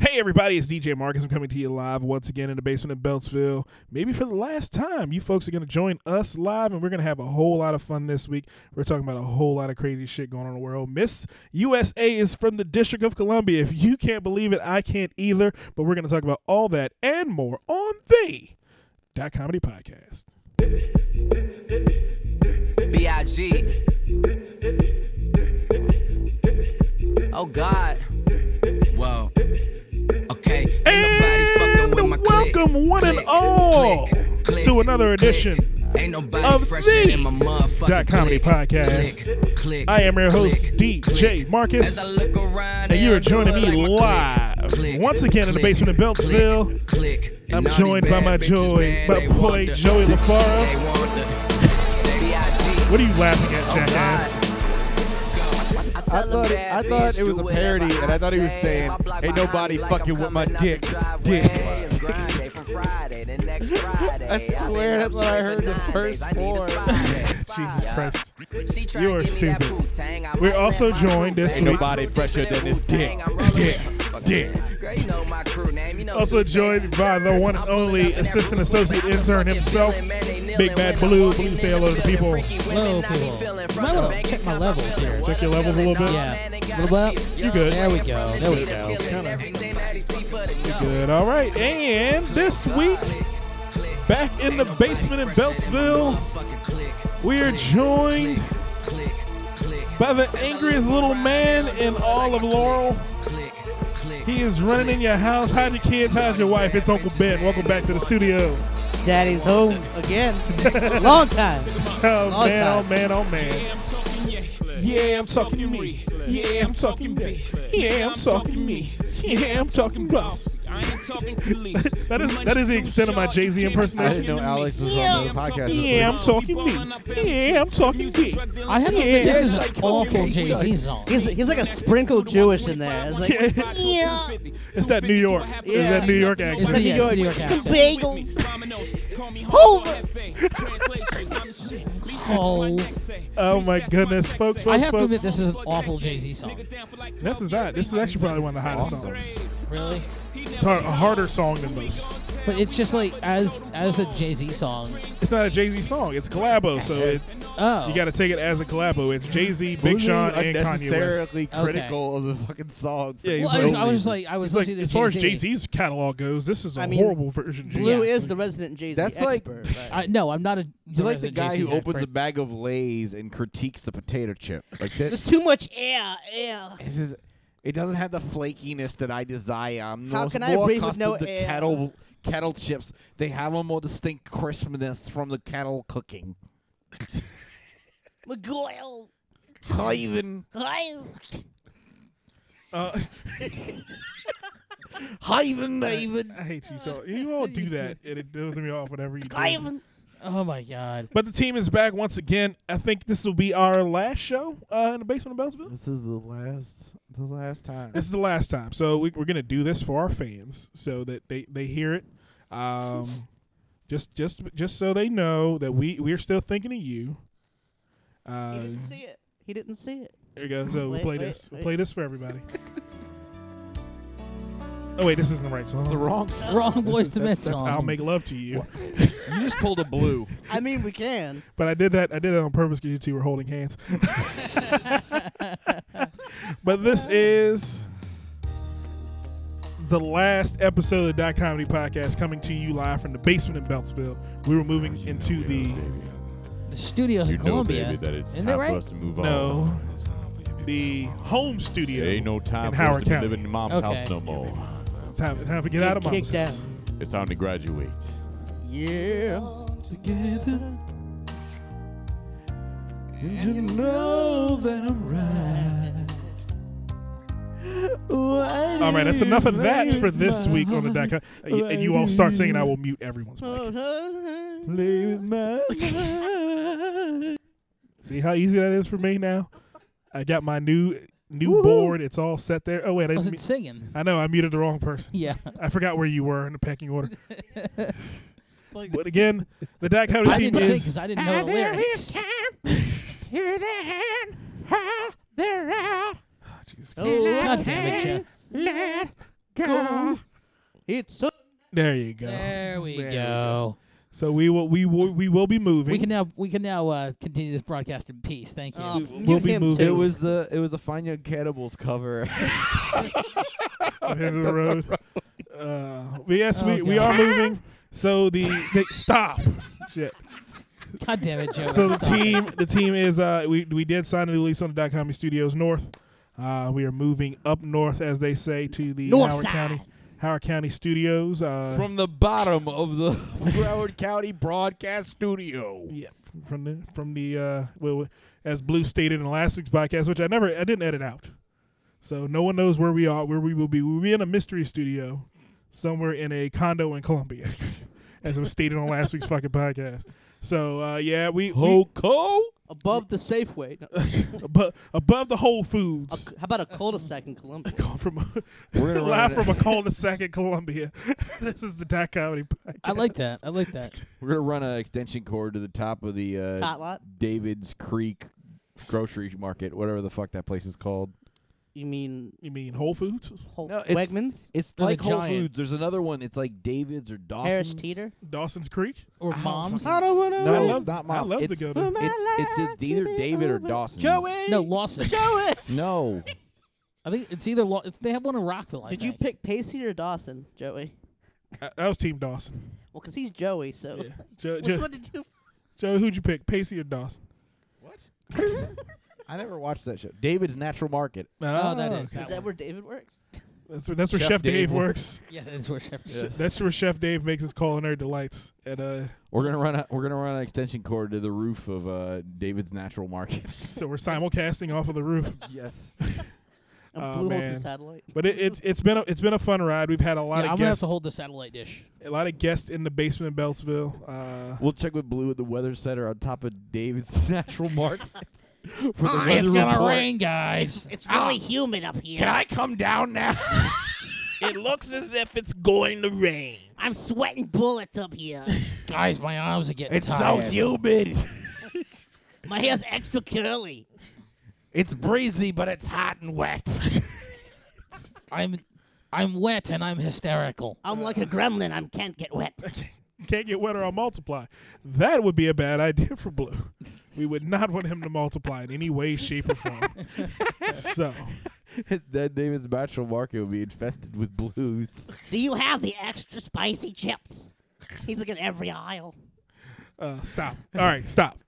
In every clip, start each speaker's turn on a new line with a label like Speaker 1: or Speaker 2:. Speaker 1: Hey everybody, it's DJ Marcus. I'm coming to you live once again in the basement of Beltsville. Maybe for the last time, you folks are going to join us live, and we're going to have a whole lot of fun this week. We're talking about a whole lot of crazy shit going on in the world. Miss USA is from the District of Columbia. If you can't believe it, I can't either. But we're going to talk about all that and more on the Dot Comedy Podcast.
Speaker 2: B.I.G. Oh God. Whoa. Okay. Ain't
Speaker 1: And
Speaker 2: nobody fucking with my click.
Speaker 1: welcome one and
Speaker 2: Click,
Speaker 1: all
Speaker 2: click, click,
Speaker 1: to another
Speaker 2: click.
Speaker 1: edition
Speaker 2: Ain't nobody
Speaker 1: of
Speaker 2: fresher
Speaker 1: the
Speaker 2: than my motherfucking
Speaker 1: Dot Comedy
Speaker 2: click,
Speaker 1: Podcast.
Speaker 2: Click, click,
Speaker 1: I am your host,
Speaker 2: click,
Speaker 1: DJ
Speaker 2: click.
Speaker 1: Marcus.
Speaker 2: As I look around,
Speaker 1: And you are
Speaker 2: I'm doing
Speaker 1: joining me
Speaker 2: like my
Speaker 1: live
Speaker 2: click, click,
Speaker 1: once again in the
Speaker 2: click,
Speaker 1: basement of Beltsville.
Speaker 2: click, click. And
Speaker 1: I'm
Speaker 2: all these
Speaker 1: joined by
Speaker 2: bad
Speaker 1: my
Speaker 2: bitches,
Speaker 1: joy,
Speaker 2: man,
Speaker 1: my
Speaker 2: they
Speaker 1: boy
Speaker 2: wonder.
Speaker 1: Joey
Speaker 2: They
Speaker 1: LaFaro.
Speaker 2: wonder. B.I.G.
Speaker 1: What are you laughing at,
Speaker 2: Oh,
Speaker 1: jackass?
Speaker 2: I thought it, I thought it was a parody, and I thought he was saying, "Ain't nobody fucking with my dick, dick." I swear that's what I heard the first four.
Speaker 1: Jesus Christ.
Speaker 2: you are stupid. We're also joined this
Speaker 1: Ain't
Speaker 2: week.
Speaker 3: nobody fresher than this dick,
Speaker 2: dick,
Speaker 3: dick.
Speaker 1: Also joined by the one and only assistant associate intern himself, Big Bad Blue. Blue, say hello to the people.
Speaker 4: Hello, people. Oh, Might wanna check my levels here.
Speaker 1: Check your levels a little bit.
Speaker 4: Yeah. Little bit.
Speaker 1: You good?
Speaker 4: There we go. There we go.
Speaker 1: You good? All right. And this week, back in the basement in Beltsville, we are joined by the angriest little man in all of Laurel. He is running in your house. How's your kids? How's your wife? It's Uncle Ben. Welcome back to the studio.
Speaker 5: Daddy's home again. Long time.
Speaker 1: Oh
Speaker 5: Long
Speaker 1: man, oh
Speaker 5: time.
Speaker 1: man, oh man. Yeah, I'm talking me. Yeah, I'm talking me. Yeah, I'm talking me. Yeah, I'm talking boss.
Speaker 6: that is that is the extent of my Jay Z impersonation.
Speaker 3: I didn't know Alex was on the podcast.
Speaker 1: Yeah, I'm
Speaker 3: This
Speaker 1: talking me. Yeah, I'm talking me.
Speaker 4: I have to
Speaker 1: Yeah.
Speaker 4: admit, this is an awful Jay Z song.
Speaker 5: He's, he's like a sprinkle Jewish in there. It's like
Speaker 1: Yeah. It's that New York. It's that New York
Speaker 4: It's
Speaker 1: accent.
Speaker 4: the
Speaker 5: New York-
Speaker 4: New York accent.
Speaker 5: bagels.
Speaker 1: Oh my goodness, folks,
Speaker 4: I
Speaker 1: folks,
Speaker 4: have to admit,
Speaker 1: folks.
Speaker 4: this is an awful Jay Z song.
Speaker 1: This is not. This is actually probably one of the hottest songs.
Speaker 4: Really?
Speaker 1: It's a a harder song than most.
Speaker 4: But it's just like as as a Jay Z song.
Speaker 1: It's not a Jay Z song. It's collabo, so it's,
Speaker 4: Oh,
Speaker 1: you got to take it as a collabo. It's Jay Z, Big
Speaker 3: Blues
Speaker 1: Sean, and Kanye West.
Speaker 3: unnecessarily
Speaker 4: Okay.
Speaker 3: critical of the fucking song.
Speaker 1: Yeah, he's
Speaker 4: Well,
Speaker 1: like-
Speaker 4: I, I was just like, I was
Speaker 1: It's like,
Speaker 4: listening
Speaker 1: as
Speaker 4: to
Speaker 1: far as
Speaker 4: Jay-Z.
Speaker 1: Jay Z's catalog goes, this is a
Speaker 5: I mean,
Speaker 1: horrible version. Jay-Z.
Speaker 5: Blue is the resident Jay Z
Speaker 3: That's like-
Speaker 5: expert. right?
Speaker 4: I, no, I'm not a.
Speaker 3: You're like the
Speaker 4: resident
Speaker 3: guy who
Speaker 4: Jay-Z
Speaker 3: opens a
Speaker 4: expert.
Speaker 3: bag of Lay's and critiques the potato chip. Like
Speaker 5: There's
Speaker 3: this,
Speaker 5: too much air. Air.
Speaker 3: this is, it doesn't have the flakiness that I desire. I'm
Speaker 5: How
Speaker 3: no-
Speaker 5: can I
Speaker 3: more
Speaker 5: breathe with
Speaker 3: accustomed
Speaker 5: no
Speaker 3: to
Speaker 5: air?
Speaker 3: kettle kettle chips. They have a more distinct crispness from the kettle cooking.
Speaker 5: McGoyle.
Speaker 3: Hyven,
Speaker 5: Hi.
Speaker 4: Oh
Speaker 1: Uh,
Speaker 3: Hyven, David.
Speaker 1: I hate you. So you all do that, and it throws me off whenever you do.
Speaker 5: Hi.
Speaker 1: it.
Speaker 4: Oh my god.
Speaker 1: But the team is back once again. I think this will be our last show uh, in the basement of Bellsville.
Speaker 3: This is the last, the last time.
Speaker 1: This is the last time, so we, we're gonna do this for our fans so that they they hear it. Um, just just just so they know that we we're still thinking of you.
Speaker 5: He
Speaker 1: Uh,
Speaker 5: didn't see it. He didn't see it.
Speaker 1: there you go. So we'll
Speaker 5: Wait,
Speaker 1: play
Speaker 5: wait,
Speaker 1: this. We'll
Speaker 5: wait.
Speaker 1: play this for everybody. oh wait, this isn't the right song.
Speaker 3: the wrong.
Speaker 4: Wrong
Speaker 1: This
Speaker 4: voice
Speaker 1: is-
Speaker 4: to men
Speaker 1: that's, that's
Speaker 4: song.
Speaker 1: I'll make love to you.
Speaker 3: You just pulled a blue.
Speaker 5: I mean, we can.
Speaker 1: But I did that. I did that on purpose because you two were holding hands. but this is the last episode of Dot Comedy Podcast coming to you live from the basement in Beltsville. We were moving into the
Speaker 4: the studios in
Speaker 7: You know,
Speaker 4: Columbia.
Speaker 7: baby, that it's
Speaker 4: Isn't
Speaker 7: time
Speaker 4: that
Speaker 7: for
Speaker 4: right?
Speaker 7: us to move on.
Speaker 1: no the home studio.
Speaker 7: There ain't no time
Speaker 1: in
Speaker 7: for
Speaker 1: Howard
Speaker 7: us to be
Speaker 1: County.
Speaker 7: living in mom's
Speaker 4: Okay.
Speaker 7: house no more.
Speaker 1: It's time, time to get
Speaker 5: Get
Speaker 1: out of my
Speaker 5: kicked
Speaker 1: house.
Speaker 7: It's time to graduate.
Speaker 3: Yeah, together. And you know that I'm right.
Speaker 1: All right, that's enough of that for this week on the Dot Com. And you all start singing. I will mute everyone's
Speaker 5: Oh,
Speaker 1: mic.
Speaker 5: out.
Speaker 3: Play with my mind.
Speaker 1: See how easy that is for me now. I got my new new board. It's all set there. Oh wait, I
Speaker 4: I
Speaker 1: didn't.
Speaker 4: wasn't
Speaker 1: mute-
Speaker 4: singing.
Speaker 1: I know I muted the wrong person.
Speaker 4: Yeah.
Speaker 1: I forgot where you were in the packing order.
Speaker 4: Like-
Speaker 1: But again, the Dak County
Speaker 4: I
Speaker 1: team
Speaker 4: didn't sing
Speaker 1: is
Speaker 4: because I didn't know the lyrics.
Speaker 3: to the hand, how they're out.
Speaker 1: Jesus,
Speaker 5: Oh,
Speaker 4: God damn it, Jeff.
Speaker 3: Let
Speaker 5: go. It's so.
Speaker 1: There you go.
Speaker 4: There we
Speaker 1: There we
Speaker 4: go.
Speaker 1: So we will we will we will be moving.
Speaker 4: We can now we can now uh, continue this broadcast in peace. Thank you.
Speaker 5: Oh,
Speaker 1: We'll
Speaker 5: mute
Speaker 1: be
Speaker 5: him
Speaker 1: moving.
Speaker 3: It
Speaker 5: too.
Speaker 3: was the it was the Fine Young Cannibals cover.
Speaker 1: End of the road. Uh, but yes, we,
Speaker 4: Oh,
Speaker 1: we are
Speaker 4: God.
Speaker 1: moving. So the, the stop. Shit.
Speaker 4: God damn it, Joe.
Speaker 1: So the
Speaker 4: Stop it.
Speaker 1: team the team is uh we we did sign a new lease on the dot comedy studios north. Uh, we are moving up north, as they say, to the
Speaker 5: North
Speaker 1: Howard
Speaker 5: side.
Speaker 1: County Howard County studios. Uh,
Speaker 3: From the bottom of the Broward County Broadcast Studio.
Speaker 1: yeah, from the from the uh, well, as Blue stated in the last week's podcast, which I never I didn't edit out, so no one knows where we are, where we will be. We'll be in a mystery studio somewhere in a condo in Columbia, as was stated on last week's fucking podcast. So uh, yeah, we, we
Speaker 3: Hoco?
Speaker 5: Above the Safeway. No,
Speaker 1: above, above the Whole
Speaker 5: a-
Speaker 1: Foods.
Speaker 5: how about a cul-de-sac in Columbus?
Speaker 1: from
Speaker 3: We're gonna
Speaker 1: live
Speaker 3: run
Speaker 1: from
Speaker 3: it.
Speaker 1: a cul-de-sac in Columbia. this is the Dot Comedy Podcast.
Speaker 4: I like that. I like that.
Speaker 3: We're gonna run an extension cord to the top of the uh,
Speaker 5: Tot lot.
Speaker 3: David's Creek grocery market, whatever the fuck that place is called.
Speaker 5: You mean
Speaker 1: You mean Whole Foods,
Speaker 5: Whole
Speaker 3: No, it's-
Speaker 5: Wegmans?
Speaker 3: It's
Speaker 4: Or the
Speaker 3: like Whole
Speaker 4: Giant.
Speaker 3: Foods. There's another one. It's like David's or Dawson's.
Speaker 5: Harris Teeter?
Speaker 1: Dawson's Creek?
Speaker 4: Or moms.
Speaker 5: I don't want
Speaker 3: No,
Speaker 1: I
Speaker 3: Oh, it's
Speaker 1: love,
Speaker 3: not
Speaker 1: I
Speaker 3: mine.
Speaker 1: love
Speaker 3: It's-
Speaker 1: to go to.
Speaker 3: It, it's a- either David or Dawson's.
Speaker 5: Joey.
Speaker 4: No, Lawson.
Speaker 5: Joey.
Speaker 3: No.
Speaker 4: I think it's either Law. It's, they have one in Rockville. I
Speaker 5: Did you
Speaker 4: think.
Speaker 5: pick Pacey or Dawson, Joey?
Speaker 1: I, that was Team Dawson.
Speaker 5: Well, 'cause he's Joey, so.
Speaker 1: Yeah. Joe,
Speaker 5: Which
Speaker 1: Joe,
Speaker 5: one did you?
Speaker 1: Joe, who'd you pick, Pacey or Dawson?
Speaker 3: I never watched that show. David's Natural Market.
Speaker 4: Oh, that is-
Speaker 1: okay.
Speaker 5: Is that where David works?
Speaker 1: That's where, that's where Chef,
Speaker 3: Chef
Speaker 1: Dave,
Speaker 3: Dave
Speaker 1: works.
Speaker 4: Yeah, that's where Shepherd.
Speaker 1: That's where Chef Dave makes his culinary delights at uh
Speaker 3: We're gonna run. A, we're gonna run an extension cord to the roof of uh, David's Natural Market.
Speaker 1: so we're simulcasting off of the roof.
Speaker 3: yes.
Speaker 5: And
Speaker 1: Oh,
Speaker 5: Blue
Speaker 1: man.
Speaker 5: Holt's a satellite.
Speaker 1: But it, it's it's been a, it's been a fun ride. We've had a lot
Speaker 4: Yeah, I'm
Speaker 1: of
Speaker 4: gonna have
Speaker 1: guests
Speaker 4: to hold the satellite dish.
Speaker 1: a lot of guests in the basement in Beltsville. Uh
Speaker 3: We'll check with Blue at the Weather Center on top of David's Natural Market for the
Speaker 4: Ah,
Speaker 3: weather
Speaker 4: it's gonna
Speaker 3: report.
Speaker 4: rain, guys.
Speaker 5: It's really humid up here.
Speaker 3: Ah, I come down now?
Speaker 6: It looks as if it's going to rain.
Speaker 5: I'm sweating bullets up here.
Speaker 4: guys, my arms are getting
Speaker 3: It's so
Speaker 4: tired.
Speaker 3: humid.
Speaker 5: My hair's extra curly.
Speaker 3: it's breezy, but it's hot and wet.
Speaker 4: I'm, I'm wet and I'm hysterical.
Speaker 5: I'm like a gremlin. I can't get wet.
Speaker 1: can't get wet or I'll multiply. That would be a bad idea for Blue. We would not want him to multiply in any way, shape, or form. so
Speaker 3: that David's Natural Market would be infested with blues.
Speaker 5: Do you have the extra spicy chips? He's looking every aisle.
Speaker 1: uh, stop. All right, stop.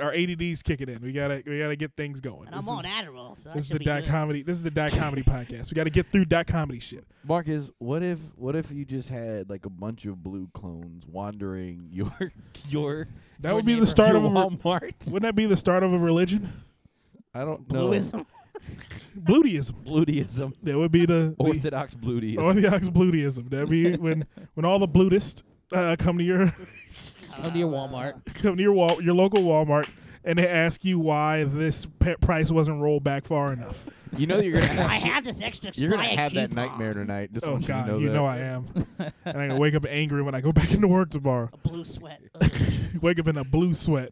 Speaker 1: Our ADD's kicking in. We gotta we gotta get things going.
Speaker 5: And I'm
Speaker 1: This
Speaker 5: on
Speaker 1: is-
Speaker 5: Adderall, so I
Speaker 1: This is the
Speaker 5: should be
Speaker 1: dot
Speaker 5: good.
Speaker 1: comedy. This is the dot comedy podcast. We got to get through dot comedy shit.
Speaker 3: Marcus, what if what if you just had like a bunch of blue clones wandering your your
Speaker 1: That
Speaker 4: Your
Speaker 1: would be the
Speaker 4: neighbor-
Speaker 1: start
Speaker 3: your
Speaker 1: of a, re-
Speaker 3: Walmart?
Speaker 1: wouldn't that be the start of a religion?
Speaker 3: I don't know.
Speaker 5: Bluism.
Speaker 1: Blutism.
Speaker 3: Blutism.
Speaker 1: That would be the, the
Speaker 3: Orthodox blutism.
Speaker 1: Orthodox Blutism. That'd be when when all the Blutists uh, come to your
Speaker 4: Come to your Walmart.
Speaker 1: come to your wall, your local Walmart and they ask you why this pe- price wasn't rolled back far enough.
Speaker 3: you know you're gonna
Speaker 5: I
Speaker 3: have,
Speaker 5: have this extra
Speaker 3: you're gonna
Speaker 5: spy
Speaker 3: have that
Speaker 5: coupon.
Speaker 3: nightmare tonight. Just
Speaker 1: Oh
Speaker 3: want
Speaker 1: God,
Speaker 3: you to know
Speaker 1: you
Speaker 3: that.
Speaker 1: know I am, and I'm gonna wake up angry when I go back into work tomorrow.
Speaker 5: A blue sweat. Ugh,
Speaker 1: Wake up in a blue sweat.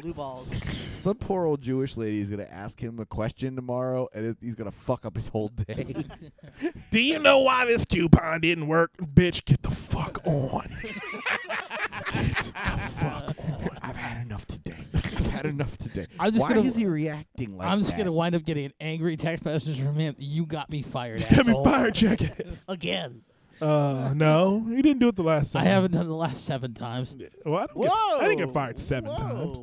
Speaker 5: blue balls.
Speaker 3: Some poor old Jewish lady is gonna ask him a question tomorrow, and it, he's gonna fuck up his whole day.
Speaker 1: Do you know why this coupon didn't work? Bitch, get the fuck on. get the fuck on.
Speaker 3: I've had enough today. I've had enough today.
Speaker 4: I'm just
Speaker 3: Why
Speaker 4: gonna-
Speaker 3: is he reacting like
Speaker 4: I'm just
Speaker 3: that?
Speaker 4: gonna wind up getting an angry text message from him. You got me fired,
Speaker 1: Get me
Speaker 4: asshole.
Speaker 1: fired, jackass.
Speaker 5: Again.
Speaker 1: Uh, no, you didn't do it the last time.
Speaker 4: I haven't done the last seven times.
Speaker 1: Well, I, don't get,
Speaker 5: Whoa.
Speaker 1: I didn't get fired seven
Speaker 5: Whoa.
Speaker 1: times.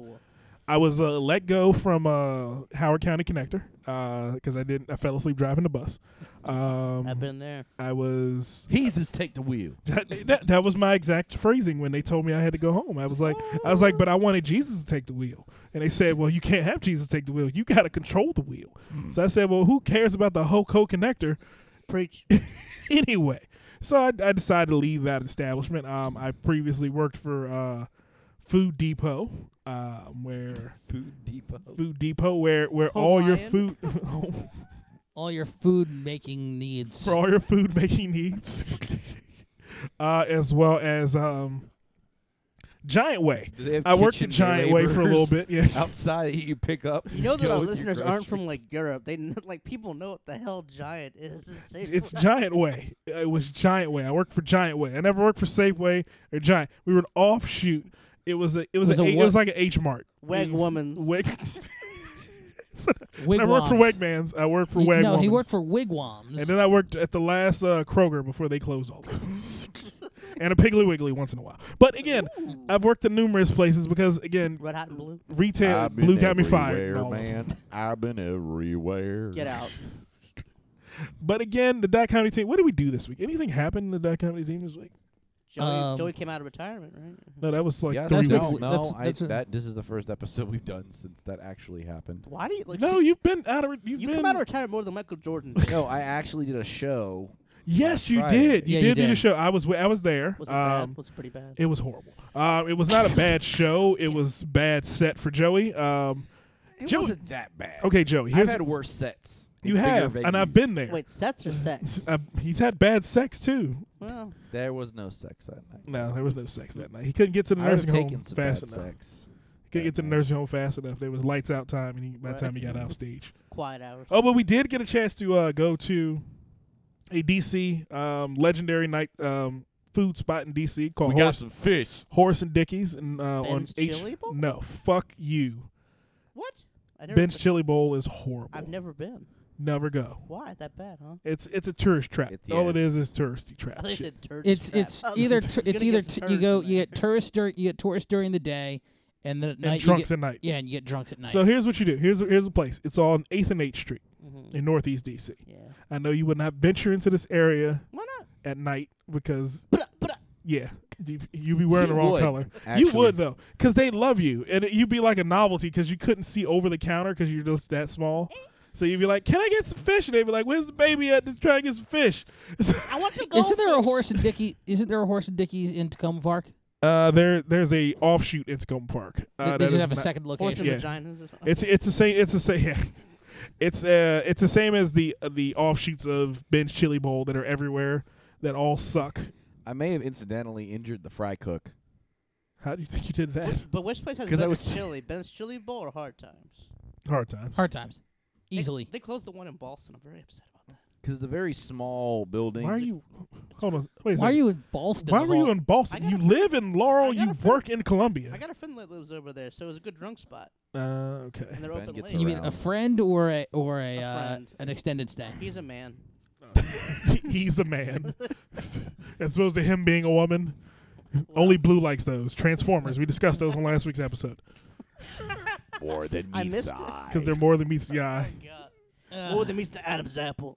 Speaker 1: I was uh, let go from uh, Howard County Connector because I didn't. I fell asleep driving the bus.
Speaker 5: I've
Speaker 1: Um,
Speaker 5: been there.
Speaker 1: I was.
Speaker 3: He's just take the wheel.
Speaker 1: That, that was my exact phrasing when they told me I had to go home. I was like, I was like, but I wanted Jesus to take the wheel, and they said, well, you can't have Jesus take the wheel. You got to control the wheel. So I said, well, who cares about the whole co-connector?
Speaker 5: Preach.
Speaker 1: anyway, so I, I decided to leave that establishment. Um, I previously worked for uh, Food Depot, um, where
Speaker 3: Food Depot.
Speaker 1: Food Depot, where where all your food
Speaker 5: Hawaiian?
Speaker 4: All your food making needs.
Speaker 1: for all your food making needs, uh, as well as um, Giant Way.
Speaker 3: Do they have
Speaker 1: I worked
Speaker 3: kitchen
Speaker 1: at Giant Way for a little
Speaker 3: laborers
Speaker 1: bit. Yeah.
Speaker 3: Outside, you pick up.
Speaker 8: You know that
Speaker 3: go
Speaker 8: our
Speaker 3: with your
Speaker 8: listeners aren't from like
Speaker 3: groceries.
Speaker 8: Europe. They kn- like people know what the hell giant is. It's,
Speaker 1: It's Giant Way. It was Giant Way. I worked for Giant Way. I never worked for Safeway or Giant. We were an offshoot. It was a. It was,
Speaker 4: Was
Speaker 1: a.
Speaker 4: a
Speaker 1: It
Speaker 4: what?
Speaker 1: was like an H Mart.
Speaker 8: Weg Woman's.
Speaker 1: Wig. I
Speaker 4: Wigwams.
Speaker 1: worked for Wegmans. I worked for Wegmans.
Speaker 4: No, he worked for wigwams.
Speaker 1: And then I worked at the last uh, Kroger before they closed all those. and a Piggly Wiggly once in a while. But again, I've worked in numerous places because again,
Speaker 8: red hot and blue.
Speaker 1: retail
Speaker 7: I've been
Speaker 1: blue got me
Speaker 7: everywhere,
Speaker 1: fired. and all of them.
Speaker 7: man. I've been everywhere.
Speaker 8: Get out.
Speaker 1: But again, the Dot Comedy team. What did we do this week? Anything happened to the Dot Comedy team this week?
Speaker 8: Joey,
Speaker 4: Um,
Speaker 8: Joey came out of retirement, right?
Speaker 1: No, that was like
Speaker 3: Yes,
Speaker 1: three
Speaker 3: no,
Speaker 1: weeks.
Speaker 4: ago.
Speaker 3: no,
Speaker 4: That's-
Speaker 3: I-
Speaker 4: that's a-
Speaker 3: that this is the first episode we've done since that actually happened.
Speaker 8: Why do you like?
Speaker 1: no,
Speaker 8: see,
Speaker 1: you've been out of. re- You've
Speaker 8: you
Speaker 1: been,
Speaker 8: come out of retirement more than Michael Jordan.
Speaker 3: no, I actually did a show.
Speaker 1: Yes, you
Speaker 3: Friday.
Speaker 1: did. You
Speaker 4: Yeah,
Speaker 1: did
Speaker 4: you
Speaker 1: do the
Speaker 4: did.
Speaker 1: show. I was. wi- I was there.
Speaker 8: Was it
Speaker 1: um,
Speaker 8: bad? Was it pretty bad?
Speaker 1: It was horrible. Um, it was not a bad show. It was bad set for Joey. Um,
Speaker 3: It
Speaker 1: Joey-
Speaker 3: wasn't that bad.
Speaker 1: okay, Joey.
Speaker 3: I've
Speaker 1: Here's
Speaker 3: had worse sets.
Speaker 1: you
Speaker 3: and bigger
Speaker 1: have, and I've
Speaker 3: venues.
Speaker 1: been there.
Speaker 8: Wait, sets or sex?
Speaker 1: Uh, he's had bad sex too.
Speaker 8: well,
Speaker 3: There was no sex that night.
Speaker 1: No, there was no sex that night. He couldn't get to the
Speaker 3: I was
Speaker 1: nursing
Speaker 3: taking
Speaker 1: home
Speaker 3: some bad
Speaker 1: fast enough.
Speaker 3: sex.
Speaker 1: He couldn't get to the
Speaker 3: that night.
Speaker 1: nursing home fast enough. There was lights out time, and he, by the
Speaker 8: Right.
Speaker 1: time he got off stage.
Speaker 8: quiet hours.
Speaker 1: Oh, but we did get a chance to uh, go to a DC um, legendary night um, food spot in DC called
Speaker 7: We got
Speaker 1: Horse,
Speaker 7: some fish.
Speaker 1: Horse and Dickies, and uh, on
Speaker 8: Ben's
Speaker 1: H.
Speaker 8: Chili Bowl?
Speaker 1: No, fuck you.
Speaker 8: What? I never.
Speaker 1: Ben's
Speaker 8: been-
Speaker 1: Chili Bowl is horrible.
Speaker 8: I've never been.
Speaker 1: never go.
Speaker 8: Why that bad, huh?
Speaker 1: It's it's a tourist trap.
Speaker 3: It
Speaker 1: All it
Speaker 3: is.
Speaker 1: is is touristy trap.
Speaker 8: I thought you
Speaker 1: shit.
Speaker 8: said turd
Speaker 4: it's
Speaker 8: trap.
Speaker 4: it's
Speaker 8: I was
Speaker 4: either
Speaker 8: like,
Speaker 4: tur-
Speaker 8: "You're
Speaker 4: it's
Speaker 8: gonna
Speaker 4: either
Speaker 8: get
Speaker 4: t-
Speaker 8: some
Speaker 4: you
Speaker 8: turds
Speaker 4: go
Speaker 8: in
Speaker 4: you
Speaker 8: there."
Speaker 4: get tourists during you get tourists during the day, and then at night
Speaker 1: and
Speaker 4: you
Speaker 1: trunks
Speaker 4: get,
Speaker 1: at night.
Speaker 4: yeah, and you get drunk at night.
Speaker 1: So here's what you do. Here's here's the place. It's on Eighth and Eighth Street
Speaker 8: Mhm.
Speaker 1: in Northeast DC.
Speaker 8: Yeah.
Speaker 1: I know you would not venture into this area
Speaker 8: Why not?
Speaker 1: at night because
Speaker 8: But but
Speaker 1: yeah, you, you'd be wearing
Speaker 3: You
Speaker 1: the wrong
Speaker 3: would,
Speaker 1: color. You
Speaker 3: actually.
Speaker 1: would though, because they love you, and it, you'd be like a novelty because you couldn't see over the counter because you're just that small. So you'd be like, "Can I get some fish?" And they'd be like, "Where's the baby at? Just try and get some fish."
Speaker 8: I want to go.
Speaker 4: isn't there a horse and dicky? Isn't there a horse and dickies in Tacoma Park?
Speaker 1: uh, there, there's a offshoot in Tacoma Park. Uh,
Speaker 4: They-
Speaker 1: that
Speaker 4: they
Speaker 1: is
Speaker 4: should have a
Speaker 1: not-
Speaker 4: second
Speaker 8: Horse
Speaker 4: location.
Speaker 8: and
Speaker 1: Yeah.
Speaker 8: vaginas or something.
Speaker 1: It's it's the same. It's the same. Yeah. It's uh it's the same as the uh, the offshoots of Ben's Chili Bowl that are everywhere that all suck.
Speaker 3: I may have incidentally injured the fry cook.
Speaker 1: How do you think you did that?
Speaker 8: But which place has
Speaker 3: 'Cause I
Speaker 8: better
Speaker 3: was-
Speaker 8: chili? Ben's Chili Bowl or Hard Times?
Speaker 1: Hard time.
Speaker 4: Hard times,
Speaker 8: They-
Speaker 4: easily.
Speaker 8: They, closed the one in Boston. I'm very upset about that.
Speaker 3: 'Cause it's a very small building.
Speaker 1: Why are you? Hold on. Wait. A
Speaker 4: Why are
Speaker 1: second.
Speaker 4: you in Boston?
Speaker 1: Why
Speaker 4: of
Speaker 1: were
Speaker 4: all-
Speaker 1: you in Boston?
Speaker 8: I
Speaker 1: You
Speaker 8: got a-
Speaker 1: live in Laurel.
Speaker 8: I got
Speaker 1: You
Speaker 8: a friend-
Speaker 1: work in Columbia.
Speaker 8: I got a friend that lives over there, so it was a good drunk spot,
Speaker 1: Uh, okay.
Speaker 8: and they're
Speaker 3: Ben
Speaker 8: open
Speaker 3: gets
Speaker 8: late.
Speaker 4: You mean a
Speaker 3: around?
Speaker 4: friend or a or a,
Speaker 8: A
Speaker 4: uh,
Speaker 8: friend.
Speaker 4: an extended stay?
Speaker 8: He's a man.
Speaker 1: He's a man. As opposed to him being a woman. Only Blue likes those Transformers. We discussed those on last week's episode
Speaker 7: More than
Speaker 8: I
Speaker 7: meets
Speaker 8: missed
Speaker 7: the
Speaker 8: it.
Speaker 7: eye.
Speaker 1: because they're more than meets the eye.
Speaker 8: More than meets Oh, the Adam's apple.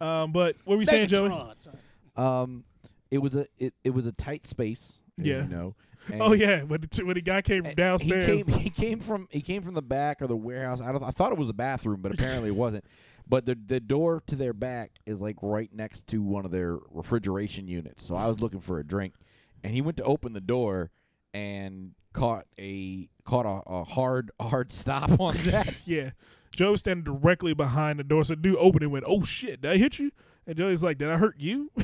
Speaker 1: Um, but what were you saying, Joey?
Speaker 8: Megatron.
Speaker 3: Um, it was a it, it was a tight space. as
Speaker 1: Yeah.
Speaker 3: You know. and-
Speaker 1: Oh yeah, when the, when the guy came from
Speaker 3: and
Speaker 1: downstairs.
Speaker 3: Eh, He came, he came from he came from the back or the warehouse. I don't. I thought it was a bathroom, but apparently it wasn't. But the the door to their back is like right next to one of their refrigeration units. So I was looking for a drink, and he went to open the door and caught a caught a, a hard a hard stop on that.
Speaker 1: Yeah. Joe was standing directly behind the door. So the dude opened and went, Oh shit, did I hit you? And Joey's like, Did I hurt you?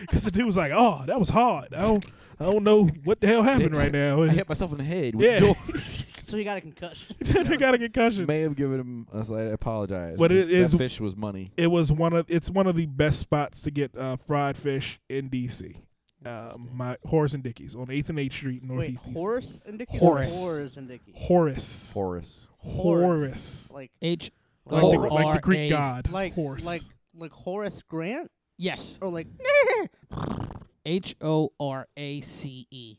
Speaker 1: Because the dude was like, Oh, that was hard. I don't I don't know what the hell happened right now.
Speaker 3: I hit myself in the head. With
Speaker 1: yeah.
Speaker 3: the door.
Speaker 8: So he got a concussion.
Speaker 1: they got a concussion.
Speaker 3: May have given him. a slight apologize.
Speaker 1: What it
Speaker 3: That
Speaker 1: is-
Speaker 3: fish was money.
Speaker 1: It was one of it's one of the best spots to get uh, fried fish in DC. Um, my Horace and Dickies on Eighth and Eighth Street,
Speaker 8: Wait,
Speaker 1: Northeast DC.
Speaker 8: Horace and Dickie.
Speaker 4: Horace.
Speaker 8: Horace and Dickie.
Speaker 1: Horace.
Speaker 3: Horace.
Speaker 1: Horace.
Speaker 8: Like
Speaker 4: H
Speaker 1: Like, the,
Speaker 4: Horace.
Speaker 1: like the Greek
Speaker 4: Horace.
Speaker 1: god.
Speaker 8: like
Speaker 1: Horse.
Speaker 8: like like Horace Grant
Speaker 4: yes,
Speaker 8: or like
Speaker 4: H O R A C E.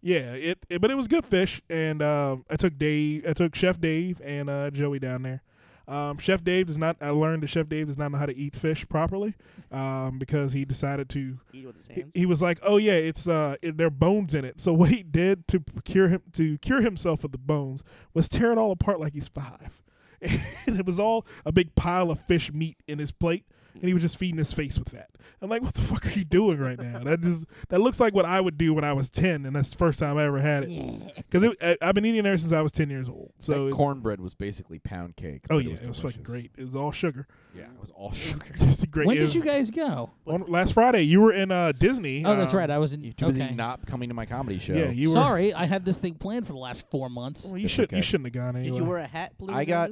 Speaker 1: Yeah, it, it- but it was good fish, and um, I took Dave, I took Chef Dave and uh, Joey down there. Um, Chef Dave does not. I learned that Chef Dave does not know how to eat fish properly, um, because he decided to.
Speaker 8: eat with his
Speaker 1: He,
Speaker 8: hands.
Speaker 1: he was like, "Oh yeah, it's uh, it, there are bones in it." So what he did to cure him to cure himself of the bones was tear it all apart like he's five. and it was all a big pile of fish meat in his plate, and he was just feeding his face with that. I'm like, what the fuck are you doing right now? That is that looks like what I would do when I was ten, and that's the first time I ever had it. Because I, I've been eating there since I was ten years old. So
Speaker 3: that
Speaker 1: it-
Speaker 3: cornbread was basically pound cake.
Speaker 1: oh
Speaker 3: but
Speaker 1: yeah, it was, fucking great.
Speaker 3: delicious.
Speaker 1: It was all sugar.
Speaker 3: Yeah, it was all sugar.
Speaker 1: Just great.
Speaker 4: When
Speaker 1: it
Speaker 4: did
Speaker 1: was-
Speaker 4: you guys go?
Speaker 1: on last Friday? You were in uh, Disney.
Speaker 4: Oh, that's
Speaker 1: um,
Speaker 4: right. I was in.
Speaker 3: You're too busy
Speaker 4: Okay.
Speaker 3: not coming to my comedy show.
Speaker 1: Yeah, you were.
Speaker 4: Sorry, I had this thing planned for the last four months.
Speaker 1: Well, you should you
Speaker 3: okay.
Speaker 1: shouldn't have gone anyway.
Speaker 8: Did you wear a hat? Blue
Speaker 3: I got-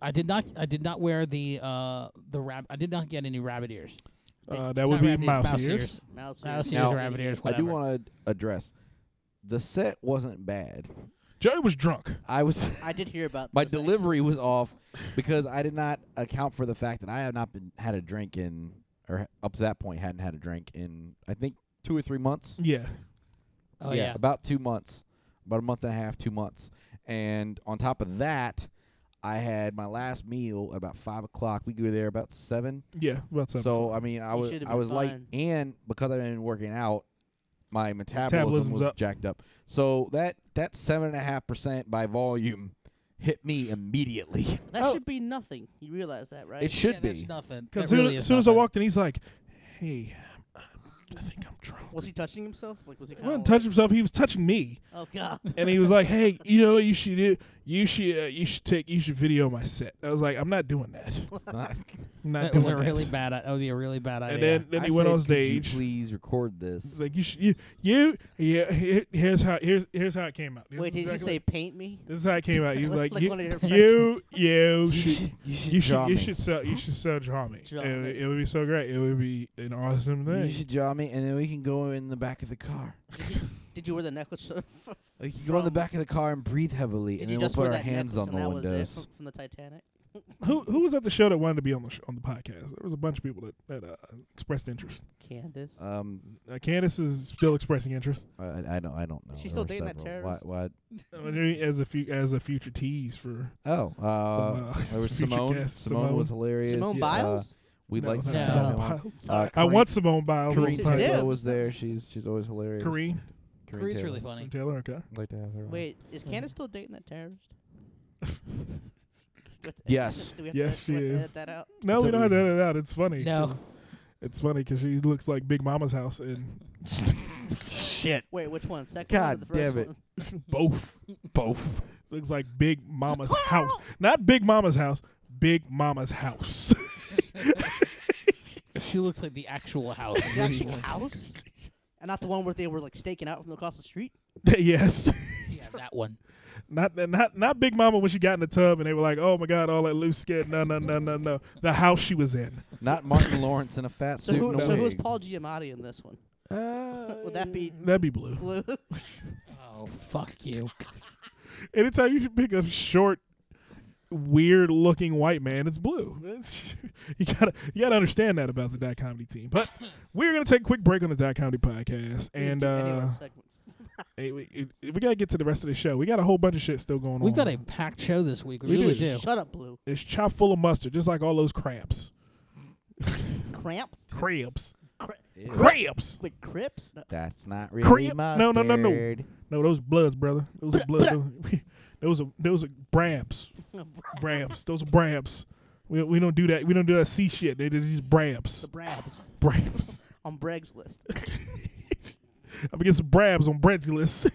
Speaker 4: I did not. I did not wear the uh the rab. I did not get any rabbit ears.
Speaker 1: uh, that would
Speaker 4: Not
Speaker 1: be
Speaker 4: rabbit ears,
Speaker 1: mouse
Speaker 4: mouse
Speaker 1: ears.
Speaker 4: ears.
Speaker 8: Mouse
Speaker 4: Mouse
Speaker 8: ears.
Speaker 4: ears,
Speaker 3: Now,
Speaker 4: rabbit ears,
Speaker 3: I
Speaker 4: whatever.
Speaker 3: do want to address the set wasn't bad.
Speaker 1: Joey was drunk.
Speaker 3: I was
Speaker 8: I did hear about
Speaker 3: my
Speaker 8: this, actually.
Speaker 3: delivery was off because I did not account for the fact that I have not been had a drink in or up to that point hadn't had a drink in I think two or three months.
Speaker 1: Yeah.
Speaker 4: Mm-hmm. oh yeah.
Speaker 3: about two months, about a month and a half, two months. And on top of that, I had my last meal at about five o'clock. We go there about seven.
Speaker 1: Yeah. About something.
Speaker 3: So uh, I mean, I
Speaker 8: You
Speaker 3: was
Speaker 8: should've
Speaker 3: I
Speaker 8: been
Speaker 3: was light,
Speaker 8: fine.
Speaker 3: and because I've been working out, my metabolism
Speaker 1: Metabolism's
Speaker 3: was
Speaker 1: up.
Speaker 3: jacked up. So that that seven and a half percent by volume hit me immediately.
Speaker 8: That
Speaker 1: Oh.
Speaker 8: should be nothing. You realize that, right?
Speaker 3: It should
Speaker 4: Yeah,
Speaker 3: be.
Speaker 4: That's nothing.
Speaker 1: Because
Speaker 4: That
Speaker 1: soon,
Speaker 4: really
Speaker 1: as
Speaker 4: is
Speaker 1: soon as I
Speaker 4: nothing.
Speaker 1: walked in, he's like, "Hey, I'm- I'm- I think I'm drunk."
Speaker 8: was he touching himself? Like was he?
Speaker 1: He
Speaker 8: kinda
Speaker 1: wasn't
Speaker 8: like-
Speaker 1: touching himself. He was touching me,
Speaker 8: Oh god.
Speaker 1: and he was like, "Hey, you know what you should do? You should uh, you should take you should video my set." I was like, "I'm not doing that. I'm not
Speaker 4: That
Speaker 1: doing
Speaker 4: was a
Speaker 1: that."
Speaker 4: really bad. That would be a really bad idea.
Speaker 1: and then then
Speaker 3: I
Speaker 1: he went
Speaker 3: said,
Speaker 1: on
Speaker 3: "Could you
Speaker 1: stage.
Speaker 3: please record
Speaker 1: He's
Speaker 3: this.
Speaker 1: like, "You should you, you yeah." here- Here's how here's here's how it came out. This
Speaker 8: Wait,
Speaker 1: is
Speaker 8: did you
Speaker 1: exactly
Speaker 8: say paint me?
Speaker 1: This is how it came out. He's like,
Speaker 8: Like
Speaker 1: you,
Speaker 8: one of your friends.
Speaker 1: you, you, should,
Speaker 3: you should
Speaker 1: you should,
Speaker 3: draw
Speaker 1: you
Speaker 3: me.
Speaker 1: should sell, you should sell drama. It,
Speaker 8: Draw
Speaker 1: would-
Speaker 8: me.
Speaker 1: it would be so great. It would be an awesome
Speaker 3: You
Speaker 1: thing.
Speaker 3: should draw me, and then we can go in the back of the car.
Speaker 8: Did you wear the necklace? Did
Speaker 3: We can go in the
Speaker 8: From-
Speaker 3: back of the car and breathe heavily, and
Speaker 8: you
Speaker 3: then we'll
Speaker 8: just wear
Speaker 3: put our
Speaker 8: that
Speaker 3: hands on
Speaker 8: necklace
Speaker 3: the
Speaker 8: and that was it
Speaker 3: windows.
Speaker 8: from, from the Titanic?
Speaker 1: who, who was at the show that wanted to be on the sh- on the podcast? There was a bunch of people that, that uh, expressed interest.
Speaker 8: Candace.
Speaker 3: Um,
Speaker 1: Uh, Candace is still expressing interest
Speaker 3: I, I don't, I don't know.
Speaker 8: She's
Speaker 3: There
Speaker 8: still
Speaker 3: were
Speaker 8: dating that
Speaker 3: several. Why-
Speaker 8: terrorist?
Speaker 3: why-
Speaker 1: Uh, as a fu- as a future tease for
Speaker 3: Oh,
Speaker 1: Some,
Speaker 3: uh,
Speaker 1: uh,
Speaker 3: there was
Speaker 1: future
Speaker 3: Simone.
Speaker 1: guest,
Speaker 3: Simone.
Speaker 1: Simone.
Speaker 3: was hilarious.
Speaker 8: Simone
Speaker 1: yeah.
Speaker 8: Biles?
Speaker 3: We'd
Speaker 1: No,
Speaker 3: like
Speaker 1: not
Speaker 3: to
Speaker 4: Yeah.
Speaker 3: have
Speaker 1: Simone
Speaker 3: him on.
Speaker 1: Biles.
Speaker 3: Uh,
Speaker 1: I
Speaker 3: Corinne-
Speaker 1: want Simone Biles.
Speaker 3: Corinne
Speaker 8: She's
Speaker 1: on the podcast.
Speaker 8: dead.
Speaker 3: Taylor was there. She's she's always hilarious.
Speaker 1: Corinne
Speaker 4: Korea's really
Speaker 3: Taylor.
Speaker 4: funny.
Speaker 1: Taylor. Okay.
Speaker 3: I'd like to have her. on.
Speaker 8: Wait, is Candace still dating that terrorist? What-
Speaker 3: Yes.
Speaker 8: Do we have
Speaker 1: Yes,
Speaker 8: to, do we
Speaker 1: she
Speaker 8: have
Speaker 1: is.
Speaker 8: to Edit that out.
Speaker 1: No, we
Speaker 3: It's
Speaker 1: don't
Speaker 3: a-
Speaker 1: have to edit it out. It's funny.
Speaker 4: No.
Speaker 1: It's funny because she looks like Big Mama's house and
Speaker 4: Shit.
Speaker 8: Wait, which one? Second one or
Speaker 3: God
Speaker 8: the first
Speaker 3: damn it.
Speaker 8: one?
Speaker 1: both.
Speaker 3: Both.
Speaker 1: Looks like Big Mama's house. Not Big Mama's house, Big Mama's house.
Speaker 4: She looks like the actual house.
Speaker 8: The actual house, and not the one where they were like staking out from across the street.
Speaker 1: yes.
Speaker 4: yeah, that one.
Speaker 1: Not not not Big Mama when she got in the tub and they were like, "Oh my god, all that loose skin." No, no, no, no, no. The house she was in.
Speaker 3: Not Martin Lawrence in a fat
Speaker 8: So
Speaker 3: suit
Speaker 8: who,
Speaker 3: and a
Speaker 8: so who is
Speaker 3: wig.
Speaker 8: Paul Giamatti in this one?
Speaker 1: Uh,
Speaker 8: Would that be-
Speaker 1: That'd be blue.
Speaker 8: Blue.
Speaker 4: Oh fuck you.
Speaker 1: Anytime you should pick a short weird looking white man it's blue It's- you gotta you gotta understand that about the dot comedy team but we're gonna take a quick break on the dot comedy podcast and uh Hey, we, it- we gotta get to the rest of the show. We got a whole bunch of shit still going
Speaker 4: We've
Speaker 1: on.
Speaker 4: got a packed show this week. We,
Speaker 1: We
Speaker 4: really
Speaker 1: do.
Speaker 4: do.
Speaker 8: Shut up, Blue.
Speaker 1: it's chopped full of mustard, just like all those crabs.
Speaker 8: Cramps.
Speaker 1: Crabs.
Speaker 3: Ew.
Speaker 1: Crabs.
Speaker 8: Wait, Crips? No,
Speaker 3: That's not really
Speaker 1: Crib- no, no, no, no.
Speaker 3: mustard.
Speaker 1: No, those bloods, brother. Those are bloods. Those are those are brabs. Brabs. Those are brabs. We, we don't do that. We don't do that sea shit. They do these brabs.
Speaker 8: the Brabs
Speaker 1: Brabs.
Speaker 8: on Breg's list.
Speaker 1: I'm gonna get some brabs on Brent's list.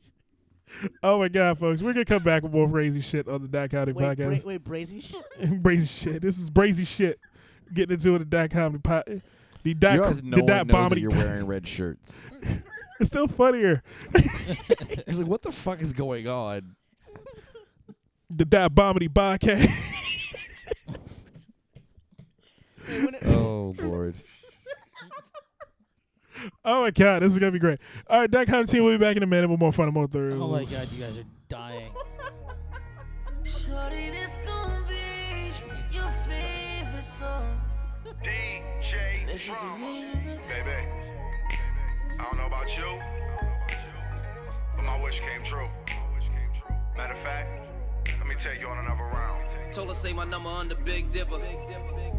Speaker 1: oh my god, folks. We're gonna come back with more crazy shit on the Dot Comedy
Speaker 8: Wait,
Speaker 1: podcast.
Speaker 8: bra- wait, brazy shit.
Speaker 1: brazy shit. This is brazy shit. Getting into it, the dot comedy pot. The dot,
Speaker 3: You realize no
Speaker 1: the
Speaker 3: one
Speaker 1: dot
Speaker 3: knows that
Speaker 1: comedy.
Speaker 3: you're wearing red shirts.
Speaker 1: it's still funnier.
Speaker 3: He's like, what the fuck is going on?
Speaker 1: The dot comedy podcast.
Speaker 8: Wait, when it-
Speaker 3: Oh lord.
Speaker 1: oh my god, this is gonna be great. All right, dot comedy team. We'll be back in a minute with more fun and more through.
Speaker 4: Oh my god, you guys are dying.
Speaker 9: Shorty, this gon' be your favorite song.
Speaker 10: DJ
Speaker 9: This is a remix.
Speaker 10: Baby, I don't know about you, but my wish came true. Matter of fact, let me take you on another round.
Speaker 2: Told her say my number on the Big Dipper.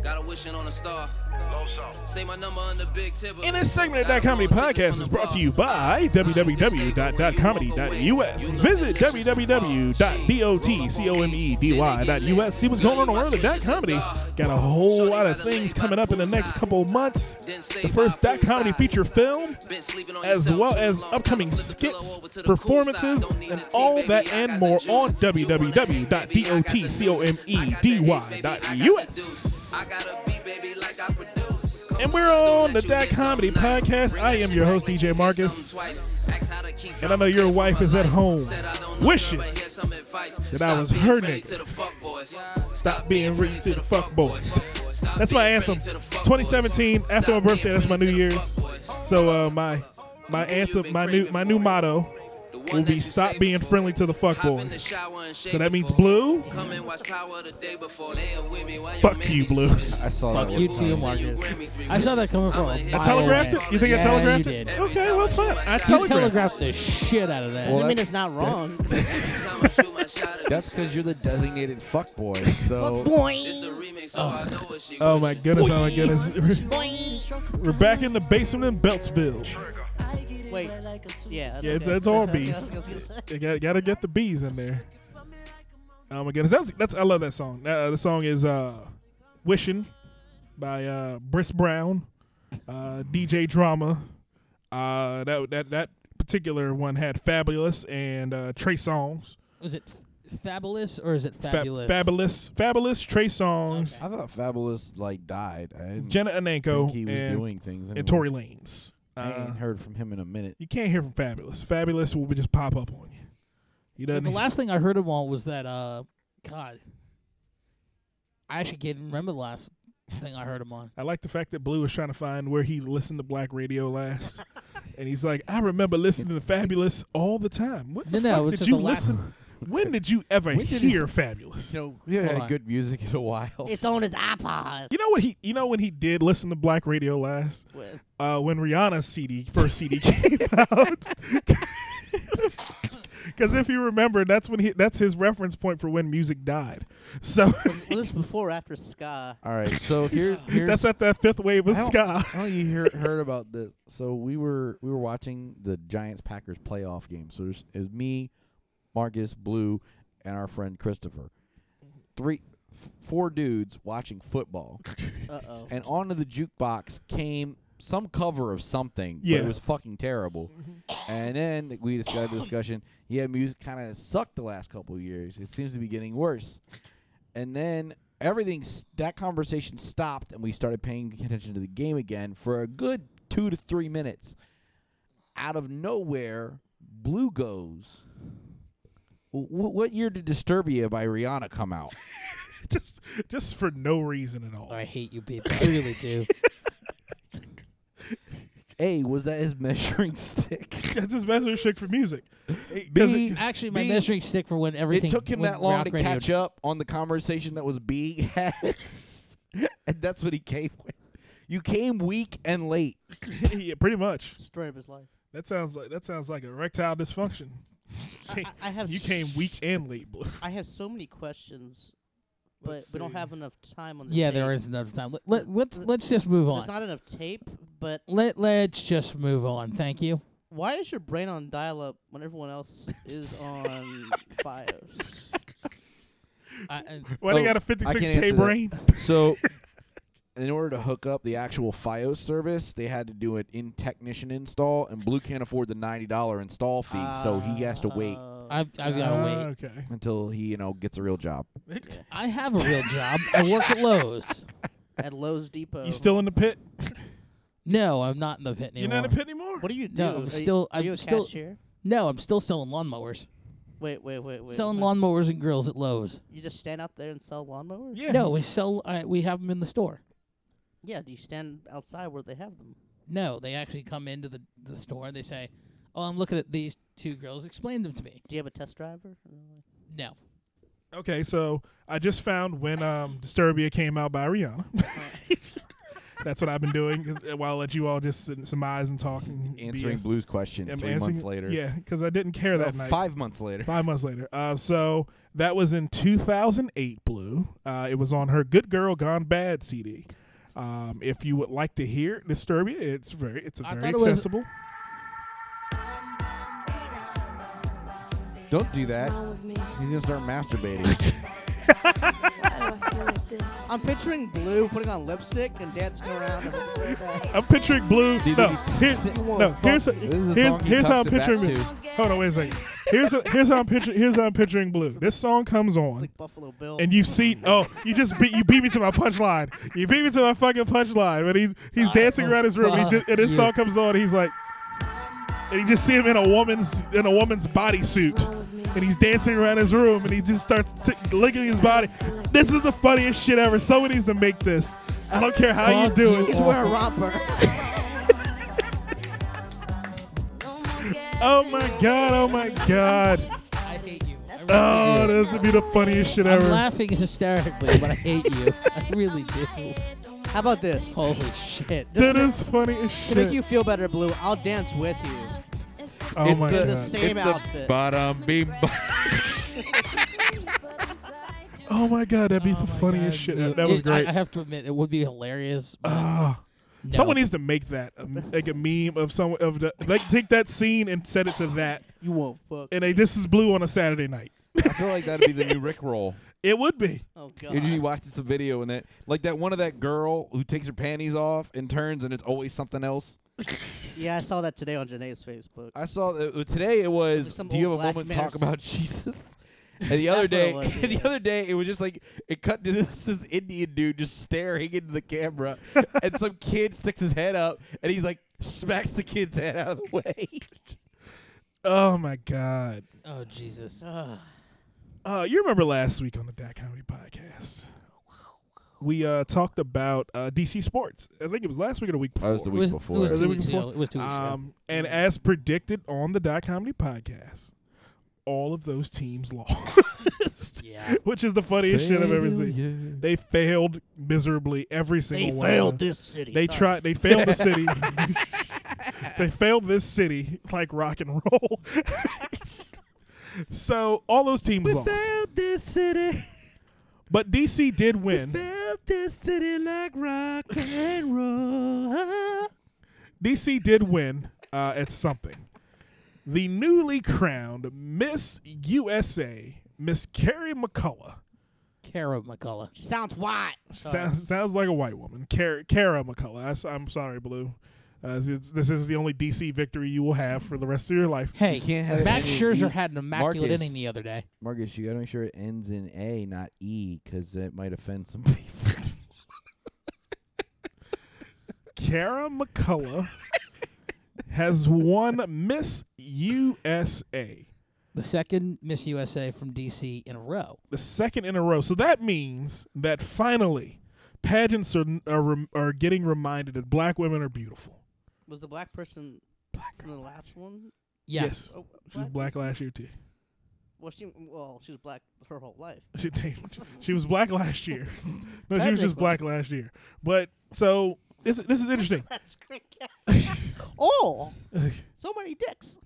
Speaker 2: Got a wishing on a star.
Speaker 10: Boso.
Speaker 6: Say my number on the big tip.
Speaker 1: And this segment of Dot Comedy Podcast is brought to you by www.dotcomedy.us. Visit E www.dotcomedy.us. See what's going on in the world of Dot Comedy. Got a whole lot of things coming up in the next couple of months. The first Dot Comedy feature film, as well as upcoming skits, performances, and all that and more on E www.dotcomedy.us. And we're on the Dot Comedy Podcast. I am your host, DJ Marcus. And I know your wife is at home wishing that I was her nigga. Stop being rude to the fuck boys. That's my anthem. 2017, after my birthday, that's my New Year's. So uh, my my anthem, my new my new motto will be stop being friendly to the fuck boys. So that means blue. Fuck you, blue.
Speaker 3: I saw
Speaker 4: Fuck
Speaker 3: that
Speaker 4: you
Speaker 3: one
Speaker 4: too,
Speaker 3: time.
Speaker 4: Marcus. I saw that coming from a
Speaker 1: I
Speaker 4: mile
Speaker 1: telegraphed
Speaker 4: away.
Speaker 1: it. You think
Speaker 4: yeah,
Speaker 1: I telegraphed
Speaker 4: you
Speaker 1: it?
Speaker 4: Did.
Speaker 1: Okay, well, fine. I
Speaker 4: You
Speaker 1: telegraphed.
Speaker 4: telegraphed the shit out of that.
Speaker 3: Well,
Speaker 8: Doesn't mean it's not wrong.
Speaker 3: That's because you're the designated fuck boy. So
Speaker 5: Fuck boy.
Speaker 1: Oh my goodness! Oh my goodness!
Speaker 5: Boy.
Speaker 1: We're back in the basement in Beltsville.
Speaker 8: Wait. Yeah. That's
Speaker 1: Yeah, it's,
Speaker 8: okay.
Speaker 1: it's all
Speaker 8: Yeah,
Speaker 1: bees.
Speaker 8: I was gonna say.
Speaker 1: You got, gotta get the bees in there. Oh my goodness, that's that's I love that song. Uh, the song is uh, "Wishing" by uh, Briss Brown, uh, DJ Drama. Uh, that that that particular one had Fabulous and uh, Trey Songs.
Speaker 4: Was it f- fabulous or is it
Speaker 1: Fa-
Speaker 4: fabulous?
Speaker 1: Fabulous, Fabulous, Trey Songs,
Speaker 3: I thought Fabulous like died. I didn't
Speaker 1: Jenna
Speaker 3: think
Speaker 1: Anenko,
Speaker 3: he was
Speaker 1: and,
Speaker 3: doing things. Anyway.
Speaker 1: and Tory Lanez.
Speaker 3: I
Speaker 1: Uh,
Speaker 3: ain't heard from him in a minute.
Speaker 1: you can't hear from Fabulous. Fabulous will just pop up on you. He
Speaker 4: Yeah,
Speaker 1: doesn't.
Speaker 4: the last thing I heard him on was that uh, God. I actually can't even remember the last thing I heard him on.
Speaker 1: I like the fact that Blue is trying to find where he listened to black radio last. and he's like, I remember listening to Fabulous all the time. What the
Speaker 4: No, no,
Speaker 1: fuck did
Speaker 4: it's just
Speaker 1: you
Speaker 4: the last-
Speaker 1: listen? When did you ever hear Fabulous?
Speaker 3: You know, we haven't
Speaker 4: Hold
Speaker 3: had
Speaker 4: on.
Speaker 3: good music in a while.
Speaker 5: It's on his iPod.
Speaker 1: You know what he you know when he did listen to black radio last?
Speaker 8: Well,
Speaker 1: Uh, when Rihanna's CD first CD came out. Cuz if you remember, that's when he that's his reference point for when music died. So
Speaker 8: was this before or after Ska?
Speaker 3: All right, so here, here's
Speaker 1: that's at that fifth wave of
Speaker 3: I don't-
Speaker 1: ska.
Speaker 3: I don't know you hear, heard about this. So we were we were watching the Giants Packers playoff game. So there's it was me, Marcus, Blue, and our friend Christopher. Three, f- four dudes watching football,
Speaker 8: Uh oh.
Speaker 3: and onto the jukebox came some cover of something. but
Speaker 1: Yeah.
Speaker 3: it was fucking terrible. and then we just got a discussion. Yeah, music kind of sucked the last couple of years. It seems to be getting worse. And then everything s- that conversation stopped, and we started paying attention to the game again for a good two to three minutes. Out of nowhere, Blue goes. "Wh- What year did Disturbia by Rihanna come out?
Speaker 1: Just just for no reason at all.
Speaker 4: I hate you people. I really do.
Speaker 3: A, was that his measuring stick?
Speaker 1: That's his best shit for music. Because
Speaker 3: B,
Speaker 4: Actually, my
Speaker 3: B,
Speaker 4: measuring stick for when everything
Speaker 3: It took him
Speaker 4: when
Speaker 3: that long
Speaker 4: rock
Speaker 3: to
Speaker 4: radio-
Speaker 3: catch up on the conversation that was B had. and that's what he came with. You came weak and late.
Speaker 1: yeah, pretty much.
Speaker 8: Story of his life.
Speaker 1: That sounds like that sounds like erectile dysfunction.
Speaker 8: I, I I have.
Speaker 1: you
Speaker 8: s-
Speaker 1: came weak and late, blue.
Speaker 8: I have so many questions, but
Speaker 1: Let's
Speaker 8: we don't
Speaker 1: see.
Speaker 8: have enough time on the.
Speaker 4: Yeah,
Speaker 8: tape.
Speaker 4: there is another time. Let, let, let's let's just move
Speaker 8: There's
Speaker 4: on.
Speaker 8: not enough tape, but
Speaker 4: let let's just move on. Thank you.
Speaker 8: why is your brain on dial-up when everyone else is on FiOS?
Speaker 4: I, I-
Speaker 1: Why they
Speaker 3: Oh,
Speaker 1: got a
Speaker 3: can't
Speaker 1: 56k
Speaker 3: answer that.
Speaker 1: brain?
Speaker 3: So, in order to hook up the actual FiOS service, they had to do an in technician install, and Blue can't afford the ninety dollar install fee, so he has to wait
Speaker 8: Uh,
Speaker 4: I've, I've got to
Speaker 1: Ah,
Speaker 4: wait.
Speaker 1: Okay.
Speaker 3: until he, you know, gets a real job.
Speaker 4: I have a real job. I work at Lowe's.
Speaker 8: at Lowe's Depot.
Speaker 1: You still in the pit?
Speaker 4: No, I'm not in the pit
Speaker 1: You're
Speaker 4: anymore.
Speaker 1: not in the pit anymore.
Speaker 8: What do you do?
Speaker 4: No, I'm
Speaker 8: Are you-
Speaker 4: still-
Speaker 8: Are you
Speaker 4: I'm
Speaker 8: a
Speaker 4: still-
Speaker 8: cashier?
Speaker 4: No, I'm still selling lawnmowers.
Speaker 8: Wait, wait, wait, wait.
Speaker 4: selling
Speaker 8: wait.
Speaker 4: lawnmowers and grills at Lowe's.
Speaker 8: You just stand out there and sell lawnmowers?
Speaker 1: Yeah.
Speaker 4: No, we sell. Uh, we have them in the store.
Speaker 8: Yeah. Do you stand outside where they have them?
Speaker 4: No, they actually come into the the store. and They say, "Oh, I'm looking at these two grills. Explain them to me."
Speaker 8: Do you have a test driver?
Speaker 4: No,
Speaker 1: Okay, so I just found when um, Disturbia came out by Rihanna. That's what I've been doing 'cause- uh, while I let you all just sit and surmise and talk and
Speaker 3: Answering
Speaker 1: BS.
Speaker 3: Blue's question
Speaker 1: I'm
Speaker 3: three
Speaker 1: answering-
Speaker 3: months later.
Speaker 1: Yeah, because I didn't care that
Speaker 3: No,
Speaker 1: night.
Speaker 3: five months later.
Speaker 1: Five months later. Uh, so that was in 2008, Blue. Uh, it was on her Good Girl Gone Bad CD. Um, if you would like to hear Disturbia, it's very it's
Speaker 4: I
Speaker 1: very
Speaker 4: thought it was-
Speaker 1: accessible.
Speaker 3: Don't do that. He's gonna start masturbating.
Speaker 8: I'm picturing Blue putting on lipstick and dancing around. and things like that.
Speaker 1: I'm picturing blue.
Speaker 3: Dude,
Speaker 1: No,
Speaker 3: he tucks
Speaker 1: here's
Speaker 3: it.
Speaker 1: no here's
Speaker 3: This is the
Speaker 1: here's
Speaker 3: song he
Speaker 1: here's how I'm
Speaker 3: tucks it back
Speaker 1: picturing.
Speaker 3: to.
Speaker 1: blue. Hold on, wait a second. Here's a, here's how I'm picturing. Here's how I'm picturing blue. This song comes
Speaker 8: It's
Speaker 1: on,
Speaker 8: like Buffalo Bill.
Speaker 1: and you see. Oh, you just beat you beat me to my punchline. You beat me to my fucking punchline. But he's he's dancing around his room. He's just, and this song comes on. And he's like, and you just see him in a woman's in a woman's bodysuit. And he's dancing around his room, and he just starts t- licking his body. This is the funniest shit ever. Someone needs to make this. I don't care how you
Speaker 4: Fuck
Speaker 1: do
Speaker 4: you
Speaker 1: it.
Speaker 8: He's wearing a romper.
Speaker 1: Oh my god, oh my god.
Speaker 4: I hate you. I really
Speaker 1: Oh,
Speaker 4: do.
Speaker 1: this would be the funniest shit
Speaker 4: I'm
Speaker 1: ever.
Speaker 4: laughing hysterically, but I hate you. I really do.
Speaker 8: How about this?
Speaker 4: Holy shit.
Speaker 8: Just
Speaker 1: That is funny as
Speaker 8: To make
Speaker 1: shit.
Speaker 8: you feel better, Blue, I'll dance with you.
Speaker 1: Oh my
Speaker 8: the
Speaker 1: god.
Speaker 8: same outfit.
Speaker 3: Bottom beam.
Speaker 1: Oh my god, that'd be the
Speaker 4: Oh my
Speaker 1: funniest
Speaker 4: God,
Speaker 1: shit
Speaker 4: no.
Speaker 1: ever. That was
Speaker 4: It- I-
Speaker 1: great.
Speaker 4: I, have to admit, it would be hilarious. but
Speaker 1: Ah.
Speaker 4: no.
Speaker 1: Someone needs to make that a- like a meme of some of the like take that scene and set it to that
Speaker 8: You won't fuck.
Speaker 1: and a this is blue on a Saturday night.
Speaker 3: I feel like that'd be the new Rick roll.
Speaker 1: It would be.
Speaker 8: oh god.
Speaker 3: You be watching some video and that, like that one of that girl who takes her panties off and turns, and it's always something else.
Speaker 8: Yeah, I saw that today on Janae's Facebook.
Speaker 3: I saw uh, today. It was.
Speaker 8: There's some
Speaker 3: do you have
Speaker 8: old
Speaker 3: a
Speaker 8: black
Speaker 3: moment to
Speaker 8: man or
Speaker 3: talk about Jesus? And the other
Speaker 8: That's what
Speaker 3: day,
Speaker 8: it was,
Speaker 3: and
Speaker 8: yeah.
Speaker 3: the other day, it was just like it cut to this this Indian dude just staring into the camera, and some kid sticks his head up, and he's like smacks the kid's head out of the way.
Speaker 1: Oh my god.
Speaker 4: Oh, Jesus.
Speaker 1: Uh, you remember last week on the Dad Comedy Podcast. We uh, talked about uh, DC sports. I think it was last week or the week before.
Speaker 4: Oh, It was, It
Speaker 1: Was
Speaker 4: was
Speaker 1: it
Speaker 4: two
Speaker 1: the week
Speaker 4: weeks ago.
Speaker 1: before?
Speaker 4: It was two weeks ago.
Speaker 1: Um, and as predicted on the Dot Comedy podcast, all of those teams lost,
Speaker 4: Yeah.
Speaker 1: which is the funniest shit I've ever seen. They failed miserably every single one. of them.
Speaker 4: this city.
Speaker 1: They tried. They failed the city. they failed this city like rock and roll. so all those teams lost,
Speaker 3: this city,
Speaker 1: but DC did win.
Speaker 3: felt this city like rock and roll.
Speaker 1: DC did win uh, at something. The newly crowned Miss USA, Miss Carrie McCullough.
Speaker 4: Cara McCullough.
Speaker 5: Sounds white.
Speaker 1: Sounds, sounds like a white woman. Cara, Cara McCullough. I s- I'm sorry, Blue. Uh, this, this is the only DC victory you will have for the rest of your life.
Speaker 4: Hey,
Speaker 3: can't have
Speaker 4: Max
Speaker 3: any-
Speaker 4: Scherzer
Speaker 3: you-
Speaker 4: had an immaculate
Speaker 3: Marcus.
Speaker 4: inning the other day.
Speaker 3: Marcus, you gotta make sure it ends in A, not E, because it might offend some people.
Speaker 1: Cara McCullough has won Miss USA,
Speaker 4: The second Miss USA from DC in a row.
Speaker 1: the second in a row. So that means that finally pageants are, are, rem- are getting reminded that black women are beautiful.
Speaker 8: Was the black person from the last one?
Speaker 4: Yeah.
Speaker 1: Yes.
Speaker 8: Oh,
Speaker 1: She was black last year too.
Speaker 8: Well, she well, she was black her whole life.
Speaker 1: She, she was black last year. No, she was just
Speaker 8: Technically.
Speaker 1: black last year. But so this this is interesting.
Speaker 8: That's great. oh, so many dicks.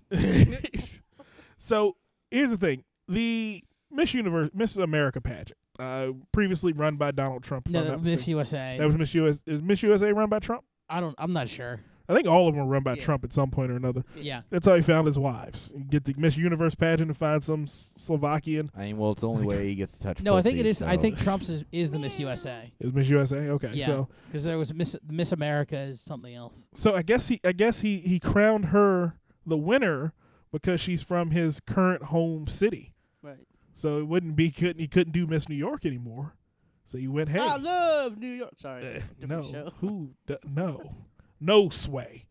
Speaker 1: so here's the thing: the Miss Universe, Miss America pageant, uh, previously run by Donald Trump. if
Speaker 4: No,
Speaker 1: I'm
Speaker 4: that
Speaker 1: not
Speaker 4: Miss
Speaker 1: mistaken.
Speaker 4: USA.
Speaker 1: that was Miss US. Is Miss USA run by Trump?
Speaker 4: I don't. I'm not sure.
Speaker 1: I think all of them were run by
Speaker 8: Yeah.
Speaker 1: Trump at some point or another.
Speaker 4: Yeah.
Speaker 1: That's how he found his wives. You Get the Miss Universe pageant and find some Slovakian.
Speaker 3: I mean, well, it's the only way he gets to touch.
Speaker 4: No, I think it
Speaker 3: pussy,
Speaker 4: is. I
Speaker 3: so-
Speaker 4: think Trump's is, is the Miss USA.
Speaker 1: Is Miss USA okay?
Speaker 4: Yeah.
Speaker 1: So
Speaker 4: Because there was Miss Miss America is something else.
Speaker 1: so I guess he I guess he he crowned her the winner because she's from his current home city.
Speaker 8: Right.
Speaker 1: So it wouldn't be couldn't he couldn't do Miss New York anymore. So you went hey
Speaker 8: I love New York. Sorry,
Speaker 1: eh,
Speaker 8: Ah,
Speaker 1: no
Speaker 8: different show.
Speaker 1: who d- no no sway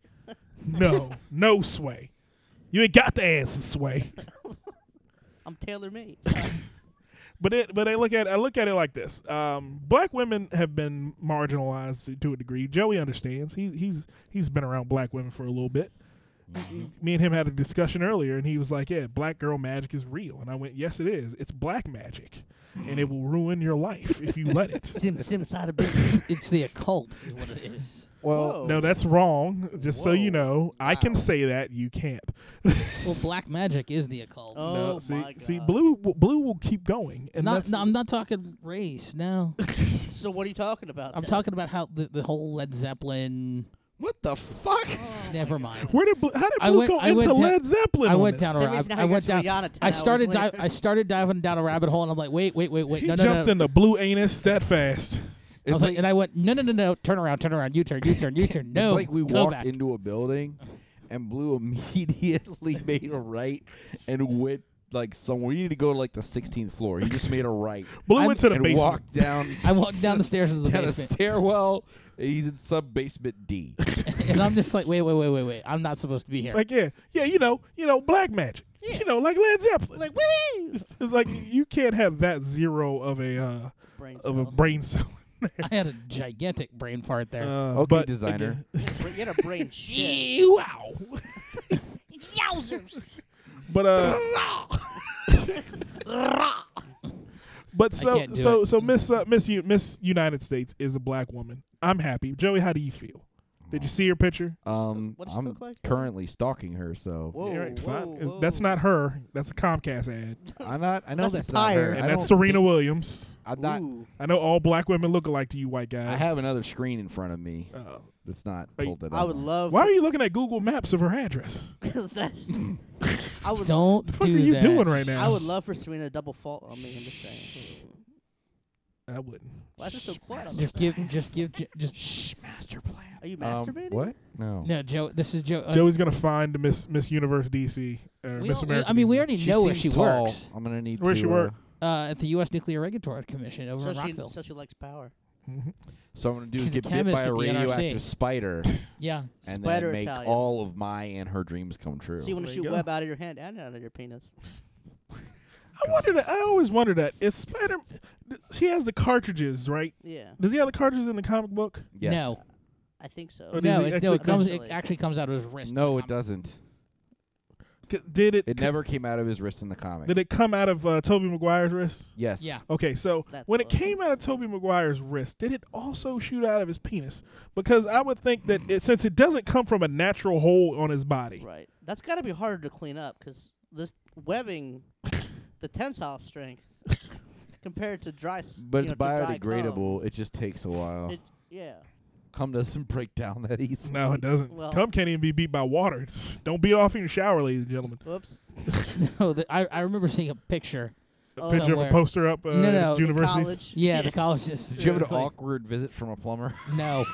Speaker 1: no no sway you ain't got the answer sway
Speaker 8: I'm Taylor Made.
Speaker 1: but it but I look at I look at it like this um black women have been marginalized to, to a degree Joey understands he he's he's been around black women for a little bit me and him had a discussion earlier, and he was like, "Yeah, black girl magic is real," and I went, "Yes, it is. It's black magic, and it will ruin your life if you let it."
Speaker 8: Sim Sim side of business.
Speaker 4: It's the occult is what it is.
Speaker 3: Well,
Speaker 1: No, that's wrong. Just so you
Speaker 8: Whoa.
Speaker 1: know, I can say that you can't.
Speaker 4: Well, black magic is the occult.
Speaker 8: Oh
Speaker 1: No,
Speaker 8: my
Speaker 1: see,
Speaker 8: god.
Speaker 1: see, blue, blue will keep going, and
Speaker 4: not,
Speaker 1: that's
Speaker 4: no, I'm not talking race. No,
Speaker 8: So what are you talking about?
Speaker 4: I'm
Speaker 8: then?
Speaker 4: talking about how the, the whole Led Zeppelin.
Speaker 3: what the fuck?
Speaker 4: Never mind.
Speaker 1: where did blue, how did
Speaker 4: I
Speaker 1: blue
Speaker 4: went-
Speaker 1: go
Speaker 4: I
Speaker 1: into
Speaker 4: went da-
Speaker 1: Led Zeppelin?
Speaker 4: I
Speaker 1: on
Speaker 4: went
Speaker 1: this?
Speaker 4: down a
Speaker 8: Same
Speaker 4: ra-
Speaker 8: reason how
Speaker 4: I
Speaker 8: you got
Speaker 4: went
Speaker 8: to
Speaker 4: down.
Speaker 8: Rihanna 10
Speaker 4: I
Speaker 8: hours
Speaker 4: started di-
Speaker 8: later.
Speaker 4: I started diving down a rabbit hole, and I'm like, wait, wait, wait, wait, wait,
Speaker 1: He
Speaker 4: no, no,
Speaker 1: jumped
Speaker 4: no.
Speaker 1: into blue anus that fast.
Speaker 4: I was like, and I went, no, no, no, no, turn around, turn around, U turn, U turn, U turn. No,
Speaker 3: it's like we
Speaker 4: go
Speaker 3: walked
Speaker 4: back.
Speaker 3: into a building and Blue immediately made a right and went like somewhere. You need to go to like the 16th floor. He just made a right
Speaker 1: Blue
Speaker 4: I'm-
Speaker 1: went to the
Speaker 3: and
Speaker 1: basement.
Speaker 3: walked down.
Speaker 4: I walked down the stairs into the
Speaker 3: down a
Speaker 4: basement,
Speaker 3: stairwell. and He's in sub basement D.
Speaker 4: and I'm just like, wait, wait, wait, wait, wait, I'm not supposed to be here.
Speaker 1: It's like yeah, yeah, you know, you know, black magic. You know, like Led Zeppelin.
Speaker 8: like woo.
Speaker 1: it's, it's like you can't have that zero of a uh,
Speaker 8: Brain
Speaker 1: of a
Speaker 8: cell.
Speaker 1: brain cell. in there.
Speaker 4: I had a gigantic brain fart there.
Speaker 1: Uh,
Speaker 3: Okay,
Speaker 1: but
Speaker 3: designer.
Speaker 8: Bra- you had a brain shit.
Speaker 1: again- Wow.
Speaker 5: Yowzers.
Speaker 1: But uh, but so
Speaker 4: can't do
Speaker 1: so
Speaker 4: it.
Speaker 1: so Miss uh, Miss U, Miss United States is a black woman. I'm happy. Joey, how do you feel? Did you see her picture?
Speaker 3: Um,
Speaker 8: What does it
Speaker 3: I'm
Speaker 8: look like?
Speaker 3: currently stalking her, so
Speaker 8: Whoa,
Speaker 1: Yeah, right, fine.
Speaker 8: whoa,
Speaker 1: It's- That's
Speaker 8: whoa.
Speaker 1: not her. That's a Comcast ad,
Speaker 3: I'm not. I know
Speaker 8: That's a
Speaker 3: that's, not her.
Speaker 8: tire.
Speaker 1: and
Speaker 3: I
Speaker 1: that's
Speaker 3: don't
Speaker 1: Serena
Speaker 3: think-
Speaker 1: Williams.
Speaker 3: I'm not.
Speaker 8: Ooh.
Speaker 1: I know all black women look alike to you, white guys.
Speaker 3: I have another screen in front of me
Speaker 1: Uh,
Speaker 3: that's not
Speaker 1: Are you-
Speaker 3: pulled that up.
Speaker 8: I would love.
Speaker 1: why are you looking at Google Maps of her address?
Speaker 8: That's- I would.
Speaker 4: Don't
Speaker 1: What the fuck
Speaker 4: do
Speaker 1: are you
Speaker 4: that.
Speaker 1: doing right now?
Speaker 8: I would love for Serena to double fault on me. I'm just saying.
Speaker 1: I wouldn't.
Speaker 8: Why is it so quiet? on
Speaker 4: Just
Speaker 8: this
Speaker 4: give,
Speaker 8: thing?
Speaker 4: just give, ju- just
Speaker 3: Shh, master plan.
Speaker 8: Are you
Speaker 3: Um,
Speaker 8: masturbating?
Speaker 3: what? No.
Speaker 4: no, Joe. This is Joe. uh,
Speaker 1: Joey's gonna find Miss Miss Universe DC or
Speaker 4: we
Speaker 1: Miss
Speaker 4: all-
Speaker 1: America.
Speaker 4: I mean, we
Speaker 1: DC.
Speaker 4: already
Speaker 3: She
Speaker 4: know where
Speaker 3: seems
Speaker 4: she
Speaker 3: tall.
Speaker 4: works
Speaker 3: I'm gonna need
Speaker 1: Where
Speaker 3: to.
Speaker 1: she work?
Speaker 3: uh,
Speaker 4: uh, at the U.S. Nuclear Regulatory Commission over
Speaker 8: So
Speaker 4: in
Speaker 8: she,
Speaker 4: Rockville.
Speaker 8: so she likes power.
Speaker 1: Mhm.
Speaker 3: so I'm gonna do is
Speaker 4: She's a
Speaker 3: get bit
Speaker 4: chemist
Speaker 3: by a
Speaker 4: at the NRC.
Speaker 3: radioactive spider
Speaker 4: yeah,
Speaker 3: and
Speaker 8: Spider
Speaker 3: then make
Speaker 8: Italian.
Speaker 3: all of my and her dreams come true.
Speaker 8: So you want
Speaker 1: There
Speaker 8: to
Speaker 1: you
Speaker 8: shoot
Speaker 1: go.
Speaker 8: web out of your hand and out of your penis.
Speaker 1: I wonder that. I always wonder that. Is Spider? He has the cartridges, right?
Speaker 8: Yeah,
Speaker 1: Does he have the cartridges in the comic book?
Speaker 3: yes.
Speaker 4: no,
Speaker 8: I think so.
Speaker 1: Or
Speaker 4: no,
Speaker 1: does he
Speaker 4: it, no,
Speaker 1: actually
Speaker 4: it comes. It
Speaker 8: come-
Speaker 4: actually comes out of his wrist.
Speaker 3: No,
Speaker 4: Like,
Speaker 3: it
Speaker 4: I'm-
Speaker 3: doesn't.
Speaker 1: C- Did it?
Speaker 3: It never came out of his wrist in the comic.
Speaker 1: Did it come out of uh, Toby Maguire's wrist?
Speaker 3: yes.
Speaker 4: Yeah,
Speaker 1: Okay, so
Speaker 8: That's
Speaker 1: when it
Speaker 8: awesome.
Speaker 1: came out of Toby Maguire's wrist, did it also shoot out of his penis? Because I would think that it, since it doesn't come from a natural hole on his body,
Speaker 8: Right. That's got to be harder to clean up because this webbing, the tensile strength compared to dry. s-
Speaker 3: But
Speaker 8: you
Speaker 3: it's
Speaker 8: know, to dry
Speaker 3: biodegradable. It just takes a while.
Speaker 8: It- cum. Yeah.
Speaker 3: Cum doesn't break down that easily.
Speaker 1: no, it doesn't.
Speaker 8: Well-
Speaker 1: Cum can't even be beat by water. It's- Don't beat off in your shower, ladies and gentlemen.
Speaker 8: Whoops.
Speaker 4: no. The, I I remember seeing a picture.
Speaker 1: A
Speaker 8: Oh,
Speaker 1: picture of
Speaker 4: somewhere.
Speaker 1: a poster up uh,
Speaker 4: No, no,
Speaker 1: at universities.
Speaker 8: College.
Speaker 4: Yeah, the college just.
Speaker 3: Did you have
Speaker 4: it's
Speaker 3: an
Speaker 4: like,
Speaker 3: awkward visit from a plumber?
Speaker 4: No,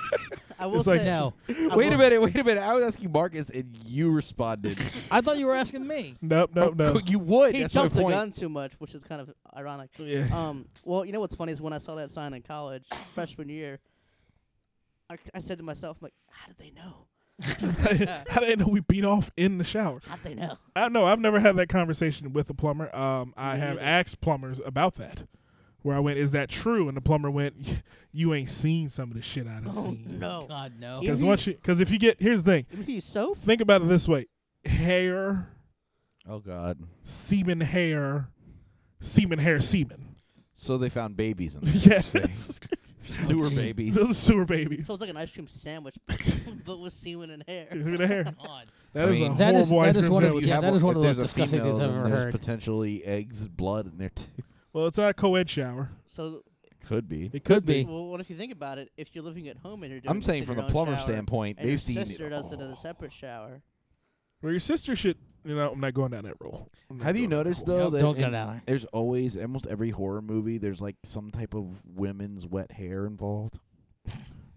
Speaker 8: I will
Speaker 1: It's
Speaker 8: say.
Speaker 1: like
Speaker 4: no.
Speaker 8: I
Speaker 3: wait a
Speaker 8: will-
Speaker 3: minute, wait a minute. I was asking Marcus, and you responded.
Speaker 4: I thought you were asking me.
Speaker 1: Nope, nope, no.
Speaker 3: you would.
Speaker 8: He
Speaker 3: That's my
Speaker 8: jumped the
Speaker 3: point.
Speaker 8: gun too much, which is kind of ironic.
Speaker 1: Yeah.
Speaker 8: Um. Well, you know what's funny is when I saw that sign in college, freshman year. I, I said to myself, I'm like, how did they know? Um, uh.
Speaker 1: I didn't know we beat off in the shower.
Speaker 8: How'd they know?
Speaker 1: I know. I've never had that conversation with a plumber. Um, I
Speaker 8: Me
Speaker 1: have
Speaker 8: neither.
Speaker 1: asked plumbers about that, where I went, "Is that true?" And the plumber went, "You ain't seen some of the shit
Speaker 8: Oh,
Speaker 1: I done seen."
Speaker 8: No.
Speaker 4: God no.
Speaker 1: Because once you, because if you get here's the thing,
Speaker 8: You soap?
Speaker 1: think about it this way: hair,
Speaker 3: Oh God.
Speaker 1: semen, hair, semen, hair, semen.
Speaker 3: So they found babies in there.
Speaker 1: Yes,
Speaker 3: Sewer babies.
Speaker 1: those are sewer babies.
Speaker 8: So it's like an ice cream sandwich, but with semen and hair.
Speaker 1: Semen and hair.
Speaker 4: God.
Speaker 1: That is
Speaker 3: mean,
Speaker 1: a
Speaker 4: that is-
Speaker 1: horrible
Speaker 4: that
Speaker 1: ice
Speaker 4: is
Speaker 1: cream
Speaker 4: one of
Speaker 1: sandwich.
Speaker 4: yeah, that is one
Speaker 3: if
Speaker 4: of those
Speaker 3: there's a
Speaker 4: disgusting things
Speaker 3: female,
Speaker 4: I've
Speaker 3: then
Speaker 4: ever
Speaker 3: there's
Speaker 4: heard.
Speaker 3: Potentially eggs, blood in there too.
Speaker 1: Well, it's not a co-ed shower.
Speaker 8: So,
Speaker 3: Could be.
Speaker 1: It
Speaker 4: Could be.
Speaker 8: well, what if you think about it? If you're living at home and you're doing
Speaker 3: I'm
Speaker 8: this
Speaker 3: saying
Speaker 8: in
Speaker 3: from
Speaker 8: your
Speaker 3: the
Speaker 8: own
Speaker 3: plumber
Speaker 8: shower,
Speaker 3: standpoint,
Speaker 8: and
Speaker 3: they've
Speaker 8: your
Speaker 3: seen
Speaker 8: sister
Speaker 3: it.
Speaker 8: does it in
Speaker 3: all.
Speaker 8: a separate shower.
Speaker 1: Well, your sister should. You know, I'm not going down that road. I'm not
Speaker 3: Have you
Speaker 1: going down that
Speaker 3: noticed
Speaker 1: road.
Speaker 3: though
Speaker 4: Yep,
Speaker 3: that
Speaker 4: don't go
Speaker 3: in-
Speaker 4: down there.
Speaker 3: there's always almost every horror movie there's like some type of women's wet hair involved.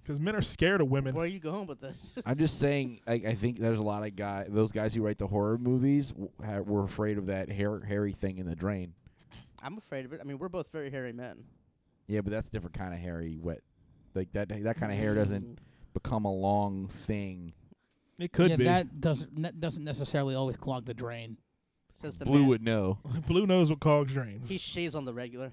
Speaker 1: Because men are scared of women.
Speaker 8: Where are you going with this?
Speaker 3: I'm just saying, like I think there's a lot of guy those guys who write the horror movies w- ha- were afraid of that hair hairy thing in the drain.
Speaker 8: I'm afraid of it. I mean, we're both very hairy men.
Speaker 3: Yeah, but that's a different kind of hairy wet. Like that that kind of hair
Speaker 8: Mm.
Speaker 3: doesn't become a long thing.
Speaker 1: It could
Speaker 4: yeah,
Speaker 1: be.
Speaker 4: that doesn't that doesn't necessarily always clog the drain.
Speaker 8: Says the
Speaker 3: Blue
Speaker 8: man.
Speaker 3: would know.
Speaker 1: Blue knows what clogs drains.
Speaker 8: He shaves on the regular.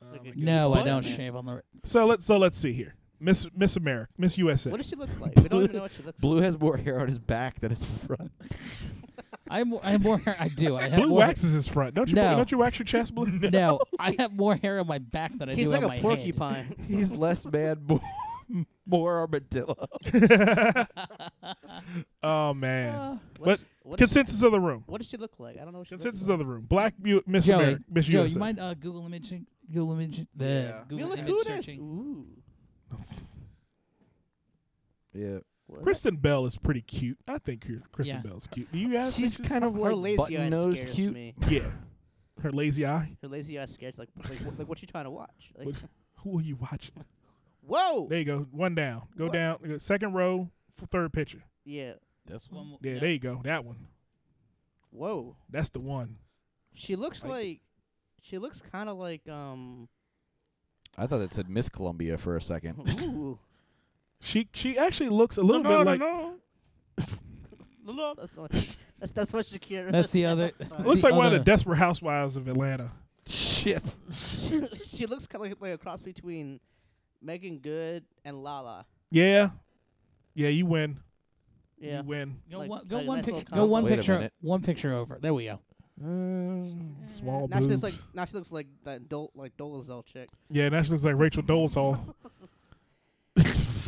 Speaker 1: Oh
Speaker 8: Like
Speaker 1: my
Speaker 8: a-
Speaker 4: No, I
Speaker 8: But-
Speaker 4: don't shave on the.
Speaker 1: So let's so let's see here. Miss Miss America, Miss USA.
Speaker 8: What does she look like? We don't even know what she looks
Speaker 3: Blue has more hair on his back than his front.
Speaker 4: I have more, I have more hair. I do. I have
Speaker 1: Blue
Speaker 4: more
Speaker 1: waxes his front. Don't you
Speaker 4: No.
Speaker 1: don't you wax your chest, Blue?
Speaker 4: Hair. No, I have more hair on my back than I
Speaker 8: like. He's
Speaker 4: do
Speaker 8: like
Speaker 4: on
Speaker 8: a
Speaker 4: my head.
Speaker 8: porcupine.
Speaker 3: He's less man, more, More armadillo.
Speaker 1: oh man.
Speaker 8: what
Speaker 1: but
Speaker 8: is- Uh, what is-
Speaker 1: consensus of the room.
Speaker 8: What does she look like? I don't know. What she looks
Speaker 1: Consensus
Speaker 8: like.
Speaker 1: of the room. Black Bu- Miss
Speaker 4: Joey,
Speaker 1: America, Miss
Speaker 4: Joey,
Speaker 1: USA.
Speaker 4: you mind uh, Google image, Google image, the
Speaker 3: Yeah.
Speaker 4: Google
Speaker 8: Mila
Speaker 4: image
Speaker 8: Kunis.
Speaker 4: searching.
Speaker 8: Ooh.
Speaker 3: yeah.
Speaker 8: What?
Speaker 1: Kristen Bell is pretty cute. I think her- Kristen
Speaker 4: Yeah.
Speaker 1: Bell's cute. Do you guys? think
Speaker 3: She's kind of
Speaker 8: Her
Speaker 3: like
Speaker 8: lazy
Speaker 3: button
Speaker 8: eye
Speaker 3: nosed
Speaker 8: scares
Speaker 3: cute.
Speaker 8: me.
Speaker 1: yeah. Her lazy eye.
Speaker 8: Her lazy eye scares like like, what- like what you trying to watch? Like,
Speaker 1: What- Who are you watching?
Speaker 8: whoa.
Speaker 1: There you go. One down. Go
Speaker 8: What?
Speaker 1: down. go- Second row. f- Third picture.
Speaker 8: Yeah.
Speaker 3: This
Speaker 4: One more-
Speaker 1: Yeah,
Speaker 4: no,
Speaker 1: there you go. That one.
Speaker 8: Whoa.
Speaker 1: That's the one.
Speaker 8: She looks
Speaker 3: Like-
Speaker 8: like she looks kind of like um.
Speaker 3: I thought it said Miss Columbia for a second.
Speaker 8: Ooh.
Speaker 1: She she actually looks a little bit like.
Speaker 8: No, no, that's not. That's that's what Shakira.
Speaker 4: That's the other-
Speaker 8: Sorry.
Speaker 4: that's
Speaker 1: Looks
Speaker 4: the
Speaker 1: like one of the
Speaker 4: other-
Speaker 1: Desperate Housewives of Atlanta.
Speaker 3: Shit.
Speaker 8: she, she looks kind of like, like a cross between Megan Good and Lala.
Speaker 1: Yeah. Yeah, you win.
Speaker 8: Yeah.
Speaker 1: You win.
Speaker 4: Go
Speaker 8: Like- uh,
Speaker 4: one, go
Speaker 8: like a
Speaker 4: one
Speaker 8: nice little
Speaker 4: picture. Go one
Speaker 3: Wait a
Speaker 4: picture.
Speaker 3: minute.
Speaker 4: One picture over. There we go.
Speaker 1: Uh, small
Speaker 8: Now she
Speaker 1: boobs.
Speaker 8: looks like now she looks like that Dol like Dolezal chick.
Speaker 1: yeah, now she looks like Rachel Dolezal.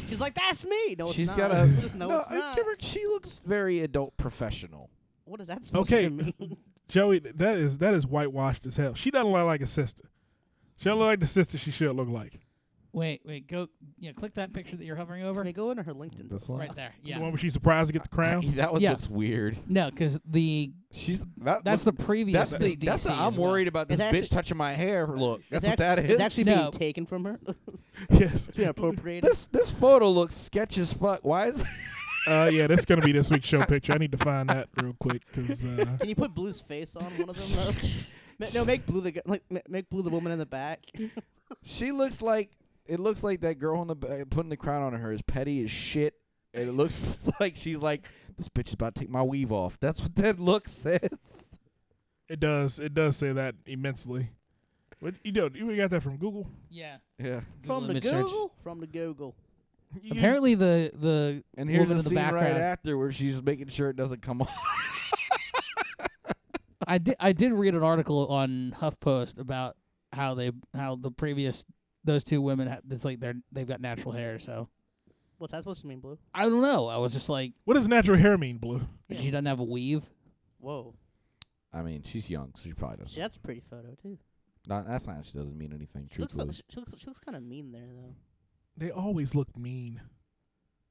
Speaker 8: She's like, that's me. No, it's
Speaker 3: She's
Speaker 8: not.
Speaker 3: got a.
Speaker 8: no, it's
Speaker 3: I
Speaker 8: not.
Speaker 3: give her- she looks very adult professional.
Speaker 8: What is that supposed
Speaker 1: Okay.
Speaker 8: to mean?
Speaker 1: Joey, that is that is whitewashed as hell. She doesn't look like a sister. She don't look like the sister she should look like.
Speaker 4: Wait, wait. Go. Yeah, click that picture that you're hovering over.
Speaker 8: Can I go into her LinkedIn? profile?
Speaker 4: Right there.
Speaker 1: The
Speaker 4: Yeah.
Speaker 1: one where she's surprised to get the crown.
Speaker 3: that one
Speaker 4: Yeah.
Speaker 3: looks weird.
Speaker 4: No, because the
Speaker 3: She's that
Speaker 4: that's the previous.
Speaker 3: That's the,
Speaker 4: Miss
Speaker 3: that's
Speaker 4: DC
Speaker 3: the I'm
Speaker 4: as well.
Speaker 3: worried about this
Speaker 8: It's
Speaker 3: bitch
Speaker 8: actually-
Speaker 3: touching my hair. Look, that's
Speaker 8: It's
Speaker 3: what that
Speaker 8: actu-
Speaker 3: is.
Speaker 8: It's actually
Speaker 4: No.
Speaker 8: being taken from her.
Speaker 1: yes.
Speaker 8: being appropriated.
Speaker 3: this this photo looks sketch as fuck. Why is
Speaker 1: Uh, yeah, that's gonna be this week's show picture. I need to find that real quick because uh,
Speaker 8: Can you put Blue's face on one of them? though? Ma- no, make Blue the gu- like ma- make Blue the woman in the back.
Speaker 3: she looks like it looks like that girl on the ba- putting the crown on her is petty as shit. And it looks like she's like this bitch is about to take my weave off. That's what that look says.
Speaker 1: it does it does say that immensely. What you know? You got that from Google.
Speaker 4: Yeah.
Speaker 3: Yeah,
Speaker 4: Google
Speaker 8: from the
Speaker 4: image search.
Speaker 8: Google. From the Google.
Speaker 1: You-
Speaker 4: Apparently the the
Speaker 3: and here's
Speaker 4: woman
Speaker 3: the
Speaker 4: in the
Speaker 3: scene right
Speaker 4: background.
Speaker 3: after where she's making sure it doesn't come off.
Speaker 4: I did I did read an article on HuffPost about how they how the previous those two women ha- it's like they're they've got natural hair so
Speaker 8: What's that supposed to mean, Blue?
Speaker 4: I don't know I was just like
Speaker 1: what does natural hair mean, Blue?
Speaker 8: Yeah.
Speaker 4: she doesn't have a weave
Speaker 8: Whoa,
Speaker 3: I mean, she's young, so she probably
Speaker 8: See,
Speaker 3: doesn't.
Speaker 8: that's a pretty photo too.
Speaker 3: Not, that's not. She doesn't mean anything.
Speaker 8: She looks, like,
Speaker 3: Truthfully,
Speaker 8: she looks she looks kind of mean there though.
Speaker 1: They always look mean.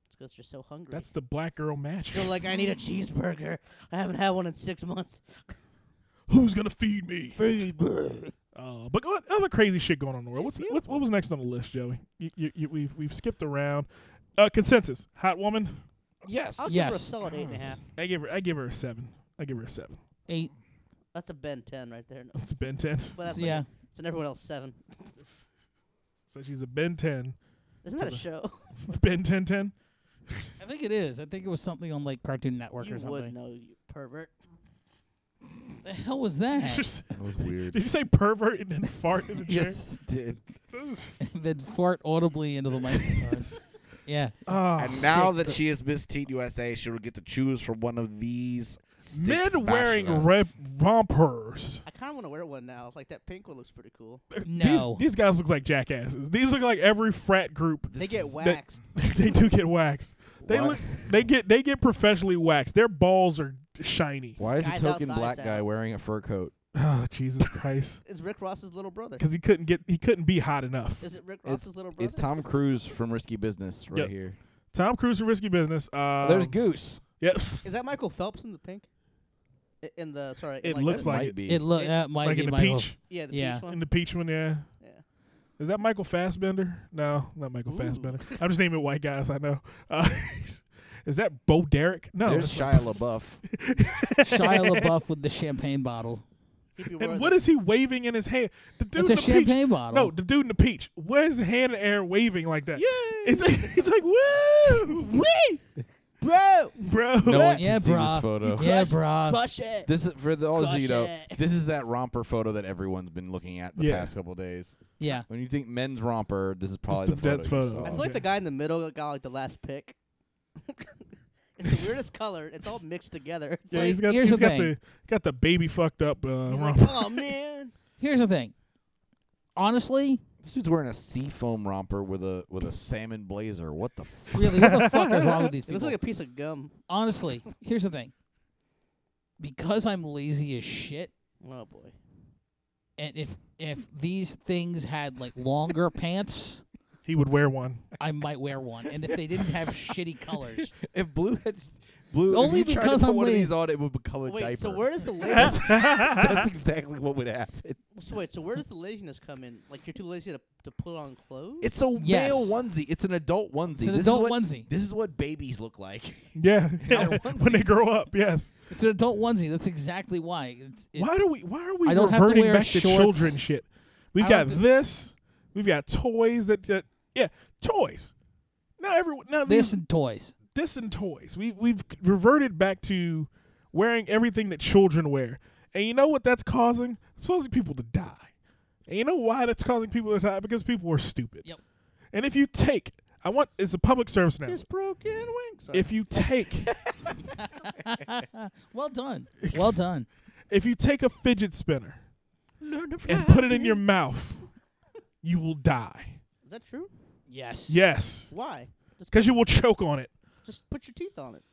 Speaker 8: It's because you're so hungry.
Speaker 1: That's the black girl match.
Speaker 8: You're like, I need a cheeseburger. I haven't had one in six months.
Speaker 1: Who's gonna feed me?
Speaker 8: Cheeseburger.
Speaker 1: Uh, but what other crazy shit going on in the world? What's
Speaker 8: She's
Speaker 1: what, what was next on the list, Joey? You, you, you, we've we've skipped around. Uh, consensus: hot woman.
Speaker 3: yes.
Speaker 8: I'll give her a
Speaker 4: Yes.
Speaker 8: solid eight and a half.
Speaker 1: I give her I give her a seven. I give her a seven.
Speaker 4: eight
Speaker 8: That's a Ben ten right there. No,
Speaker 1: It's a Ben ten,
Speaker 8: but that's
Speaker 4: so
Speaker 8: like
Speaker 4: yeah
Speaker 8: It's an everyone else seven.
Speaker 1: so she's a Ben ten.
Speaker 8: Isn't that a show?
Speaker 1: Ben ten ten.
Speaker 4: I think it is I think it was something on like Cartoon Network
Speaker 8: you
Speaker 4: or
Speaker 8: would
Speaker 4: something
Speaker 8: know, you pervert.
Speaker 4: the hell was that
Speaker 1: Did
Speaker 3: That was weird.
Speaker 1: you say pervert and then fart in the chair?
Speaker 3: yes, it did.
Speaker 4: then fart audibly into the microphone yeah
Speaker 1: Ah,
Speaker 3: And now that she is Miss Teen USA, she will get to choose from one of these six
Speaker 1: men wearing red
Speaker 3: bachelorettes.
Speaker 1: rompers.
Speaker 8: I kind of want to wear one now. Like that pink one looks pretty cool.
Speaker 4: No.
Speaker 1: These, these guys look like jackasses. These look like every frat group.
Speaker 8: They get
Speaker 1: that-
Speaker 8: waxed.
Speaker 1: they do get waxed. They
Speaker 3: Why-
Speaker 1: look. They get. They get professionally waxed. Their balls are shiny.
Speaker 3: Why is a
Speaker 8: Guys
Speaker 3: token
Speaker 8: out,
Speaker 3: black
Speaker 8: thighs
Speaker 3: guy
Speaker 8: out.
Speaker 3: wearing a fur coat?
Speaker 1: Oh Jesus Christ!
Speaker 8: It's Rick Ross's little brother.
Speaker 1: Because he couldn't get. He couldn't be hot enough.
Speaker 8: Is it Rick Ross's little brother?
Speaker 3: It's Tom Cruise from Risky Business right
Speaker 1: Yep.
Speaker 3: here.
Speaker 1: Tom Cruise for Risky Business. Uh,
Speaker 3: There's Goose.
Speaker 1: Yep.
Speaker 8: Is that Michael Phelps in the pink? I- In the sorry. in
Speaker 1: It
Speaker 8: like
Speaker 1: looks
Speaker 8: the,
Speaker 1: like
Speaker 3: might
Speaker 1: it.
Speaker 3: be.
Speaker 4: it look that might
Speaker 1: like
Speaker 4: be
Speaker 1: in the
Speaker 4: Michael
Speaker 1: peach.
Speaker 8: yeah the
Speaker 4: yeah.
Speaker 8: peach one.
Speaker 1: In the peach one, yeah.
Speaker 8: yeah.
Speaker 1: Is that Michael Fassbender? No, not Michael
Speaker 8: Ooh.
Speaker 1: Fassbender. I'm just naming white guys I know. Uh, is that Bo Derek?
Speaker 4: Oh.
Speaker 1: No.
Speaker 3: There's
Speaker 1: that's not-
Speaker 3: Shia LaBeouf.
Speaker 4: Shia LaBeouf with the champagne bottle
Speaker 8: He'd be wearing
Speaker 1: And what
Speaker 8: the,
Speaker 1: is he waving in his hand? The dude
Speaker 4: it's
Speaker 1: in
Speaker 4: a
Speaker 1: the
Speaker 4: champagne
Speaker 1: peach.
Speaker 4: bottle
Speaker 1: No, the dude in the peach. Why is his hand in the air waving like that? Yeah. It's like, it's like woo, wee,
Speaker 8: bro?
Speaker 1: bro.
Speaker 3: No one
Speaker 4: yeah
Speaker 3: can see
Speaker 4: bruh.
Speaker 3: this photo.
Speaker 4: yeah
Speaker 1: Um,
Speaker 4: bruh
Speaker 8: Crush it.
Speaker 3: This is for the, all of you
Speaker 8: Crush
Speaker 3: know.
Speaker 8: it.
Speaker 3: This is that romper photo that everyone's been looking at the
Speaker 1: Yeah.
Speaker 3: past couple days.
Speaker 4: yeah
Speaker 3: When you think men's romper, this is probably
Speaker 1: the
Speaker 3: the photo.
Speaker 1: best
Speaker 3: you
Speaker 1: photo.
Speaker 8: I
Speaker 3: saw.
Speaker 8: feel like the guy in the middle got like the last pick. it's the weirdest color. It's all mixed together. It's
Speaker 1: yeah,
Speaker 8: like,
Speaker 1: he's got,
Speaker 4: here's
Speaker 1: he's
Speaker 4: the
Speaker 1: got
Speaker 4: thing.
Speaker 1: the got the baby fucked up. Uh,
Speaker 8: he's
Speaker 1: romper.
Speaker 8: like, oh man.
Speaker 4: Here's the thing. Honestly,
Speaker 3: This dude's wearing a seafoam romper with a with a salmon blazer. What the fuck?
Speaker 4: Really, what the fuck is wrong with these
Speaker 8: It
Speaker 4: people?
Speaker 8: looks like a piece of gum.
Speaker 4: Honestly, here's the thing. Because I'm lazy as shit,
Speaker 8: Oh boy.
Speaker 4: and if if these things had like longer pants,
Speaker 1: He would wear one.
Speaker 4: I might wear one. And if they didn't have shitty colors,
Speaker 3: If blue had blue,
Speaker 4: Only
Speaker 3: if you tried to
Speaker 4: because
Speaker 3: put
Speaker 4: I'm
Speaker 3: one of these
Speaker 4: lazy.
Speaker 3: on, it would become a
Speaker 8: Wait,
Speaker 3: diaper.
Speaker 8: so where does the laziness?
Speaker 3: that's, that's exactly what would happen.
Speaker 8: so wait, so where does the laziness come in? Like you're too lazy to, to put on clothes?
Speaker 3: It's a
Speaker 4: Yes.
Speaker 3: male onesie. It's an adult onesie.
Speaker 4: an
Speaker 3: this
Speaker 4: adult
Speaker 3: is what,
Speaker 4: onesie.
Speaker 3: This is what babies look like.
Speaker 1: Yeah,
Speaker 3: Not
Speaker 1: when they
Speaker 3: onesies.
Speaker 1: grow up, yes.
Speaker 4: it's an adult onesie. That's exactly why. It's, it's
Speaker 1: why do we? Why are we
Speaker 4: I don't have to
Speaker 1: reverting
Speaker 4: wear
Speaker 1: back to
Speaker 4: shorts.
Speaker 1: children shit? We've
Speaker 4: I
Speaker 1: got
Speaker 4: don't have to-
Speaker 1: this. We've got toys that, that yeah, toys. Now everyone now
Speaker 4: this
Speaker 1: this
Speaker 4: and toys?
Speaker 1: this and toys. We we've reverted back to wearing everything that children wear, and you know what that's causing? It's causing people to die. And you know why that's causing people to die? Because people are stupid.
Speaker 4: Yep.
Speaker 1: And if you take, I want it's a public service now.
Speaker 8: It's broken wings. Sorry.
Speaker 1: If you take.
Speaker 4: Well done. Well done.
Speaker 1: If you take a fidget spinner and put it in your mouth, you will die.
Speaker 8: Is that true?
Speaker 4: Yes.
Speaker 1: Yes,
Speaker 8: Why? Just
Speaker 1: because you will choke on it.
Speaker 8: just put your teeth on it.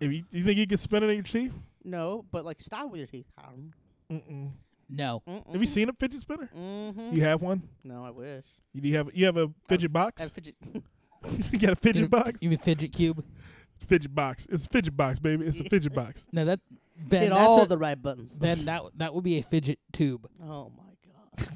Speaker 1: If you, you think you can spin it in your teeth?
Speaker 8: No, but like stop with your teeth.
Speaker 1: Mm-mm.
Speaker 4: No.
Speaker 1: Have you seen a fidget spinner?
Speaker 8: Mm-hmm.
Speaker 1: You have one?
Speaker 8: No, I wish.
Speaker 1: You do you have you have a fidget
Speaker 8: I have
Speaker 1: box?
Speaker 8: fidget.
Speaker 1: you got a
Speaker 4: You-
Speaker 1: fidget box?
Speaker 4: You mean fidget cube?
Speaker 1: Fidget box. It's a fidget box, baby. It's a fidget box.
Speaker 4: No, that Ben.
Speaker 8: Hit
Speaker 4: that's
Speaker 8: all
Speaker 4: a-
Speaker 8: the right buttons.
Speaker 4: ben, that that would be a fidget tube.
Speaker 8: Oh my god,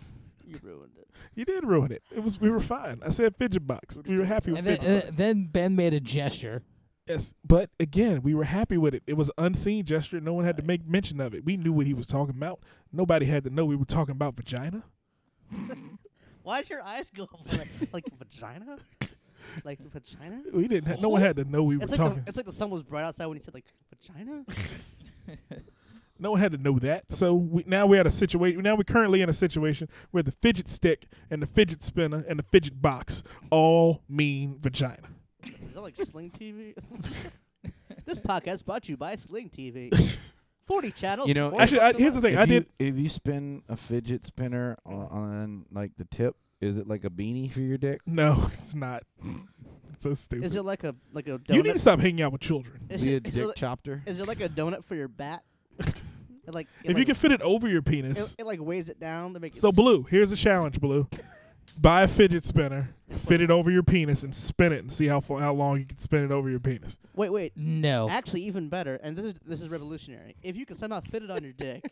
Speaker 8: you ruined it.
Speaker 1: You did ruin it. It was we were fine. I said fidget box. We were happy with
Speaker 4: And then,
Speaker 1: fidget
Speaker 4: uh,
Speaker 1: box.
Speaker 4: then Ben made a gesture.
Speaker 1: Yes, but again, we were happy with it. It was unseen gesture. No one had to make mention of it. We knew what he was talking about. Nobody had to know we were talking about vagina.
Speaker 8: Why'd your eyes go up like, like vagina? Like vagina?
Speaker 1: We didn't. Ha- no one had to know we were
Speaker 8: It's like,
Speaker 1: talking.
Speaker 8: the, it's like the sun was bright outside when he said like vagina.
Speaker 1: no one had to know that. So we, now we had a situation. Now we're currently in a situation where the fidget stick and the fidget spinner and the fidget box all mean vagina.
Speaker 8: Is that like Sling TV? this podcast brought to you by Sling TV. Forty channels.
Speaker 3: You know,
Speaker 8: 40
Speaker 1: Actually, I,
Speaker 8: bucks a
Speaker 1: here's the thing.
Speaker 8: month.
Speaker 3: if
Speaker 1: I
Speaker 3: you,
Speaker 1: did.
Speaker 3: If you spin a fidget spinner on, on like the tip, is it like a beanie for your dick?
Speaker 1: No, it's not. It's so stupid.
Speaker 8: Is it like a like a donut?
Speaker 1: you need to stop hanging out with children.
Speaker 8: is,
Speaker 3: Be a
Speaker 8: it- is
Speaker 3: dick
Speaker 8: it like,
Speaker 3: chopter.
Speaker 8: is it like a donut for your bat? It like
Speaker 1: If
Speaker 8: it
Speaker 1: you
Speaker 8: like,
Speaker 1: can fit it over your penis,
Speaker 8: it, it like weighs it down to make it
Speaker 1: So
Speaker 8: s-
Speaker 1: blue, here's a challenge, blue. Buy a fidget spinner, fit it over your penis, and spin it, and see how far, how long you can spin it over your penis.
Speaker 8: Wait, wait.
Speaker 4: No.
Speaker 8: Actually, even better, and this is this is revolutionary. If you can somehow fit it on your dick,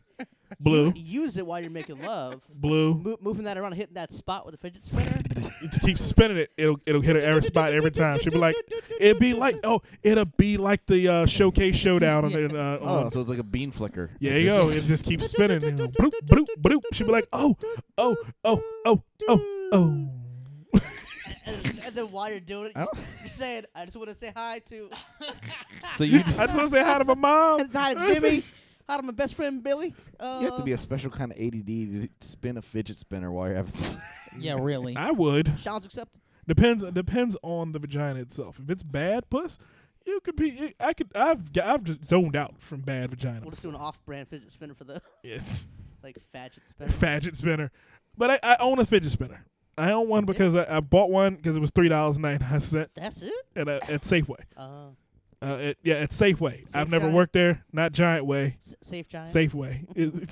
Speaker 1: Blue,
Speaker 8: use it while you're making love,
Speaker 1: blue.
Speaker 8: mo- moving that around, hitting that spot with a fidget spinner.
Speaker 1: You keep spinning it. It'll it'll hit her every spot every time. She'll be like, it'd be like oh, it'll be like the uh, showcase showdown on the. Uh,
Speaker 3: Oh,
Speaker 1: on
Speaker 3: so it's like a bean flicker.
Speaker 1: yeah,
Speaker 3: It
Speaker 1: you
Speaker 3: just-
Speaker 1: go. It just keeps spinning. you know, Bloop, bloop, bloop. She'll be like, oh, oh, oh, oh, oh, oh.
Speaker 8: and, and then while you're doing it,
Speaker 3: I don't-
Speaker 8: you're saying, "I just want to say hi to
Speaker 3: So you
Speaker 1: I just want to say hi to my mom.
Speaker 8: hi to Jimmy, hi to my best friend Billy." Uh,
Speaker 3: you have to be a special kind of ADD to spin a fidget spinner while you're having. sex.
Speaker 4: Yeah, really.
Speaker 1: I would.
Speaker 8: Uh, Sean's accepted.
Speaker 1: Depends depends on the vagina itself. If it's bad puss, you could be. I could. I've g- I've just zoned out from bad vagina.
Speaker 8: We'll just do an off-brand fidget spinner for the
Speaker 1: Yes,
Speaker 8: like fidget spinner.
Speaker 1: fidget spinner. But I, I own a fidget spinner. I own one because I, I bought one because it was three dollars ninety nine cent
Speaker 8: That's it.
Speaker 1: at a, at Safeway.
Speaker 8: Uh,
Speaker 1: Uh, at, yeah, at Safeway.
Speaker 8: Safe
Speaker 1: I've never
Speaker 8: Giant.
Speaker 1: worked there. Not Giant Way.
Speaker 8: s- safe giant.
Speaker 1: Safeway. It,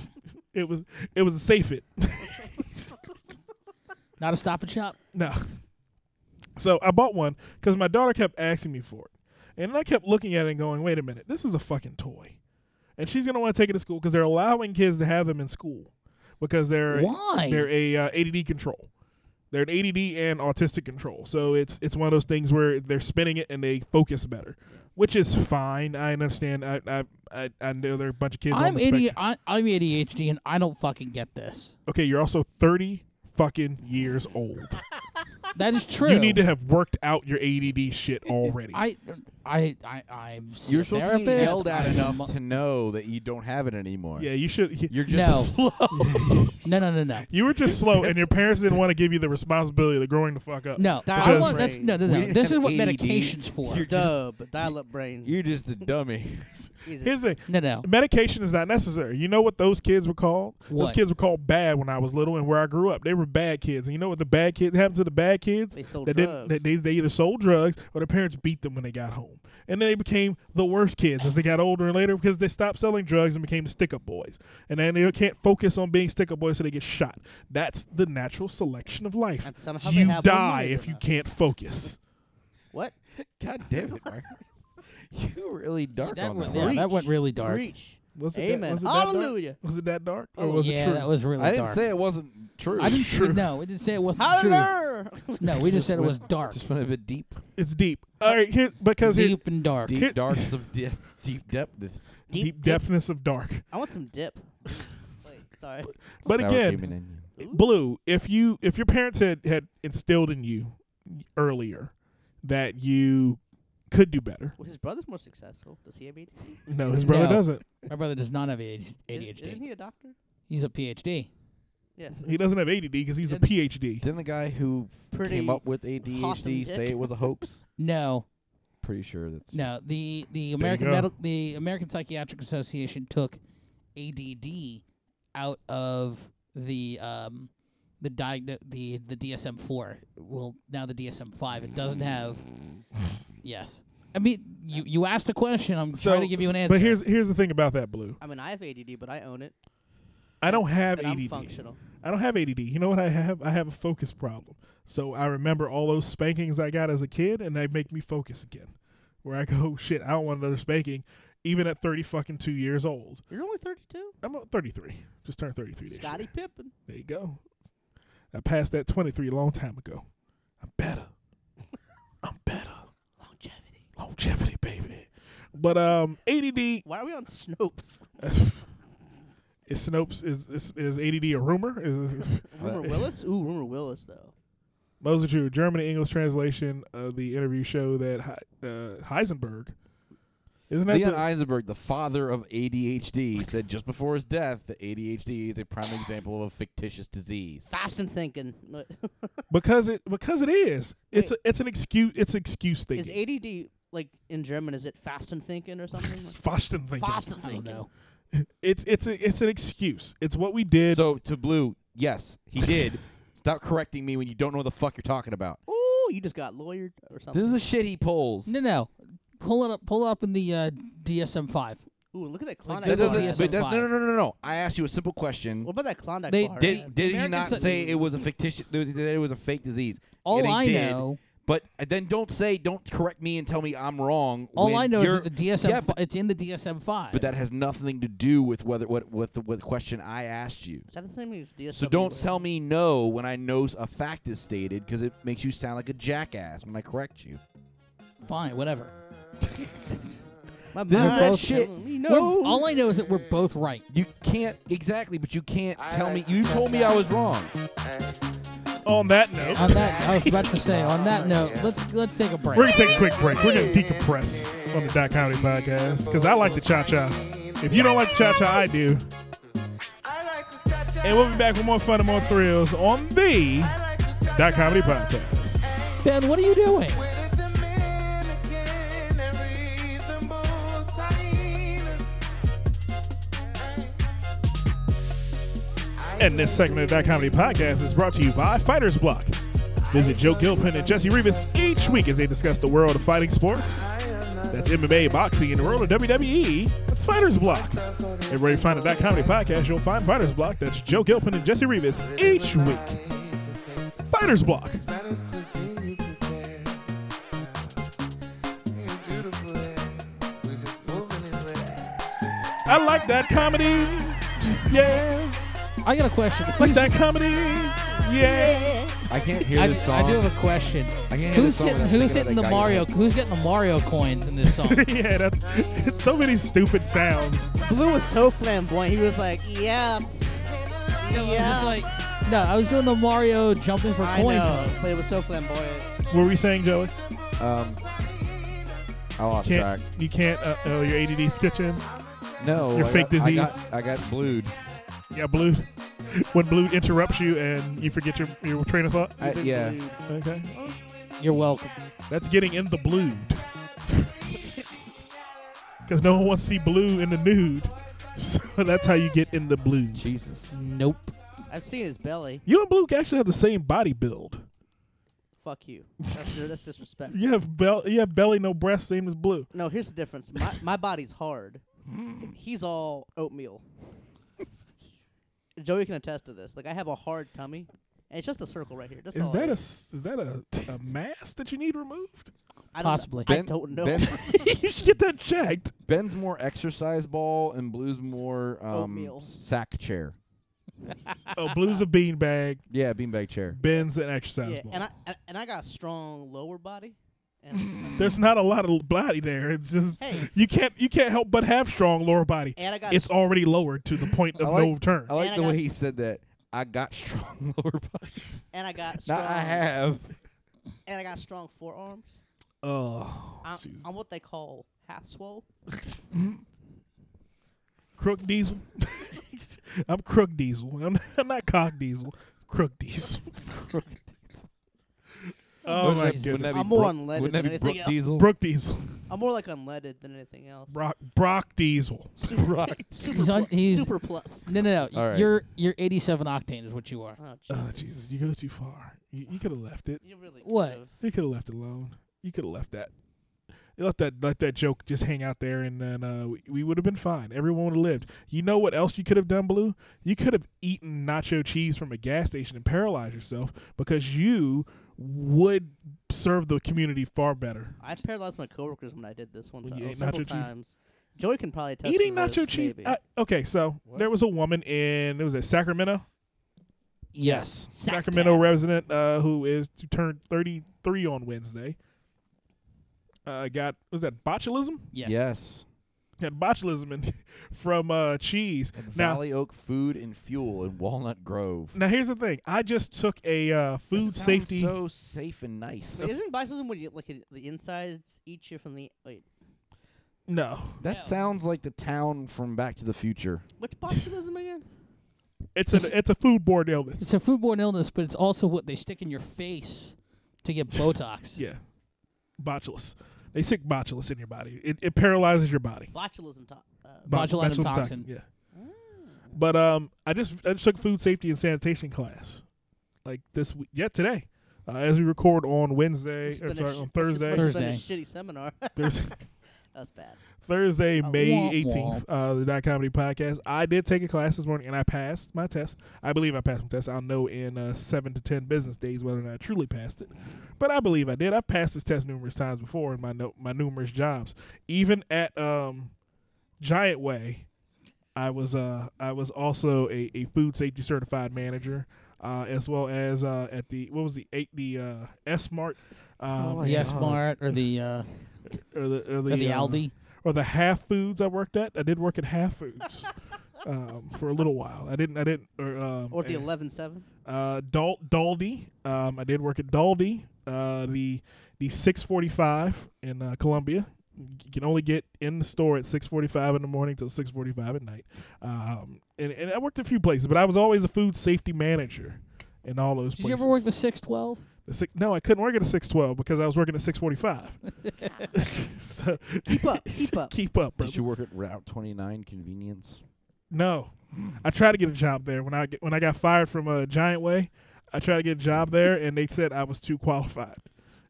Speaker 1: it was it was a safe it.
Speaker 4: Not a stop and shop.
Speaker 1: No. So I bought one because my daughter kept asking me for it. And I kept looking at it and going, wait a minute, this is a fucking toy. And she's going to want to take it to school because they're allowing kids to have them in school because they're
Speaker 4: Why?
Speaker 1: they're a uh, ADD control. They're an ADD and autistic control. So it's it's one of those things where they're spinning it and they focus better, which is fine. I understand. I I I, I know there are a bunch of kids on
Speaker 4: I'm
Speaker 1: the
Speaker 4: AD,
Speaker 1: spectrum.
Speaker 4: I, I'm ADHD and I don't fucking get this.
Speaker 1: Okay, you're also 30 fucking years old.
Speaker 4: That is true.
Speaker 1: You need to have worked out your ADD shit already.
Speaker 4: I I I I'm see
Speaker 3: You're
Speaker 4: a
Speaker 3: supposed
Speaker 4: therapist.
Speaker 3: to be yelled at
Speaker 4: I'm a
Speaker 3: enough
Speaker 4: mo-
Speaker 3: to know that you don't have it anymore.
Speaker 1: Yeah, you should.
Speaker 3: You're just
Speaker 4: no. no, no, no, no,
Speaker 1: You were just slow, and your parents didn't want to give you the responsibility of growing the fuck up.
Speaker 4: no. I
Speaker 8: Because-
Speaker 4: want that's no, no,
Speaker 3: We
Speaker 4: no.
Speaker 3: didn't
Speaker 4: This
Speaker 3: have
Speaker 4: is what
Speaker 3: ADD.
Speaker 4: medication's for.
Speaker 3: You're just-
Speaker 8: Dub, dial up brain.
Speaker 3: you're just a dummy.
Speaker 8: He's a-
Speaker 1: Here's the thing.
Speaker 4: No, no.
Speaker 1: Medication is not necessary. You know what those kids were called? Those
Speaker 4: What?
Speaker 1: kids were called bad when I was little, and where I grew up, they were bad kids. And you know what the bad kids happened to the bad kids?
Speaker 8: They sold
Speaker 1: That
Speaker 8: drugs.
Speaker 1: didn't. They, they, they either sold drugs or their parents beat them when they got home, and then they became the worst kids as they got older and later because they stopped selling drugs and became stick up boys, and then they can't focus on being stick up boys, so they get shot. That's the natural selection of life.
Speaker 8: And somehow they
Speaker 1: you
Speaker 8: have
Speaker 1: die
Speaker 8: money
Speaker 1: if you
Speaker 8: enough.
Speaker 1: can't focus.
Speaker 8: what?
Speaker 3: God damn it, Mark. You were really dark
Speaker 4: That
Speaker 3: on
Speaker 4: went,
Speaker 3: that.
Speaker 4: yeah,
Speaker 3: one.
Speaker 4: that went really dark.
Speaker 8: Reach.
Speaker 1: Was it
Speaker 8: Amen.
Speaker 1: That, was it that dark?
Speaker 8: Hallelujah.
Speaker 1: Was it that dark? Or
Speaker 4: Oh,
Speaker 1: was
Speaker 4: yeah,
Speaker 1: it true?
Speaker 4: that was really
Speaker 3: I didn't
Speaker 4: dark.
Speaker 3: say it wasn't true.
Speaker 4: I didn't.
Speaker 1: true.
Speaker 4: No, we didn't say it wasn't
Speaker 8: Hallelujah.
Speaker 4: true. No, we just said it was
Speaker 3: went-
Speaker 4: dark,
Speaker 3: Just went a bit deep,
Speaker 1: it's deep. All right, here because here,
Speaker 4: deep and dark.
Speaker 1: Here-
Speaker 3: deep darks of de- deep depths.
Speaker 1: deep, depthness of dark.
Speaker 8: I want some dip. Wait, sorry.
Speaker 1: But
Speaker 3: Sour
Speaker 1: again,
Speaker 3: cream and onion.
Speaker 1: Blue, if you if your parents had had instilled in you earlier that you could do better.
Speaker 8: Well, his brother's more successful. Does he have ADHD?
Speaker 1: No, his brother
Speaker 4: No.
Speaker 1: doesn't.
Speaker 4: My brother does not have ADHD.
Speaker 8: Is, isn't he a doctor?
Speaker 4: He's a PhD.
Speaker 8: Yes.
Speaker 1: He doesn't have ADD because he's a PhD.
Speaker 3: Didn't the guy who f-
Speaker 8: Pretty
Speaker 3: came up with
Speaker 8: awesome
Speaker 3: ADHD
Speaker 8: dick.
Speaker 3: say it was a hoax?
Speaker 4: No,
Speaker 3: Pretty sure that's
Speaker 4: no. The the
Speaker 1: you
Speaker 4: American
Speaker 1: go.
Speaker 4: Medi- the American Psychiatric Association took ADD out of the um the diagno- the the DSM four. Well, now the DSM five. It doesn't have. Yes. I mean, you, you asked a question. I'm
Speaker 1: So,
Speaker 4: trying to give you an answer.
Speaker 1: But here's here's the thing about that, Blue.
Speaker 8: I mean, I have ADD, but I own it.
Speaker 1: I don't have
Speaker 8: and I'm
Speaker 1: ADD.
Speaker 8: functional.
Speaker 1: I don't have ADD. You know what I have? I have a focus problem. So I remember all those spankings I got as a kid, and they make me focus again. Where I go, shit, I don't want another spanking, even at thirty fucking two years old.
Speaker 8: You're only 32.
Speaker 1: I'm uh, 33. Just turned 33 this year.
Speaker 8: Scotty Pippen.
Speaker 1: There you go. I passed that 23 a long time ago. I'm better. I'm better.
Speaker 8: Longevity.
Speaker 1: Longevity, baby. But um, ADD.
Speaker 8: Why are we on Snopes?
Speaker 1: Is Snopes is, is is ADD a rumor? Is
Speaker 8: Rumor Willis? Ooh, Rumor Willis, though.
Speaker 1: those are true. German and English translation of the interview show that Hei- uh, Heisenberg isn't that
Speaker 3: Leon
Speaker 1: the,
Speaker 3: Eisenberg, the father of ADHD, said just before his death that ADHD is a prime example of a fictitious disease.
Speaker 8: Fast and thinking.
Speaker 1: because it because it is it's a,
Speaker 8: Wait.
Speaker 1: it's an excuse it's excuse
Speaker 8: is
Speaker 1: thinking.
Speaker 8: ADD, like, in German, is it fast and thinking or something? Like,
Speaker 1: Fasten thinking.
Speaker 8: fast and
Speaker 4: I don't
Speaker 8: thinking.
Speaker 4: know.
Speaker 1: It's it's a, it's an excuse. It's what we did.
Speaker 3: So to Blue, yes, he did. Stop correcting me when you don't know what the fuck you're talking about.
Speaker 8: Ooh, you just got lawyered or something.
Speaker 3: This is the shit he pulls.
Speaker 4: No, no. Pull it up. Pull up in the uh, DSM five.
Speaker 8: Ooh, look at that Klondike
Speaker 3: that
Speaker 4: Google
Speaker 8: bar.
Speaker 4: DSM.
Speaker 3: doesn't. But that's, no, no, no, no, no. I asked you a simple question.
Speaker 8: What about that Klondike
Speaker 4: They
Speaker 8: bar?
Speaker 3: Did did he
Speaker 4: American
Speaker 3: not
Speaker 4: Psy-
Speaker 3: say it was a fictitious? That it was a fake disease?
Speaker 4: All
Speaker 3: And he
Speaker 4: I
Speaker 3: did,
Speaker 4: know-
Speaker 3: But uh, then don't say, don't correct me and tell me I'm wrong.
Speaker 4: All
Speaker 3: when
Speaker 4: I know is
Speaker 3: you're-
Speaker 4: that the DSM.
Speaker 3: Yeah,
Speaker 4: fi-
Speaker 3: but,
Speaker 4: it's in the DSM five.
Speaker 3: but that has nothing to do with whether what what the, what question I asked you.
Speaker 8: Is that the same as DSW?
Speaker 3: So don't tell me no when I know a fact is stated because it makes you sound like a jackass when I correct you.
Speaker 4: fine, whatever.
Speaker 8: My
Speaker 3: This is
Speaker 8: mind
Speaker 3: that
Speaker 8: tells
Speaker 3: shit.
Speaker 8: me
Speaker 4: We're-
Speaker 8: No.
Speaker 4: all I know is that we're both right.
Speaker 3: You can't exactly, but you can't
Speaker 7: I
Speaker 3: tell me.
Speaker 7: like to
Speaker 3: You told me I was wrong.
Speaker 1: On that note.
Speaker 4: On that, I was about to say. On that note, let's let's take a break.
Speaker 1: We're gonna take a quick break. We're gonna decompress on the Dot Comedy Podcast because I like the cha cha. If you don't like the cha cha, I do. And we'll be back with more fun and more thrills on the Dot Comedy Podcast.
Speaker 4: ben, what are you doing?
Speaker 1: And this segment of the Dot Comedy Podcast is brought to you by Fighters Block. Visit Joe Gilpin and Jesse Rivas each week as they discuss the world of fighting sports. That's MMA, boxing, and the world of WWE. That's Fighters Block. And where you find the Dot Comedy Podcast, you'll find Fighters Block. That's Joe Gilpin and Jesse Rivas each week. Fighters Block. I like that comedy. Yeah.
Speaker 4: I got a question.
Speaker 1: Like
Speaker 4: Who's-
Speaker 1: that comedy. Yeah.
Speaker 3: I can't hear
Speaker 4: I,
Speaker 3: this
Speaker 4: do-
Speaker 3: song.
Speaker 4: I do have a question.
Speaker 3: can't hear
Speaker 4: Who's
Speaker 3: this song
Speaker 4: getting
Speaker 3: without thinking
Speaker 4: who's
Speaker 3: about
Speaker 4: hitting
Speaker 3: that
Speaker 4: the
Speaker 3: guy
Speaker 4: Mario
Speaker 3: you
Speaker 4: who's getting the Mario coins in this song?
Speaker 1: yeah, that's it's so many stupid sounds.
Speaker 8: Blue was so flamboyant. He was like, yes.
Speaker 4: No, I was
Speaker 8: Yeah.
Speaker 4: just like, no, I was doing the Mario jumping for
Speaker 8: I
Speaker 4: coins.
Speaker 8: know. But it was so flamboyant.
Speaker 1: What were we saying, Joey?
Speaker 3: Um, I lost
Speaker 1: can't,
Speaker 3: Um, track.
Speaker 1: You can't. Uh, oh, your ADD's kitchen.
Speaker 3: No,
Speaker 1: Your
Speaker 3: I
Speaker 1: fake
Speaker 3: got,
Speaker 1: disease.
Speaker 3: I got, I got blued.
Speaker 1: Yeah, blue. when blue interrupts you and you forget your, your train of thought.
Speaker 3: I, yeah,
Speaker 1: Okay.
Speaker 4: You're welcome.
Speaker 1: That's getting in the blued. Because no one wants to see blue in the nude. So that's how you get in the blue.
Speaker 3: Jesus.
Speaker 4: Nope.
Speaker 8: I've seen his belly.
Speaker 1: You and Blue actually have the same body build.
Speaker 8: Fuck you. That's, that's disrespectful.
Speaker 1: You have bel- you have belly, no breast, same as Blue.
Speaker 8: No, here's the difference. My my body's hard.
Speaker 3: Hmm.
Speaker 8: He's all oatmeal. Joey can attest to this. Like I have a hard tummy, and it's just a circle right here. That's
Speaker 1: Is
Speaker 8: all
Speaker 1: that
Speaker 8: it
Speaker 1: a s- is that a, a mass that you need removed?
Speaker 8: I don't,
Speaker 4: Possibly.
Speaker 8: I don't know.
Speaker 3: Ben,
Speaker 1: you should get that checked.
Speaker 3: Ben's more exercise ball and Blue's more um,
Speaker 8: Oatmeal.
Speaker 3: sack chair.
Speaker 1: Oh, Blue's a beanbag.
Speaker 3: Yeah, beanbag chair.
Speaker 1: Ben's an exercise
Speaker 8: yeah,
Speaker 1: ball.
Speaker 8: and I and, and I got a strong lower body. And,
Speaker 1: There's not a lot of body there. It's just
Speaker 8: Hey.
Speaker 1: you can't you can't help but have strong lower body.
Speaker 8: and I got
Speaker 1: It's already lowered to the point of
Speaker 3: I like-
Speaker 1: no return.
Speaker 3: I like
Speaker 8: I
Speaker 3: the
Speaker 8: got
Speaker 3: way
Speaker 8: s-
Speaker 3: he said that. I got strong lower body.
Speaker 8: and I got strong
Speaker 3: Not I have.
Speaker 8: and I got strong forearms.
Speaker 1: Oh,
Speaker 8: I'm,
Speaker 1: Jesus.
Speaker 8: I'm what they call half swole.
Speaker 1: Crook Diesel. I'm Crook Diesel. I'm, I'm not Cock Diesel. Crook Diesel. oh my
Speaker 3: Wouldn't that- wouldn't
Speaker 1: goodness.
Speaker 3: that be
Speaker 8: I'm more
Speaker 3: Brooke-
Speaker 8: unleaded
Speaker 3: Wouldn't that
Speaker 8: than
Speaker 3: be
Speaker 8: anything
Speaker 3: Brooke
Speaker 8: else.
Speaker 3: Diesel?
Speaker 1: Brooke Diesel.
Speaker 8: I'm more like unleaded than anything else.
Speaker 1: Brock, Brock Diesel.
Speaker 4: He's on. He's,
Speaker 8: Super plus.
Speaker 4: no, no, no.
Speaker 3: All right.
Speaker 4: You're you're 87 octane is what you are.
Speaker 8: Oh, jeez.
Speaker 1: Oh Jesus, you go too far. You, you could have left it.
Speaker 8: you really
Speaker 4: What?
Speaker 8: could've.
Speaker 1: You could have left it alone. You could have left that. You let that let that joke just hang out there, and then uh, we, we would have been fine. Everyone would have lived. You know what else you could have done, Blue? You could have eaten nacho cheese from a gas station and paralyzed yourself because you would serve the community far better.
Speaker 8: I paralyzed my coworkers when I did this one
Speaker 1: When
Speaker 8: time.
Speaker 1: you
Speaker 8: Oh,
Speaker 1: ate
Speaker 8: several
Speaker 1: nacho cheese?
Speaker 8: times. Joey can probably test
Speaker 1: Eating nacho cheese.
Speaker 8: Maybe.
Speaker 1: I, okay, so there was a woman in it was at Sacramento,
Speaker 4: Yes.
Speaker 1: Sacramento resident uh, who is to turn 33 on Wednesday. Uh, got was that botulism?
Speaker 4: Yes.
Speaker 3: Yes.
Speaker 1: had botulism and from uh, cheese.
Speaker 3: And
Speaker 1: Now-
Speaker 3: Valley Oak Food and Fuel in Walnut Grove.
Speaker 1: Now here's the thing. I just took a uh,
Speaker 3: It
Speaker 1: food
Speaker 3: sounds
Speaker 1: safety.
Speaker 3: So safe and nice.
Speaker 8: Wait, isn't botulism when you like it- the insides eat you from the wait?
Speaker 1: no,
Speaker 3: That
Speaker 4: No.
Speaker 3: sounds like the town from Back to the Future.
Speaker 8: Which botulism again?
Speaker 1: it's a it's a foodborne illness.
Speaker 4: It's a foodborne illness, but it's also what they stick in your face to get Botox.
Speaker 1: Yeah, botulus. They stick botulus in your body. It, it paralyzes your body.
Speaker 8: Botulism. To- uh,
Speaker 1: Bot-
Speaker 4: Botulinum
Speaker 1: botulinum
Speaker 4: toxin.
Speaker 1: Yeah. But um, I just I just took food safety and sanitation class, like this week. Yeah, today. Uh, as we record on Wednesday,
Speaker 8: must've
Speaker 1: or
Speaker 8: been a
Speaker 1: sorry,
Speaker 8: sh-
Speaker 1: on
Speaker 8: must've-
Speaker 1: Thursday,
Speaker 8: must've
Speaker 4: Thur-
Speaker 8: been a shitty seminar.
Speaker 1: Thursday,
Speaker 8: That's bad.
Speaker 1: Thursday,
Speaker 4: Uh,
Speaker 1: May 18th,
Speaker 4: womp
Speaker 1: uh, the Dot Comedy Podcast. I did take a class this morning and I passed my test. I believe I passed my test. I'll know in uh, seven to 10 business days whether or not I truly passed it. But I believe I did. I've passed this test numerous times before in my, no- my numerous jobs. Even at um, Giant Way, I was uh, I was also a, a food safety certified manager. Uh, as well as uh, at the what was the eight the uh, S Mart, um,
Speaker 4: The S Mart or the uh,
Speaker 1: or the or the,
Speaker 4: or Oh, the
Speaker 1: uh,
Speaker 3: um,
Speaker 4: Aldi.
Speaker 1: or the half foods I worked at. I did work at half foods um, for a little while. I didn't. I didn't. Or, um,
Speaker 8: Or the
Speaker 1: eh,
Speaker 8: eleven seven.
Speaker 1: uh, Dal- Daldi. Um, I did work at Daldi. Uh, the the six forty five in uh, Columbia. You can only get in the store at six forty five in the morning till six forty five at night. Um, and and I worked a few places, but I was always a food safety manager. In all those
Speaker 4: Did you
Speaker 1: places.
Speaker 4: ever work the 612?
Speaker 1: The six- no, I couldn't work at a six twelve because I was working at six forty five. so,
Speaker 8: Keep up. Keep up.
Speaker 1: keep up, bro.
Speaker 3: Did you work at Route 29 convenience?
Speaker 1: No, I tried to get a job there when I get, when I got fired from uh, Giant Way. I tried to get a job there, and they said I was too qualified.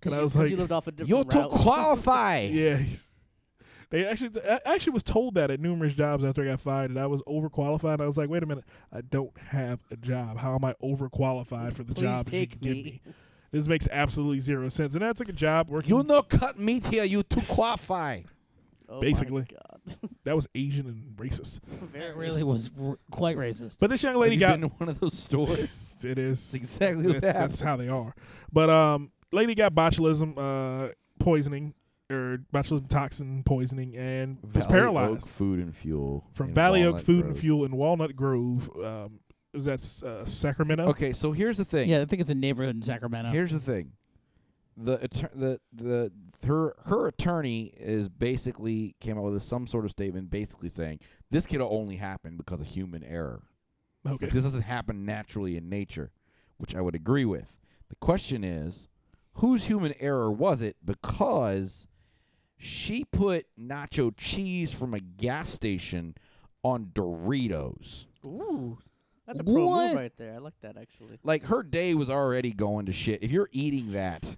Speaker 1: And I was like,
Speaker 8: you lived off a different
Speaker 3: You're too
Speaker 8: route.
Speaker 3: qualified.
Speaker 1: yeah. They actually, I actually was told that at numerous jobs after I got fired that I was overqualified. I was like, wait a minute, I don't have a job. How am I overqualified for the
Speaker 8: Please
Speaker 1: job that you
Speaker 8: take
Speaker 1: give
Speaker 8: me.
Speaker 1: me? This makes absolutely zero sense. And I took a job working.
Speaker 3: You no cut meat here. You too qualified.
Speaker 8: Oh my
Speaker 1: basically.
Speaker 8: God.
Speaker 1: that was Asian and racist.
Speaker 4: It really was r- quite racist.
Speaker 1: But this young lady got
Speaker 3: Have you been to one of those stores?
Speaker 1: it is
Speaker 3: That's exactly what
Speaker 1: that's,
Speaker 3: happened.
Speaker 1: that's how they are. But um, lady got botulism uh, poisoning or botulism toxin poisoning and was
Speaker 3: Valley
Speaker 1: paralyzed
Speaker 3: Oak Food and Fuel.
Speaker 1: from
Speaker 3: in
Speaker 1: Valley Oak
Speaker 3: Walnut
Speaker 1: Food
Speaker 3: Grove.
Speaker 1: and Fuel in Walnut Grove. Um, was that uh, Sacramento?
Speaker 3: Okay, so here's the thing.
Speaker 4: Yeah, I think it's a neighborhood in Sacramento.
Speaker 3: Here's the thing. the attor- the the her her attorney is basically came out with some sort of statement basically saying this could only happen because of human error.
Speaker 1: Okay.
Speaker 3: This doesn't happen naturally in nature, which I would agree with. The question is, whose human error was it? Because she put nacho cheese from a gas station on Doritos.
Speaker 8: Ooh, that's a pro
Speaker 3: What?
Speaker 8: move right there. I like that actually.
Speaker 3: Like her day was already going to shit. If you're eating that,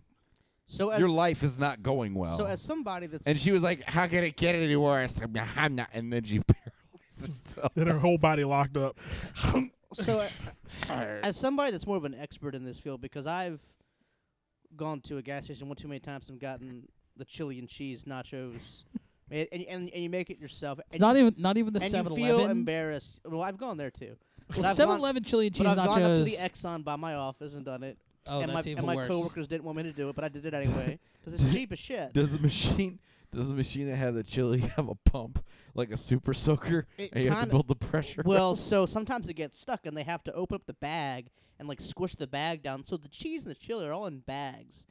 Speaker 8: So as
Speaker 3: your life is not going well.
Speaker 8: so as somebody that's
Speaker 3: and she was like, "How can it get any worse?" I'm not. I'm not. And then she paralyzed herself.
Speaker 1: Then her whole body locked up.
Speaker 8: so uh, as somebody that's more of an expert in this field because I've gone to a gas station one too many times and gotten the chili and cheese nachos, and and, and, and you make it yourself.
Speaker 4: It's
Speaker 8: and
Speaker 4: not
Speaker 8: you-
Speaker 4: even not even the
Speaker 8: and
Speaker 4: 7
Speaker 8: you feel
Speaker 4: Eleven.
Speaker 8: embarrassed. Well, I've gone there too. But I've gone-
Speaker 4: 7 Eleven chili and cheese
Speaker 8: But I've gone up to the
Speaker 4: nachos.
Speaker 8: Exxon by my office and done it.
Speaker 4: Oh,
Speaker 8: and
Speaker 4: that's
Speaker 8: my,
Speaker 4: even
Speaker 8: and my
Speaker 4: worse.
Speaker 8: coworkers didn't want me to do it, but I did it anyway because it's cheap as shit.
Speaker 3: Does the machine? Does the machine that had the chili have a pump like a super soaker,
Speaker 8: It
Speaker 3: and you have to
Speaker 8: kinda-
Speaker 3: build the pressure?
Speaker 8: Well, so sometimes it gets stuck, and they have to open up the bag and like squish the bag down. So the cheese and the chili are all in bags.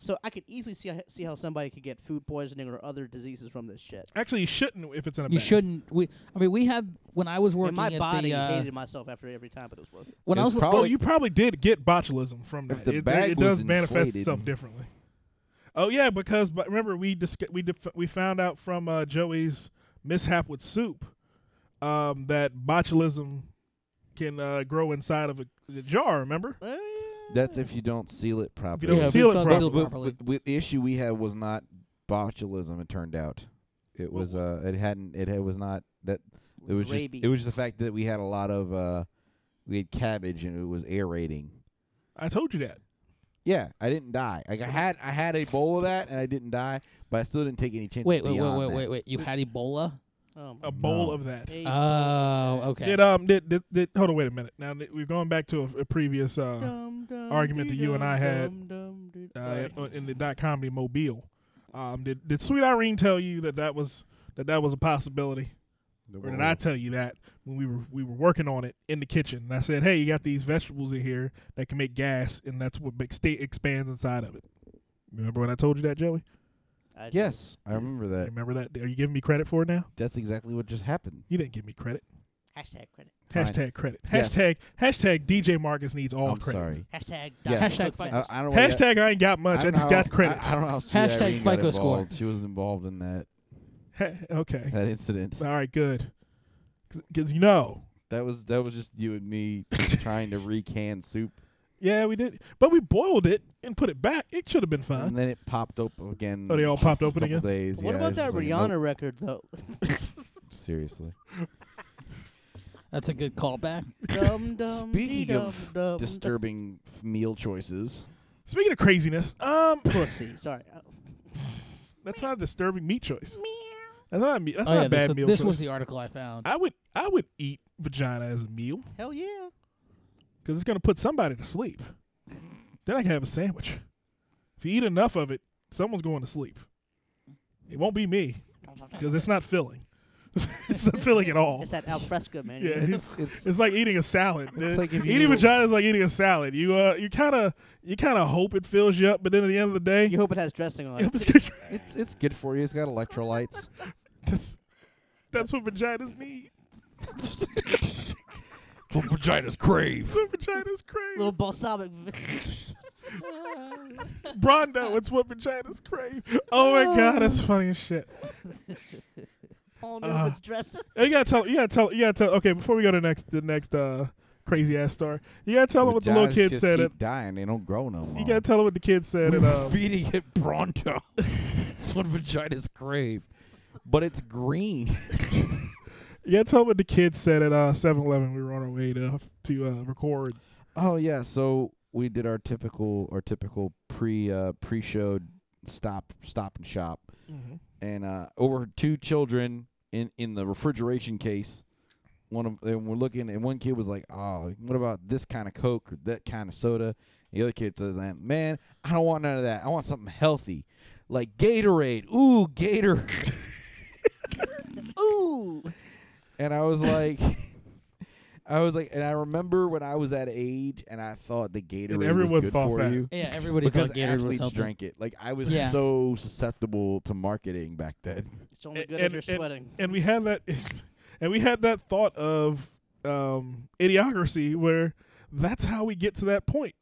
Speaker 8: So I could easily see uh, see how somebody could get food poisoning or other diseases from this shit.
Speaker 1: Actually, you shouldn't if it's in a
Speaker 4: You
Speaker 1: bag.
Speaker 4: shouldn't. We. I mean, we had when I was working
Speaker 8: And my
Speaker 4: at
Speaker 8: body
Speaker 4: the. Uh,
Speaker 8: hated myself after every time, but it was worth it.
Speaker 4: when I
Speaker 3: It's
Speaker 4: was
Speaker 1: Well,
Speaker 3: probably-
Speaker 1: you probably did get botulism from
Speaker 3: Oh, If
Speaker 1: that.
Speaker 3: the
Speaker 1: it,
Speaker 3: bag
Speaker 1: it does
Speaker 3: was
Speaker 1: manifest
Speaker 3: inflated.
Speaker 1: itself differently. Oh yeah, because but remember we disc- we def- we found out from uh, Joey's mishap with soup um, that botulism can uh, grow inside of a, the jar. Remember?
Speaker 8: Ah,
Speaker 3: That's if you don't seal it
Speaker 1: you
Speaker 3: properly.
Speaker 1: don't
Speaker 4: yeah,
Speaker 1: seal
Speaker 4: it's
Speaker 1: it
Speaker 4: not
Speaker 1: properly.
Speaker 4: uh, sealed
Speaker 3: But-
Speaker 4: properly.
Speaker 3: but- but the issue we had was not botulism. It turned out it was uh, it hadn't it had, was not that it was just
Speaker 8: rabies.
Speaker 3: it was just the fact that we had a lot of uh, we had cabbage and it was aerating.
Speaker 1: I told you that.
Speaker 3: Yeah, I didn't die. Like I had I had a bowl of that and I didn't die, but I still didn't take any chances.
Speaker 4: wait, wait, wait,
Speaker 3: beyond
Speaker 4: wait,
Speaker 3: that.
Speaker 4: wait, wait. You had Ebola?
Speaker 8: Oh my
Speaker 1: A bowl
Speaker 3: No.
Speaker 1: of that.
Speaker 8: hey,
Speaker 4: Oh, okay.
Speaker 1: Did um did, did did hold on wait a minute. Now that we're going back to a, a previous uh,
Speaker 8: dum, dum,
Speaker 1: argument that you and I had,
Speaker 8: dum, dum, dum, dum.
Speaker 1: uh
Speaker 8: Sorry.
Speaker 1: in the dot comedy mobile. Um did did Sweet Irene tell you that that was that that was a possibility?
Speaker 3: The
Speaker 1: Or
Speaker 3: bowl.
Speaker 1: did I tell you that when we were we were working on it in the kitchen? And I said, "Hey, you got these vegetables in here that can make gas, and that's what big state expands inside of it." Remember when I told you that, Joey?
Speaker 8: I did.
Speaker 3: Yes, I remember that.
Speaker 1: Remember that? Are you giving me credit for it now?
Speaker 3: That's exactly what just happened.
Speaker 1: You didn't give me credit.
Speaker 5: Hashtag credit.
Speaker 3: Fine.
Speaker 1: Hashtag credit.
Speaker 3: Yes.
Speaker 1: Hashtag hashtag DJ Marcus needs all
Speaker 3: I'm
Speaker 1: credit.
Speaker 3: sorry.
Speaker 5: Hashtag.
Speaker 3: Yes.
Speaker 5: Hashtag
Speaker 8: Uh,
Speaker 4: Hashtag-
Speaker 3: I, I don't know why that-
Speaker 1: Oh, Hashtag I ain't got much. I,
Speaker 3: don't
Speaker 1: just
Speaker 3: know
Speaker 1: got
Speaker 3: how-
Speaker 1: credit.
Speaker 3: I, I don't know how Sweet
Speaker 4: Hashtag
Speaker 3: Irene got
Speaker 4: FICO score.
Speaker 3: involved. She was involved in that
Speaker 1: Ha- okay.
Speaker 3: that incident.
Speaker 1: All right. Good. Because you know,
Speaker 3: That was that was just you and me trying to recan soup,
Speaker 1: yeah, we did, but we boiled it and put it back. It should have been
Speaker 3: and
Speaker 1: fine.
Speaker 3: then it popped open again.
Speaker 1: Oh, they all popped open
Speaker 3: Mm. couple
Speaker 1: again.
Speaker 3: Days.
Speaker 8: What
Speaker 3: yeah,
Speaker 8: about
Speaker 3: it's
Speaker 8: that
Speaker 3: just like,
Speaker 8: Rihanna
Speaker 3: nope,
Speaker 8: record though?
Speaker 3: seriously.
Speaker 4: That's a good callback.
Speaker 8: dum, dum,
Speaker 3: Speaking
Speaker 8: dee,
Speaker 3: of
Speaker 8: dum, dum,
Speaker 3: Disturbing f- meal choices.
Speaker 1: Speaking of craziness, um,
Speaker 8: dum. pussy. Sorry. Uh,
Speaker 1: that's not a disturbing meat choice. That's not a meat. That's
Speaker 4: oh
Speaker 1: not
Speaker 4: yeah,
Speaker 1: a bad
Speaker 4: this,
Speaker 1: meal
Speaker 4: this
Speaker 1: choice.
Speaker 4: was the article I found.
Speaker 1: I would I would eat vagina as a meal
Speaker 8: Hell yeah.
Speaker 1: because it's gonna put somebody to sleep. Then I can have a sandwich. If you eat enough of it, someone's going to sleep. It won't be me because it's not filling. it's not filling at all.
Speaker 8: It's that alfresco man.
Speaker 1: Yeah, it's, it's, like eating a salad.
Speaker 3: It's like if you
Speaker 1: eating
Speaker 3: do-
Speaker 1: vagina is like eating a salad. You uh, you kind of you kind of hope it fills you up, but then at the end of the day,
Speaker 8: You hope it has dressing on
Speaker 1: it
Speaker 8: it.
Speaker 1: was good.
Speaker 3: It's it's good for you. It's got electrolytes.
Speaker 1: that's, that's what vaginas need.
Speaker 3: What vaginas crave.
Speaker 1: That's what vaginas crave.
Speaker 8: Little balsamic.
Speaker 1: Brondo, it's what vaginas crave. Oh my god, that's funny as shit.
Speaker 8: All new
Speaker 1: Uh,
Speaker 8: it's dressing.
Speaker 1: You gotta tell, you gotta tell, you gotta tell. Okay, before we go to the next, the next uh, crazy ass story, you gotta tell them what the little
Speaker 3: Vaginas
Speaker 1: kid
Speaker 3: just
Speaker 1: said.
Speaker 3: Keep
Speaker 1: At,
Speaker 3: dying. They don't grow no more.
Speaker 1: you gotta tell them what the kid said. At, um,
Speaker 3: feeding it pronto. That's what vaginas crave. But it's green.
Speaker 1: you gotta tell them what the kid said at uh 7-Eleven. We were on our way to to uh, record.
Speaker 3: Oh yeah, so we did our typical our typical pre uh, pre show stop stop and shop, and uh, over two children in in the refrigeration case. One of and we're looking, and one kid was like, "Oh, what about this kind of Coke or that kind of soda?" The other kid says, "Man, I don't want none of that. I want something healthy, like Gatorade. Ooh, Gatorade."
Speaker 8: Ooh.
Speaker 3: And I was like, I was like, and I remember when I was that age, and I thought the Gatorade
Speaker 1: everyone
Speaker 3: was good
Speaker 1: thought
Speaker 3: for
Speaker 1: that.
Speaker 3: you.
Speaker 4: Yeah, everybody
Speaker 3: because
Speaker 4: thought Gatorade was
Speaker 3: athletes
Speaker 4: healthy.
Speaker 3: drank it. Like I was
Speaker 4: Yeah.
Speaker 3: so susceptible to marketing back then.
Speaker 8: It's only
Speaker 1: A-
Speaker 8: good if you're sweating.
Speaker 1: And we had that, and we had that thought of um, idiocracy where that's how we get to that point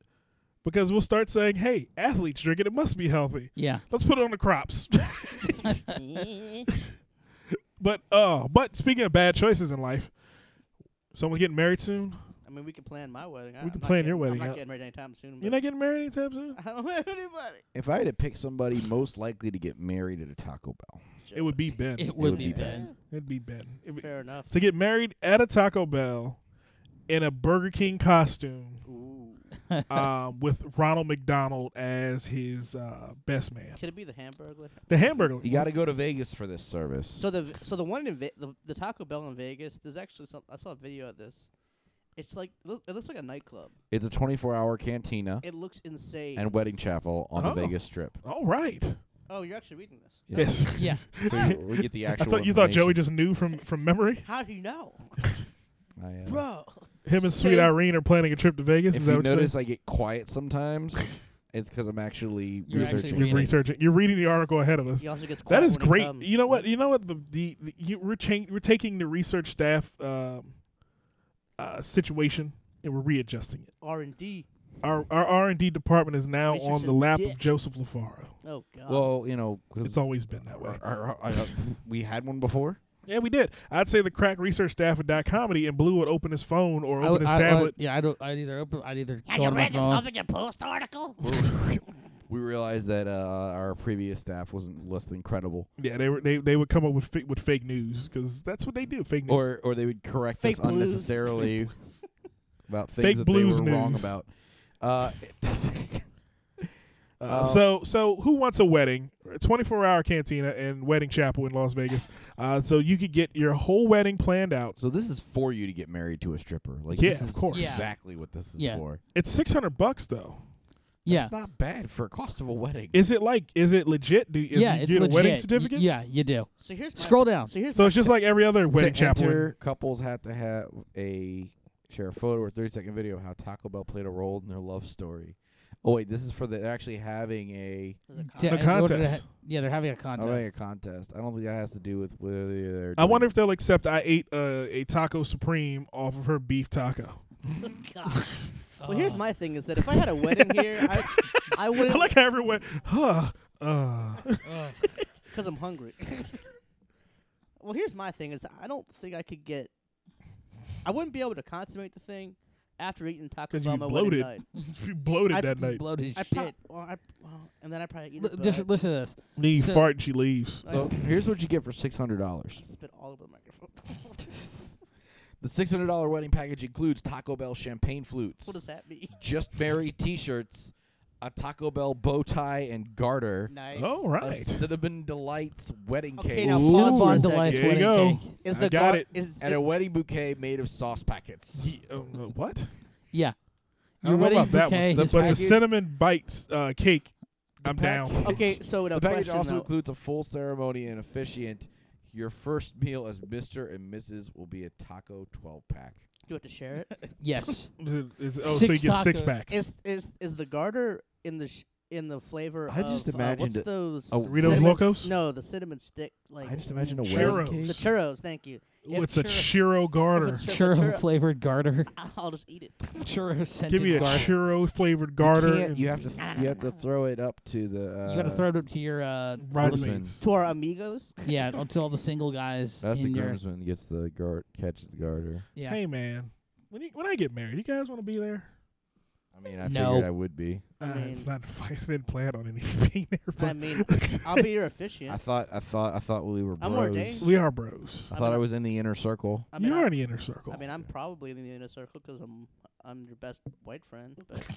Speaker 1: because we'll start saying, "Hey, athletes drink it; it must be healthy."
Speaker 4: Yeah.
Speaker 1: Let's put it on the crops. but uh, but speaking of bad choices in life, someone's getting married soon.
Speaker 8: I mean, we could plan my wedding. I,
Speaker 1: We
Speaker 8: I'm
Speaker 1: could
Speaker 8: not
Speaker 1: plan your
Speaker 8: getting-
Speaker 1: wedding,
Speaker 8: I'm
Speaker 1: yeah.
Speaker 8: not getting married anytime soon.
Speaker 1: You're
Speaker 8: but
Speaker 1: not getting married anytime soon.
Speaker 8: I don't have anybody.
Speaker 3: If I had to pick somebody most likely to get married at a Taco Bell,
Speaker 1: It would be Ben.
Speaker 4: It would
Speaker 3: would
Speaker 4: be
Speaker 3: be
Speaker 4: Ben.
Speaker 1: It'd be Ben. It would-
Speaker 8: Fair enough.
Speaker 1: to get married at a Taco Bell in a Burger King costume.
Speaker 8: Ooh.
Speaker 1: um, with Ronald McDonald as his uh, best man.
Speaker 8: Could it be the hamburger?
Speaker 1: The hamburger.
Speaker 3: you got to go to Vegas for this service.
Speaker 8: So the so the one in Ve- the, the Taco Bell in Vegas. There's actually some. I saw a video of this. It's like it loo- it looks like a nightclub.
Speaker 3: it's a 24-hour cantina
Speaker 8: It looks insane.
Speaker 3: and wedding chapel on
Speaker 1: Oh.
Speaker 3: the Vegas Strip.
Speaker 1: All right.
Speaker 8: oh, you're actually reading this.
Speaker 3: Yeah.
Speaker 1: Yes.
Speaker 4: Yeah.
Speaker 3: So we get the
Speaker 1: I
Speaker 3: actual.
Speaker 1: thought you thought Joey
Speaker 3: information.
Speaker 1: just knew from from memory.
Speaker 8: How do you know,
Speaker 3: I, uh,
Speaker 8: bro?
Speaker 1: Him and Sweet Irene are planning a trip to Vegas.
Speaker 3: If
Speaker 1: Is that
Speaker 3: you
Speaker 1: what you're
Speaker 3: notice, I get quiet sometimes. it's because I'm actually
Speaker 4: You're
Speaker 1: saying?
Speaker 3: researching.
Speaker 4: actually
Speaker 1: you're
Speaker 4: reading.
Speaker 1: researching. You're reading the article ahead of us.
Speaker 8: He also gets
Speaker 1: That
Speaker 8: quiet
Speaker 1: is
Speaker 8: when he
Speaker 1: great.
Speaker 8: comes.
Speaker 1: You know what? You know what? The the, the you, we're chang- we're taking the research staff um, uh, situation and we're readjusting it.
Speaker 8: R and D.
Speaker 1: Our our R and D department is now
Speaker 8: Research
Speaker 1: on the
Speaker 8: and
Speaker 1: lap
Speaker 8: dick.
Speaker 1: of Joseph LaFaro.
Speaker 8: Oh God.
Speaker 3: Well, you know, 'cause
Speaker 1: It's always been that way.
Speaker 3: our- our- our- our- we had one before.
Speaker 1: Yeah, we did. I'd say the crack research staff at dot comedy and Blue would open his phone or
Speaker 4: I
Speaker 1: open
Speaker 4: would,
Speaker 1: his
Speaker 4: I, I,
Speaker 1: tablet.
Speaker 4: would- yeah, I don't. I'd either open. I'd either
Speaker 5: Have
Speaker 4: go
Speaker 5: you
Speaker 4: on my
Speaker 5: read this
Speaker 4: phone.
Speaker 5: Huffington Post article?
Speaker 3: we realized that uh, our previous staff wasn't less than credible,
Speaker 1: yeah, they were they, they would come up with fa- with fake news because that's what they do. Fake news.
Speaker 3: or or they would correct
Speaker 8: Fake
Speaker 3: us
Speaker 8: blues.
Speaker 3: unnecessarily about things
Speaker 1: Fake
Speaker 3: that
Speaker 1: blues
Speaker 3: they were wrong
Speaker 1: news.
Speaker 3: about. Uh,
Speaker 1: Uh,
Speaker 4: um,
Speaker 3: uh,
Speaker 1: so so who wants a wedding? Twenty four hour cantina and wedding chapel in Las Vegas. Uh, so you could get your whole wedding planned out.
Speaker 3: so this is for you to get married to a stripper. Like
Speaker 1: Yeah,
Speaker 3: this
Speaker 1: of
Speaker 3: is
Speaker 1: course.
Speaker 4: Yeah.
Speaker 3: exactly what this is
Speaker 4: Yeah.
Speaker 3: for.
Speaker 1: It's six hundred bucks though.
Speaker 4: Yeah.
Speaker 3: It's not bad for a cost of a wedding.
Speaker 1: Is it like is it legit? Do is
Speaker 4: yeah,
Speaker 1: you
Speaker 4: it's
Speaker 1: get
Speaker 4: legit.
Speaker 1: a wedding
Speaker 4: Y-
Speaker 1: certificate?
Speaker 4: yeah, you do.
Speaker 8: so here's my-
Speaker 4: Scroll down.
Speaker 8: So here's
Speaker 1: So
Speaker 8: my-
Speaker 1: it's just like every other wedding
Speaker 3: to
Speaker 1: chapel. in-
Speaker 3: enter, couples have to have a share a photo or 30 second video of how Taco Bell played a role in their love story. Oh wait, this is for the they're actually having a
Speaker 8: there's
Speaker 1: The
Speaker 8: a con-
Speaker 4: Yeah, in order to
Speaker 1: contest.
Speaker 4: ha- yeah, they're having a contest.
Speaker 3: having a contest. I don't think that has to do with whether they're.
Speaker 1: I wonder
Speaker 3: doing-
Speaker 1: if they'll accept I ate uh, a taco supreme off of her beef taco.
Speaker 5: God.
Speaker 8: well, here's my thing is that if I had a wedding here, I, I
Speaker 1: I
Speaker 8: wouldn't
Speaker 1: like how everyone, huh, uh.
Speaker 4: Oh,
Speaker 8: because I'm hungry. well, here's my thing is I don't think I could get. I wouldn't be able to consummate the thing after eating Taco
Speaker 1: 'Cause
Speaker 8: Bell
Speaker 1: you
Speaker 8: my wedding
Speaker 1: bloated.
Speaker 8: night.
Speaker 1: You bloated
Speaker 4: I'd
Speaker 1: that
Speaker 4: be
Speaker 1: night.
Speaker 4: bloated
Speaker 8: I
Speaker 4: as
Speaker 8: pro-
Speaker 4: shit.
Speaker 8: well, I, well, and then I probably eat
Speaker 4: L-
Speaker 8: it. but
Speaker 4: just listen to this.
Speaker 1: Then you
Speaker 4: So-
Speaker 1: fart and she leaves.
Speaker 8: I,
Speaker 3: So
Speaker 8: I
Speaker 3: here's what you get for six hundred dollars.
Speaker 8: spit all over the microphone.
Speaker 3: The six hundred dollar wedding package includes Taco Bell champagne flutes,
Speaker 8: what does that mean?
Speaker 3: just married T-shirts, a Taco Bell bow tie and garter,
Speaker 8: Nice.
Speaker 1: All
Speaker 3: a
Speaker 1: right.
Speaker 3: cinnamon delights wedding
Speaker 8: Okay,
Speaker 3: cake,
Speaker 8: now
Speaker 1: Ooh.
Speaker 8: pause for a second.
Speaker 4: Cinnabon delights
Speaker 1: There you
Speaker 4: wedding
Speaker 1: go.
Speaker 4: cake.
Speaker 8: Is
Speaker 1: I
Speaker 8: the
Speaker 1: got
Speaker 8: gar-
Speaker 1: it.
Speaker 8: Is,
Speaker 3: and a wedding bouquet made of sauce packets.
Speaker 1: Ye- uh, uh, what?
Speaker 4: Yeah.
Speaker 1: I
Speaker 4: Your
Speaker 1: don't know
Speaker 4: wedding
Speaker 1: about that
Speaker 4: bouquet
Speaker 1: one. The-
Speaker 4: is
Speaker 1: but the
Speaker 4: packaged-
Speaker 1: cinnamon bites uh, cake, I'm
Speaker 3: pack-
Speaker 1: down.
Speaker 8: okay, so no
Speaker 3: The package
Speaker 8: question
Speaker 3: also
Speaker 8: though.
Speaker 3: includes a full ceremony and officiant. Your first meal as Mr. and Mrs. will be a taco 12 pack.
Speaker 8: Do you have to share it?
Speaker 4: Yes.
Speaker 1: Is it- is- oh, so
Speaker 4: Six
Speaker 1: you get six
Speaker 4: tacos.
Speaker 1: packs.
Speaker 8: is is is the garter in the sh- in the flavor?
Speaker 3: I just
Speaker 8: of,
Speaker 3: imagined
Speaker 8: uh, what's
Speaker 3: it-
Speaker 8: those
Speaker 3: Oh,
Speaker 1: Doritos
Speaker 8: cinnamon
Speaker 1: Locos?
Speaker 8: s- No, the cinnamon stick. Like
Speaker 3: imagine a
Speaker 1: wedding Churros.
Speaker 8: the
Speaker 1: cake.
Speaker 8: churros. Thank you.
Speaker 1: Ooh,
Speaker 8: If
Speaker 1: it's a
Speaker 8: churro-
Speaker 1: churro garter.
Speaker 8: if it's churro-
Speaker 4: Churro flavored garter.
Speaker 8: churro, I'll just eat it.
Speaker 4: Churro scented
Speaker 1: Give me a
Speaker 4: garter.
Speaker 1: churro flavored garter.
Speaker 3: You,
Speaker 1: and
Speaker 3: have to th- you have to throw it up to the. Uh,
Speaker 4: you got to throw it up to your uh,
Speaker 1: bridesmaids.
Speaker 8: To our amigos.
Speaker 4: yeah, to all the single guys
Speaker 3: That's the
Speaker 4: in your
Speaker 3: groomsman gets the guard catches the garter.
Speaker 4: yeah.
Speaker 1: Hey man, when you, when I get married, you guys want to be there?
Speaker 3: I mean, I
Speaker 4: No.
Speaker 3: figured I would be.
Speaker 8: I
Speaker 1: Uh,
Speaker 8: mean-
Speaker 1: not if I didn't plan on any being there, but
Speaker 8: I mean, I'll be your
Speaker 3: I
Speaker 8: officiant.
Speaker 3: thought I thought I thought we were
Speaker 8: I'm
Speaker 3: bros.
Speaker 8: ordained.
Speaker 1: we are bros.
Speaker 3: I
Speaker 8: I
Speaker 3: thought
Speaker 8: mean,
Speaker 3: I
Speaker 8: I-
Speaker 3: was in the inner circle.
Speaker 8: I mean,
Speaker 1: you
Speaker 8: I,
Speaker 1: are in the inner circle.
Speaker 8: I mean, I'm probably in the inner circle because I'm I'm your best white friend. But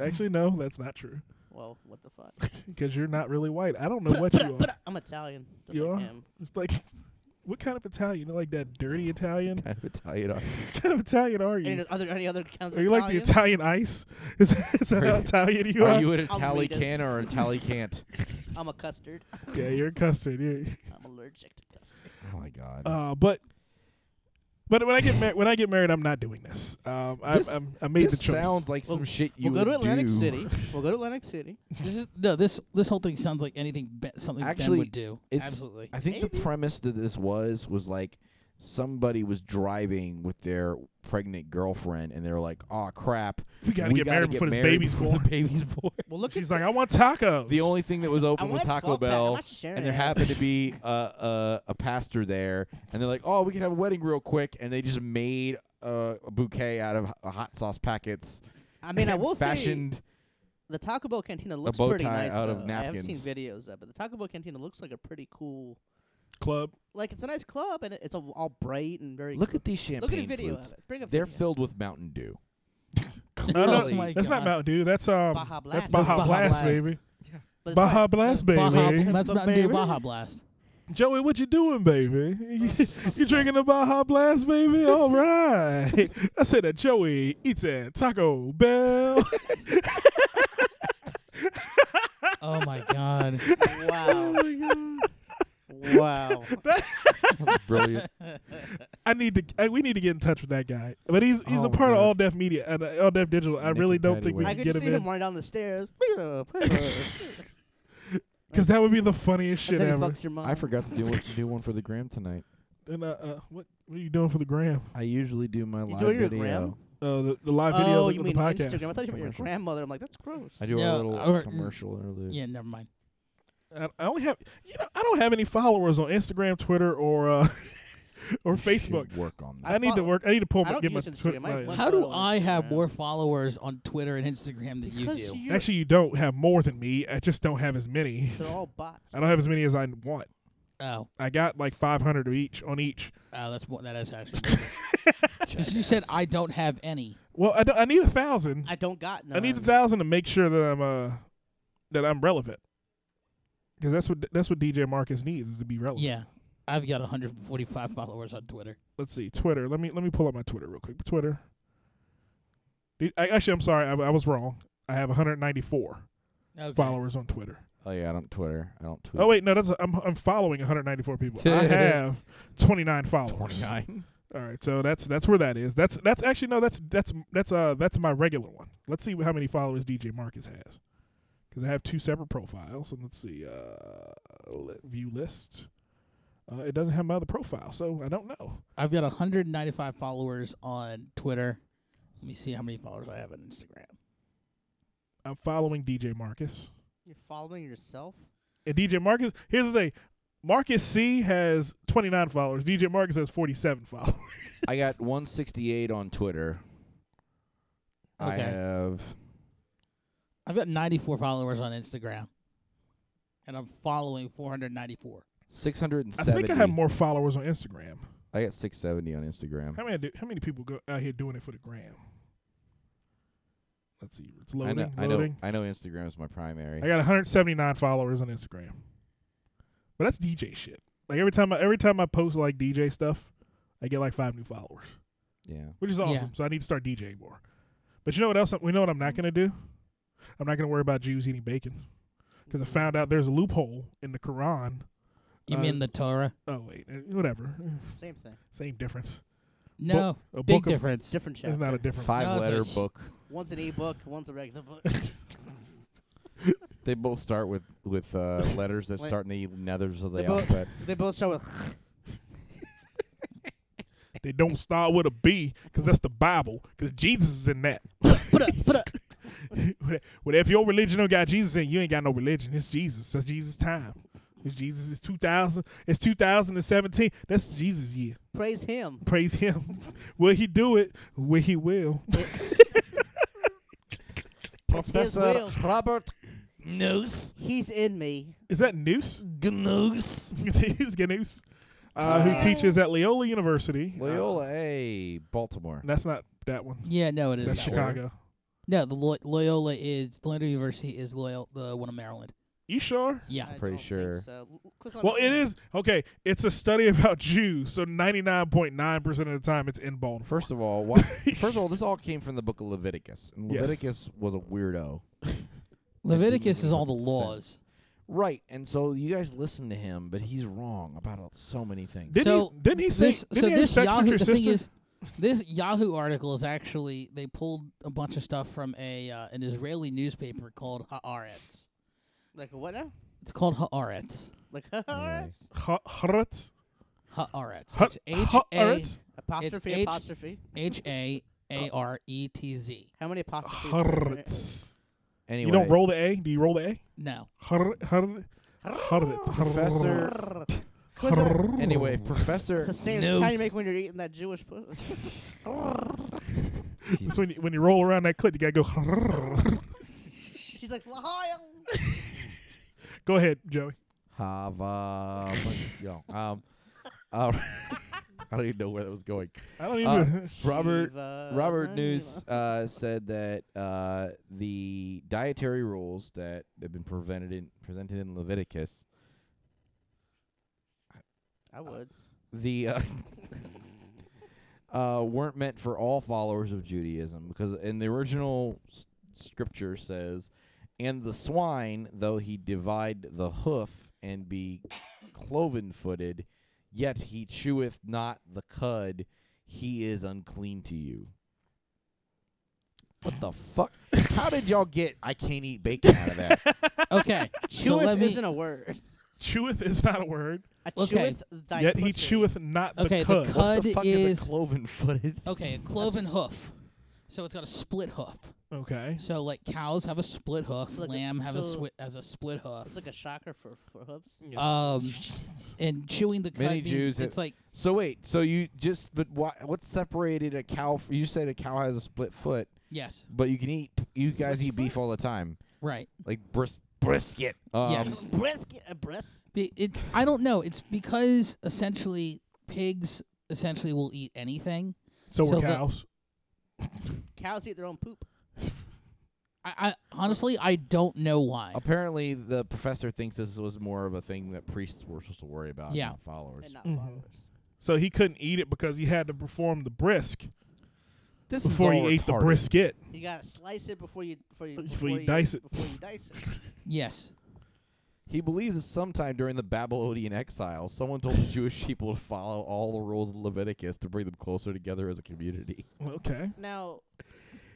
Speaker 1: Actually, no, that's not true.
Speaker 8: well, what the fuck?
Speaker 1: Because you're not really white. I don't know what you are.
Speaker 8: I'm Italian. Just
Speaker 1: You
Speaker 8: like
Speaker 1: are?
Speaker 8: him.
Speaker 1: It's like, what kind of Italian? You know, like that dirty Italian?
Speaker 3: Kind of Italian.
Speaker 1: what kind of Italian are
Speaker 8: Any,
Speaker 1: you?
Speaker 8: are there any other kinds
Speaker 1: Are
Speaker 8: of
Speaker 1: you like the Italian
Speaker 8: Italians?
Speaker 1: ice? Is, is that how Italian you are?
Speaker 3: Are you an
Speaker 8: I'll
Speaker 3: Italian
Speaker 8: read it.
Speaker 3: can or an Italian can't?
Speaker 8: I'm a custard.
Speaker 1: yeah, you're custard. You're,
Speaker 8: I'm allergic to custard.
Speaker 3: Oh my god.
Speaker 1: uh, but But when I get mar- when I get married, I'm not doing this. Um, I,
Speaker 3: This-
Speaker 1: I'm, I made
Speaker 3: this
Speaker 1: the choice.
Speaker 3: sounds like some
Speaker 8: We'll-
Speaker 3: shit you
Speaker 8: We'll go to
Speaker 3: would
Speaker 8: Atlantic
Speaker 3: do.
Speaker 8: City. We'll go to Atlantic City.
Speaker 4: This is, no, this this whole thing sounds like anything be, something Ben
Speaker 3: Actually,
Speaker 4: would do.
Speaker 3: It's,
Speaker 4: Absolutely.
Speaker 3: I think the premise that this was was like somebody was driving with their pregnant girlfriend, and they're like, "Oh crap,
Speaker 1: We gotta get married before this baby's
Speaker 3: before
Speaker 1: born."
Speaker 3: The baby's born.
Speaker 8: Well, look
Speaker 1: She's
Speaker 8: at
Speaker 1: like, I want tacos.
Speaker 3: The only thing that was open was
Speaker 8: want
Speaker 3: Taco
Speaker 8: small pack. I
Speaker 3: Bell,
Speaker 8: want share
Speaker 3: and there
Speaker 8: it.
Speaker 3: happened to be a, a a pastor there, and they're like, "Oh, we can have a wedding real quick," and they just made a, a bouquet out of h- hot sauce packets.
Speaker 8: I mean, I
Speaker 3: and
Speaker 8: will say
Speaker 3: fashioned
Speaker 8: the Taco Bell cantina looks
Speaker 3: bow
Speaker 8: pretty
Speaker 3: tie
Speaker 8: nice.
Speaker 3: out
Speaker 8: though.
Speaker 3: of
Speaker 8: I have
Speaker 3: napkins.
Speaker 8: seen videos of it. The Taco Bell cantina looks like a pretty cool.
Speaker 1: club.
Speaker 8: Like it's a nice club and it- it's all- all bright and very.
Speaker 3: Look
Speaker 8: cool.
Speaker 3: at these
Speaker 8: look at a
Speaker 3: champagne
Speaker 8: video
Speaker 3: flutes.
Speaker 8: of it. Bring up
Speaker 3: They're
Speaker 8: video.
Speaker 3: filled with Mountain Dew.
Speaker 1: No, no,
Speaker 4: Oh my
Speaker 1: that's not
Speaker 4: God.
Speaker 1: Mountain Dew. That's um,
Speaker 8: Baja
Speaker 1: that's
Speaker 8: Blast.
Speaker 1: Baja,
Speaker 4: Baja
Speaker 1: Blast,
Speaker 4: Blast.
Speaker 1: baby.
Speaker 8: But it's
Speaker 1: Baja
Speaker 8: not-
Speaker 1: Blast, baby.
Speaker 4: Baja, that's
Speaker 8: But
Speaker 4: not do
Speaker 8: baby.
Speaker 4: Baja Blast.
Speaker 1: Joey, what you doing, baby? you drinking the Baja Blast, baby? All right. I said that Joey eats at Taco Bell.
Speaker 4: Oh my god.
Speaker 8: Wow. wow.
Speaker 3: Brilliant.
Speaker 1: I need to. I, we need to get in touch with that guy. But he's he's
Speaker 3: Oh,
Speaker 1: a part of
Speaker 3: God.
Speaker 1: All Deaf Media and uh, All Deaf Digital. I
Speaker 3: Nick
Speaker 1: really
Speaker 3: and
Speaker 1: don't
Speaker 3: Patty
Speaker 1: think we
Speaker 3: Wayne.
Speaker 8: I
Speaker 1: can
Speaker 8: could
Speaker 1: get
Speaker 8: just see
Speaker 1: him
Speaker 8: him
Speaker 1: in
Speaker 8: running down the stairs. and
Speaker 1: because that would be the funniest shit
Speaker 8: then he
Speaker 1: ever.
Speaker 8: fucks your mom.
Speaker 3: I forgot to do, one- do one for the gram tonight.
Speaker 1: And uh, uh, what what are you doing for the gram?
Speaker 3: I usually do my live
Speaker 8: doing your
Speaker 3: video.
Speaker 8: gram?
Speaker 1: Uh, the, the live video
Speaker 8: Oh,
Speaker 1: of
Speaker 8: you
Speaker 1: the,
Speaker 8: mean
Speaker 1: podcast.
Speaker 8: Instagram? I thought you meant your
Speaker 3: Commercial.
Speaker 8: grandmother. I'm like, that's gross.
Speaker 3: I do
Speaker 4: Yeah,
Speaker 3: a little
Speaker 4: or-
Speaker 3: commercial interlude.
Speaker 4: Yeah, never mind.
Speaker 1: I, I only have you know I don't have any followers on Instagram, Twitter, or uh, or Facebook.
Speaker 3: Should work on that.
Speaker 1: I, need to
Speaker 8: follow-
Speaker 1: work. I need to pull my
Speaker 8: I don't
Speaker 1: get my
Speaker 8: use Instagram.
Speaker 1: Twitter.
Speaker 8: I
Speaker 1: my-
Speaker 8: have one
Speaker 4: How do
Speaker 8: follower on
Speaker 4: I have
Speaker 8: Instagram.
Speaker 4: more followers on Twitter and Instagram than you
Speaker 8: Because
Speaker 4: do?
Speaker 8: you're-
Speaker 1: Actually, you don't have more than me. I just don't have as many.
Speaker 8: they're all bots.
Speaker 1: I don't have as many as I want.
Speaker 4: Oh,
Speaker 1: I got like 500 of each on each.
Speaker 4: oh, that's more, that is actually. more. 'Cause you said I don't have any.
Speaker 1: Well, I, don't- I need a thousand.
Speaker 8: I don't got none.
Speaker 1: I need a thousand to make sure that I'm uh that I'm relevant. Because that's what that's what DJ Marcus needs is to be relevant.
Speaker 4: Yeah, I've got 145 followers on Twitter.
Speaker 1: Let's see Twitter. Let me let me pull up my Twitter real quick. Twitter. Dude, I, actually, I'm sorry. I, I was wrong. I have 194
Speaker 4: Okay.
Speaker 1: followers on Twitter.
Speaker 3: Oh yeah, I don't Twitter. I don't tweet.
Speaker 1: Oh wait, no, that's I'm I'm following 194 people. I have 29 followers.
Speaker 3: nine.
Speaker 1: All right, so that's that's where that is. That's that's actually no, that's that's that's uh that's my regular one. Let's see how many followers DJ Marcus has, because I have two separate profiles. And let's see, uh, li- view list. Uh, it doesn't have my other profile, so I don't know.
Speaker 4: I've got 195 followers on Twitter. Let me see how many followers I have on Instagram.
Speaker 1: I'm following DJ Marcus.
Speaker 8: You're following yourself.
Speaker 1: And DJ Marcus, here's the thing: Marcus C has 29 followers. DJ Marcus has 47 followers.
Speaker 3: I got 168 on Twitter. I
Speaker 4: Okay.
Speaker 3: have.
Speaker 4: I've got 94 followers on Instagram, and I'm following 494.
Speaker 1: I
Speaker 3: 670.
Speaker 1: think I have more followers on Instagram.
Speaker 3: I got 670 on Instagram.
Speaker 1: How many do, how many people go out here doing it for the gram? Let's see. It's loading.
Speaker 3: I know.
Speaker 1: loading.
Speaker 3: I know. I know. Instagram is my primary.
Speaker 1: I got 179 followers on Instagram. But that's DJ shit. Like every time I every time I post like DJ stuff, I get like five new followers,
Speaker 3: yeah.
Speaker 1: which is
Speaker 4: Yeah.
Speaker 1: awesome. So I need to start DJing more. But you know what else? We know what I'm not gonna do. I'm not gonna worry about Jews eating bacon because I found out there's a loophole in the Quran.
Speaker 4: You
Speaker 1: Uh,
Speaker 4: mean the Torah?
Speaker 1: Oh wait, eh, whatever.
Speaker 8: Same thing.
Speaker 1: Same difference.
Speaker 4: No,
Speaker 1: A
Speaker 4: big
Speaker 1: book of-
Speaker 4: difference.
Speaker 8: Different chapter.
Speaker 1: It's not a different.
Speaker 3: Five
Speaker 4: it's
Speaker 3: letter
Speaker 4: a-
Speaker 3: book.
Speaker 8: One's an e-book. One's a regular book.
Speaker 3: They both start with with uh, letters that
Speaker 8: Wait.
Speaker 3: start in the nethers of the
Speaker 8: They both-
Speaker 3: alphabet.
Speaker 8: they both start with.
Speaker 1: They don't start with a B because that's the Bible. Because Jesus is in that.
Speaker 8: Put up, put up.
Speaker 1: Well, if your religion don't got Jesus in, it, you ain't got no religion. It's Jesus. That's Jesus' time. It's Jesus. It's two thousand. It's two thousand and seventeen. That's Jesus' year.
Speaker 8: Praise him.
Speaker 1: Praise Him. will He do it? Will He will?
Speaker 8: His will.
Speaker 3: Robert Noose.
Speaker 8: He's in me.
Speaker 1: Is that Noose?
Speaker 3: Gnoose.
Speaker 1: He's Ganoose, uh, who teaches at Loyola University. Uh,
Speaker 3: Loyola, hey, Baltimore.
Speaker 1: that's not that one.
Speaker 4: Yeah, no, it is
Speaker 1: That's
Speaker 4: not.
Speaker 1: Chicago.
Speaker 4: No, the Loy- Loyola is Loyola University is Loyola, the one in Maryland.
Speaker 1: You sure?
Speaker 4: Yeah,
Speaker 8: I
Speaker 3: pretty
Speaker 8: don't think
Speaker 3: sure.
Speaker 8: so. L- click on
Speaker 1: Well,
Speaker 8: the
Speaker 1: it
Speaker 8: link.
Speaker 1: is okay. It's a study about Jews, so ninety nine point nine percent of the time it's in Baltimore.
Speaker 3: First of all, why, first of all, this all came from the book of Leviticus. And
Speaker 1: Yes.
Speaker 3: Leviticus was a weirdo.
Speaker 4: Leviticus
Speaker 3: even
Speaker 4: is all the
Speaker 3: make sense.
Speaker 4: laws.
Speaker 3: Right, and so you guys listen to him, but he's wrong about uh, so many things.
Speaker 1: Didn't
Speaker 4: so
Speaker 1: he, didn't he say?
Speaker 4: this,
Speaker 1: didn't
Speaker 4: so
Speaker 1: he have
Speaker 4: this
Speaker 1: sex
Speaker 4: Yahoo
Speaker 1: with your
Speaker 4: the
Speaker 1: sister?
Speaker 4: thing is this Yahoo article is actually they pulled a bunch of stuff from a uh, an Israeli newspaper called Haaretz.
Speaker 8: Like what now?
Speaker 4: It's called Haaretz.
Speaker 8: Like Haaretz?
Speaker 1: Ha- Haaretz?
Speaker 4: Haaretz.
Speaker 1: Ha-
Speaker 4: It's H A
Speaker 1: Haaretz?
Speaker 8: apostrophe
Speaker 4: H-
Speaker 8: apostrophe.
Speaker 4: H A A R E T Z.
Speaker 8: How many apostrophes? are there?
Speaker 1: Haaretz.
Speaker 3: Anyway,
Speaker 1: You don't roll the A. Do you roll the A?
Speaker 4: No.
Speaker 1: Har- har- Haaretz.
Speaker 3: Professor.
Speaker 8: What's that?
Speaker 3: Anyway,
Speaker 8: It's
Speaker 3: Professor.
Speaker 8: the same
Speaker 4: No
Speaker 8: sound you
Speaker 4: s-
Speaker 8: make when you're eating that Jewish pussy.
Speaker 1: So when you, when you roll around that clip, you gotta go. har-
Speaker 8: She's like, Lyle.
Speaker 1: Go ahead, Joey.
Speaker 3: Hava. yo, um, uh, I don't even know where that was going.
Speaker 1: I don't
Speaker 3: Uh,
Speaker 1: even.
Speaker 3: Robert
Speaker 8: Shiva
Speaker 3: Robert
Speaker 8: Shiva.
Speaker 3: News uh, said that uh, the dietary rules that have been prevented in, presented in Leviticus,
Speaker 8: I would.
Speaker 3: the uh, uh, weren't meant for all followers of Judaism because in the original s- scripture says, "And the swine, though he divide the hoof and be cloven-footed, yet he cheweth not the cud; he is unclean to you." What the fuck? How did y'all get? I can't eat bacon out of that.
Speaker 4: Okay. so
Speaker 8: Cheweth
Speaker 4: let me.
Speaker 8: isn't a word.
Speaker 1: Cheweth is not a word.
Speaker 8: A
Speaker 4: Okay.
Speaker 8: cheweth thy
Speaker 1: yet
Speaker 8: pussy.
Speaker 1: he cheweth not the
Speaker 4: okay.
Speaker 1: cud.
Speaker 4: The
Speaker 3: what
Speaker 4: cud
Speaker 3: the fuck
Speaker 4: is,
Speaker 3: is a cloven-footed?
Speaker 4: okay. A cloven hoof. So it's got a split hoof.
Speaker 1: Okay.
Speaker 4: So like cows have a split hoof,
Speaker 8: It's like a-
Speaker 4: lamb have a
Speaker 8: so-
Speaker 4: swi- has a split hoof.
Speaker 8: It's like a shocker for, for hooves.
Speaker 4: Um, and chewing the cud
Speaker 3: Many
Speaker 4: means
Speaker 3: Jews have-
Speaker 4: it's like
Speaker 3: So wait, so you just but why, what separated a cow? F- you said a cow has a split foot,
Speaker 4: yes,
Speaker 3: but you can eat. You guys eat beef all the time,
Speaker 4: right.
Speaker 3: like bris- brisket. Um,
Speaker 4: Yes.
Speaker 8: Brisket, a bris.
Speaker 4: Be- It, I don't know. It's because essentially pigs essentially will eat anything.
Speaker 1: So we're
Speaker 4: So the-
Speaker 1: cows.
Speaker 8: Cows eat their own poop.
Speaker 4: I, I honestly I don't know why.
Speaker 3: Apparently, the professor thinks this was more of a thing that priests were supposed to worry about,
Speaker 4: Yeah.
Speaker 3: not followers.
Speaker 8: And not
Speaker 1: Mhm.
Speaker 8: followers.
Speaker 1: So he couldn't eat it because he had to perform the brisk
Speaker 3: This
Speaker 1: before he ate the brisket.
Speaker 8: You gotta slice it before you before you
Speaker 1: Before
Speaker 8: before
Speaker 1: you dice it.
Speaker 8: Before you dice it.
Speaker 4: Yes.
Speaker 3: He believes that sometime during the Babylonian exile, someone told the Jewish people to follow all the rules of Leviticus to bring them closer together as a community.
Speaker 1: Okay.
Speaker 8: Now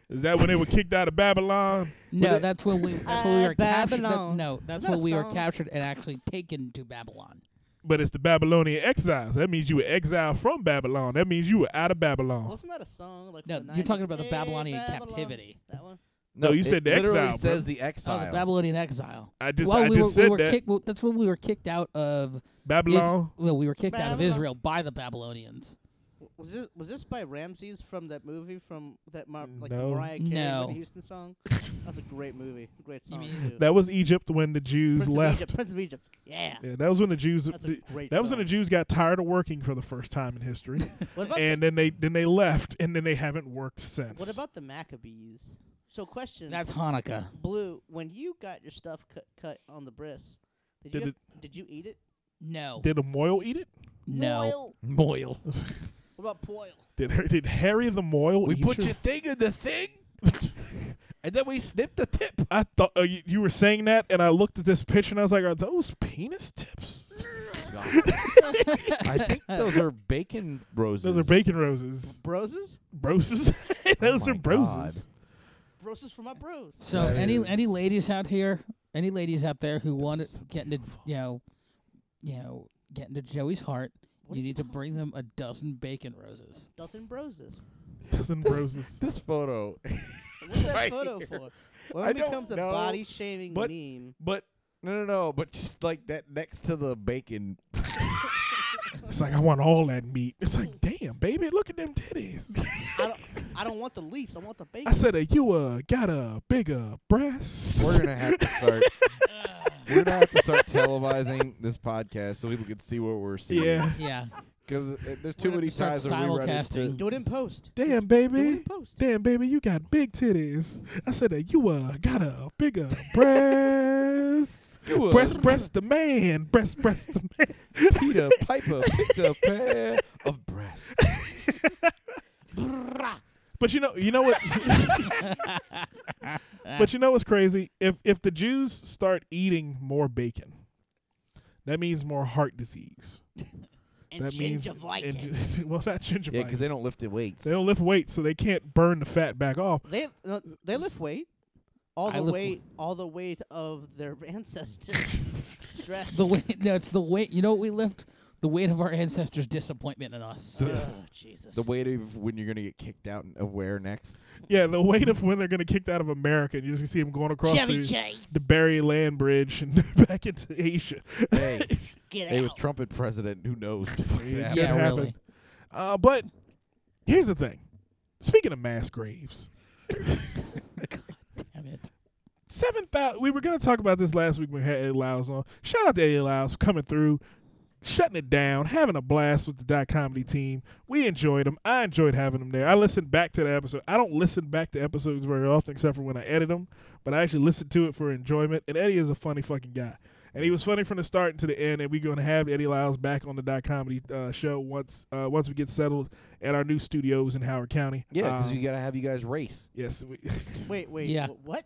Speaker 1: Is that when they were kicked out of Babylon?
Speaker 4: No, that's when we that's when we
Speaker 8: Uh,
Speaker 4: were captured. that-
Speaker 8: Babylon.
Speaker 4: no, that's
Speaker 8: that
Speaker 4: when
Speaker 8: a
Speaker 4: we were
Speaker 8: song?
Speaker 4: captured and actually taken to Babylon.
Speaker 1: But it's the Babylonian exiles. That means you were exiled from Babylon. That means you were out of Babylon.
Speaker 8: wasn't that a song like
Speaker 4: No,
Speaker 8: from the
Speaker 4: you're
Speaker 8: 90s?
Speaker 4: talking about the
Speaker 8: Hey,
Speaker 4: Babylonian
Speaker 8: Babylon.
Speaker 4: captivity.
Speaker 8: That one.
Speaker 1: No, you
Speaker 3: it
Speaker 1: said the
Speaker 3: literally
Speaker 1: exile, bro.
Speaker 3: says the exile.
Speaker 4: Oh, the Babylonian exile.
Speaker 1: I just,
Speaker 4: well,
Speaker 1: I
Speaker 4: we
Speaker 1: just
Speaker 4: were,
Speaker 1: said
Speaker 4: we were
Speaker 1: that
Speaker 4: kicked. Well, that's when we were kicked out of. Is-
Speaker 1: Babylon.
Speaker 4: well, we were kicked out of
Speaker 8: Babylon.
Speaker 4: Israel by the Babylonians.
Speaker 8: W- Was this was this by Ramses from that movie from that Mar- like
Speaker 1: No.
Speaker 8: the Mariah Carey Whitney
Speaker 4: No.
Speaker 8: Houston song? That's a great movie, great
Speaker 4: You
Speaker 8: song
Speaker 4: mean-
Speaker 8: too.
Speaker 1: that was Egypt when the Jews
Speaker 8: Prince
Speaker 1: left.
Speaker 8: of Egypt, Prince of Egypt. Yeah,
Speaker 1: Yeah, that was when the Jews.
Speaker 8: that's a
Speaker 1: the-
Speaker 8: great.
Speaker 1: that was when the
Speaker 8: song.
Speaker 1: Jews got tired of working for the first time in history,
Speaker 8: What about
Speaker 1: and then they then they left, and then they haven't worked since.
Speaker 8: What about the Maccabees? So question.
Speaker 4: That's Hanukkah.
Speaker 8: Blue. When you got your stuff cut cut on the bris, did,
Speaker 1: Did
Speaker 8: you have- did you eat it?
Speaker 4: No.
Speaker 1: did a Moyle eat it?
Speaker 4: no.
Speaker 8: Poil.
Speaker 3: Moil.
Speaker 8: What about poil?
Speaker 1: Did did Harry the Moyle?
Speaker 3: We
Speaker 1: eat
Speaker 3: put
Speaker 1: your-
Speaker 3: your thing in the thing, and then we snip the tip.
Speaker 1: I thought uh, you, you were saying that, and I looked at this picture, and I was like, "Are those penis tips?
Speaker 3: I think those are bacon roses. Oh
Speaker 1: Those are bacon roses,
Speaker 8: Broses?
Speaker 1: broses. those
Speaker 3: my
Speaker 1: are broses."
Speaker 8: Broses for my bros.
Speaker 4: So any any ladies out here, any ladies out there who want to get into you know, you know, get into Joey's heart,
Speaker 8: What
Speaker 4: you
Speaker 8: are
Speaker 4: need to bring them a dozen bacon roses.
Speaker 8: Dozen broses.
Speaker 1: Dozen broses.
Speaker 3: This photo,
Speaker 8: What's that
Speaker 3: Right
Speaker 8: photo
Speaker 3: here.
Speaker 8: for? When
Speaker 3: I
Speaker 8: it
Speaker 3: don't
Speaker 8: becomes a
Speaker 3: know,
Speaker 8: body shaming
Speaker 3: but-
Speaker 8: meme.
Speaker 3: but no, no, no. But just like that next to the bacon.
Speaker 1: It's like I want all that meat. It's like, damn, baby, look at them titties.
Speaker 8: I don't, I don't want the leaves. I want the bacon.
Speaker 1: I said, "Are you uh, got a bigger breast?"
Speaker 3: We're gonna have to start. we're gonna have to start televising this podcast so people can see what we're seeing.
Speaker 1: yeah.
Speaker 4: Yeah.
Speaker 3: because there's too
Speaker 4: We're
Speaker 3: many
Speaker 4: gonna have to start
Speaker 3: times where we run
Speaker 4: simulcasting.
Speaker 3: into.
Speaker 8: Do it in post.
Speaker 1: Damn,
Speaker 8: Do it in
Speaker 1: baby.
Speaker 8: post.
Speaker 1: Damn, baby, you got big titties. I said that you uh got a bigger breast.
Speaker 3: You a
Speaker 1: breast, breast the man. Breast, breast the man.
Speaker 3: Peter Piper picked a pair of breasts.
Speaker 1: But you know, you know what? but you know what's crazy? If if the Jews start eating more bacon, that means more heart disease.
Speaker 5: And
Speaker 1: means
Speaker 5: gingivitis.
Speaker 1: and, well, not gingivitis.
Speaker 3: Yeah, because they don't lift the weights.
Speaker 1: They don't lift weights, so they can't burn the fat back off.
Speaker 8: They no, they lift weight. All
Speaker 4: I
Speaker 8: the
Speaker 4: lift
Speaker 8: weight, all the weight of their ancestors. Stress.
Speaker 4: The weight. That's the weight. You know what we lift? The weight of our ancestors' disappointment in us.
Speaker 8: oh, Jesus.
Speaker 3: The weight of when you're gonna get kicked out of where next.
Speaker 1: Yeah, the weight of when they're going to kicked out of America, and you just see them going across
Speaker 5: Chevy
Speaker 1: the,
Speaker 5: Chase.
Speaker 1: the Barry Land Bridge and back into Asia.
Speaker 3: Hey,
Speaker 5: Get
Speaker 3: hey,
Speaker 5: out.
Speaker 3: with Trump and president, who knows? The fuck
Speaker 1: It
Speaker 3: that
Speaker 1: could
Speaker 4: Yeah,
Speaker 3: happened.
Speaker 1: happen.
Speaker 4: really.
Speaker 1: Uh, but here's the thing. Speaking of mass graves,
Speaker 4: Damn it.
Speaker 1: seven thousand. We were going to talk about this last week when we had Eddie Lyles on. Shout out to Eddie Lyles for coming through, shutting it down, having a blast with the dot comedy team. We enjoyed them. I enjoyed having them there. I listened back to the episode. I don't listen back to episodes very often, except for when I edit them. But I actually listened to it for enjoyment. And Eddie is a funny fucking guy. And he was funny from the start to the end, and we're going to have Eddie Lyles back on the dot comedy uh, show once uh, once we get settled at our new studios in Howard County.
Speaker 3: Yeah, because
Speaker 1: Um,
Speaker 3: we gotta have you guys race.
Speaker 1: yes, we,
Speaker 8: Wait, wait.
Speaker 4: Yeah.
Speaker 8: wh- What?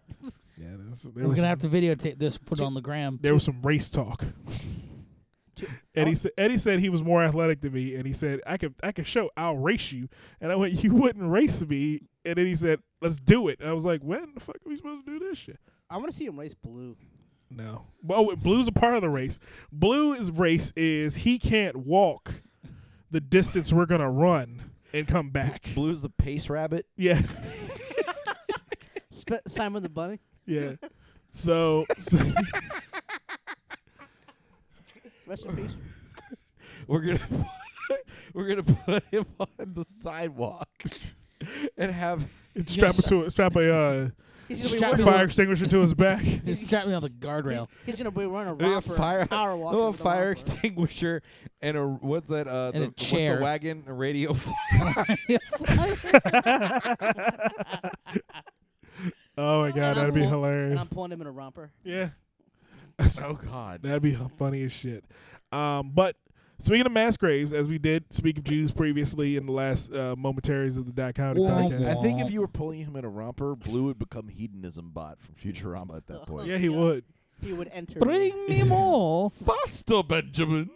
Speaker 1: yeah, there's- there
Speaker 4: We're
Speaker 1: was-
Speaker 4: gonna have to videotape this, put it on the gram.
Speaker 1: there was some race talk. Eddie said Eddie said he was more athletic than me, and he said I could I could show I'll race you, and I went you wouldn't race me, and then he said let's do it, and I was like when the fuck are we supposed to do this shit?
Speaker 8: I want to see him race blue.
Speaker 1: No, well wait, blue's a part of the race. Blue's race is he can't walk the distance we're gonna run and come back.
Speaker 3: Blue's the pace rabbit.
Speaker 1: Yes,
Speaker 8: Sp- Simon the Bunny.
Speaker 1: yeah. So, so
Speaker 8: Rest in peace.
Speaker 3: We're gonna we're gonna put him on the sidewalk and have
Speaker 1: strap a to strap a uh,
Speaker 8: He's gonna be
Speaker 4: Strap
Speaker 8: running.
Speaker 1: fire extinguisher to his back.
Speaker 4: Just drop me on the guardrail.
Speaker 8: He's gonna be running a
Speaker 3: we have
Speaker 8: romper,
Speaker 3: fire
Speaker 8: power walk.
Speaker 3: no, a fire extinguisher and a what's that? Uh,
Speaker 4: And
Speaker 3: the,
Speaker 4: a
Speaker 3: What's
Speaker 4: chair.
Speaker 3: the wagon? A radio.
Speaker 1: Oh my god, that'd be
Speaker 8: And I'm
Speaker 1: hilarious.
Speaker 8: pulling him in a romper.
Speaker 1: Yeah.
Speaker 3: oh God.
Speaker 1: That'd be funny as shit. Um, but speaking of mass graves, as we did speak of Jews previously in the last uh, momentaries of the Dot Comedy
Speaker 4: Whoa,
Speaker 1: podcast.
Speaker 3: I think if you were pulling him in a romper, Blue would become hedonism bot from Futurama at that point.
Speaker 1: Yeah, he would.
Speaker 8: He would enter. me.
Speaker 4: Bring me more.
Speaker 3: Foster Benjamin.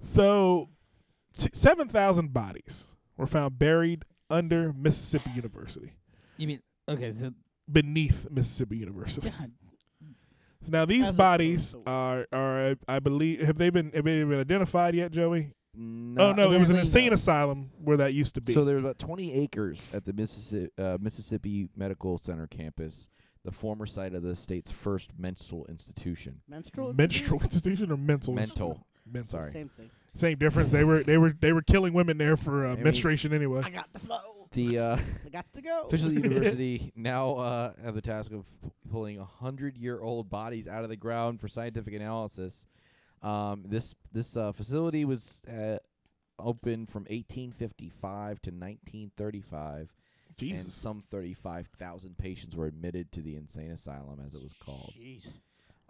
Speaker 1: So, s- 7,000 bodies were found buried under Mississippi University,
Speaker 4: You mean okay? So,
Speaker 1: beneath Mississippi University.
Speaker 4: God,
Speaker 1: Now, these
Speaker 8: As a-
Speaker 1: bodies are, are, I believe, have they been have they been identified yet, Joey?
Speaker 3: No,
Speaker 1: oh, no, it was an
Speaker 4: Apparently
Speaker 1: insane
Speaker 4: no.
Speaker 1: asylum where that used to be.
Speaker 3: So there were about 20 acres at the Mississippi, uh, Mississippi Medical Center campus, the former site of the state's first mental institution.
Speaker 8: Menstrual.
Speaker 1: Menstrual institution or mental?
Speaker 3: Mental.
Speaker 1: Mental.
Speaker 3: Sorry.
Speaker 8: Same thing.
Speaker 1: Same difference. They were they were they were killing women there for uh,
Speaker 3: mean-
Speaker 1: menstruation anyway.
Speaker 5: I got the flow.
Speaker 3: The uh,
Speaker 8: I got to go.
Speaker 3: official university now uh, have the task of p- pulling 100-year-old bodies out of the ground for scientific analysis. Um, this this uh, facility was uh, open from 1855 to 1935, and
Speaker 1: Jesus.
Speaker 3: some 35,000 patients were admitted to the insane asylum, as it was called.
Speaker 8: Jeez.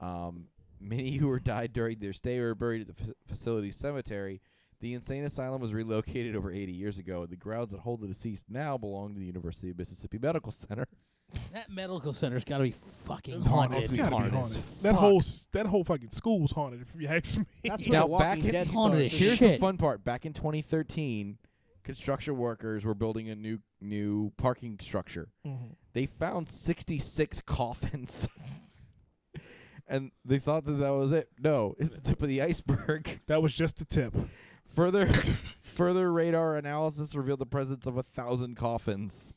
Speaker 3: Um, many who were died during their stay were buried at the f- facility cemetery. The insane asylum was relocated over 80 years ago. The grounds that hold the deceased now belong to the University of Mississippi Medical Center.
Speaker 4: that medical center's got to be fucking
Speaker 1: It's haunted.
Speaker 4: haunted.
Speaker 1: It's gotta be
Speaker 3: Haunted
Speaker 1: haunted.
Speaker 3: as
Speaker 1: That
Speaker 4: fuck.
Speaker 1: whole s- that whole fucking school's haunted. If you ask me,
Speaker 8: That's
Speaker 3: Now,
Speaker 8: where the
Speaker 3: back
Speaker 8: Walking
Speaker 3: in-
Speaker 8: Dead started.
Speaker 4: Haunted as
Speaker 3: Here's the
Speaker 4: Shit.
Speaker 3: fun part. Back in 2013, construction workers were building a new new parking structure. They found 66 coffins. and they thought that that was it. No, it's the tip of the iceberg.
Speaker 1: that was just the tip.
Speaker 3: Further, further radar analysis revealed the presence of a thousand coffins.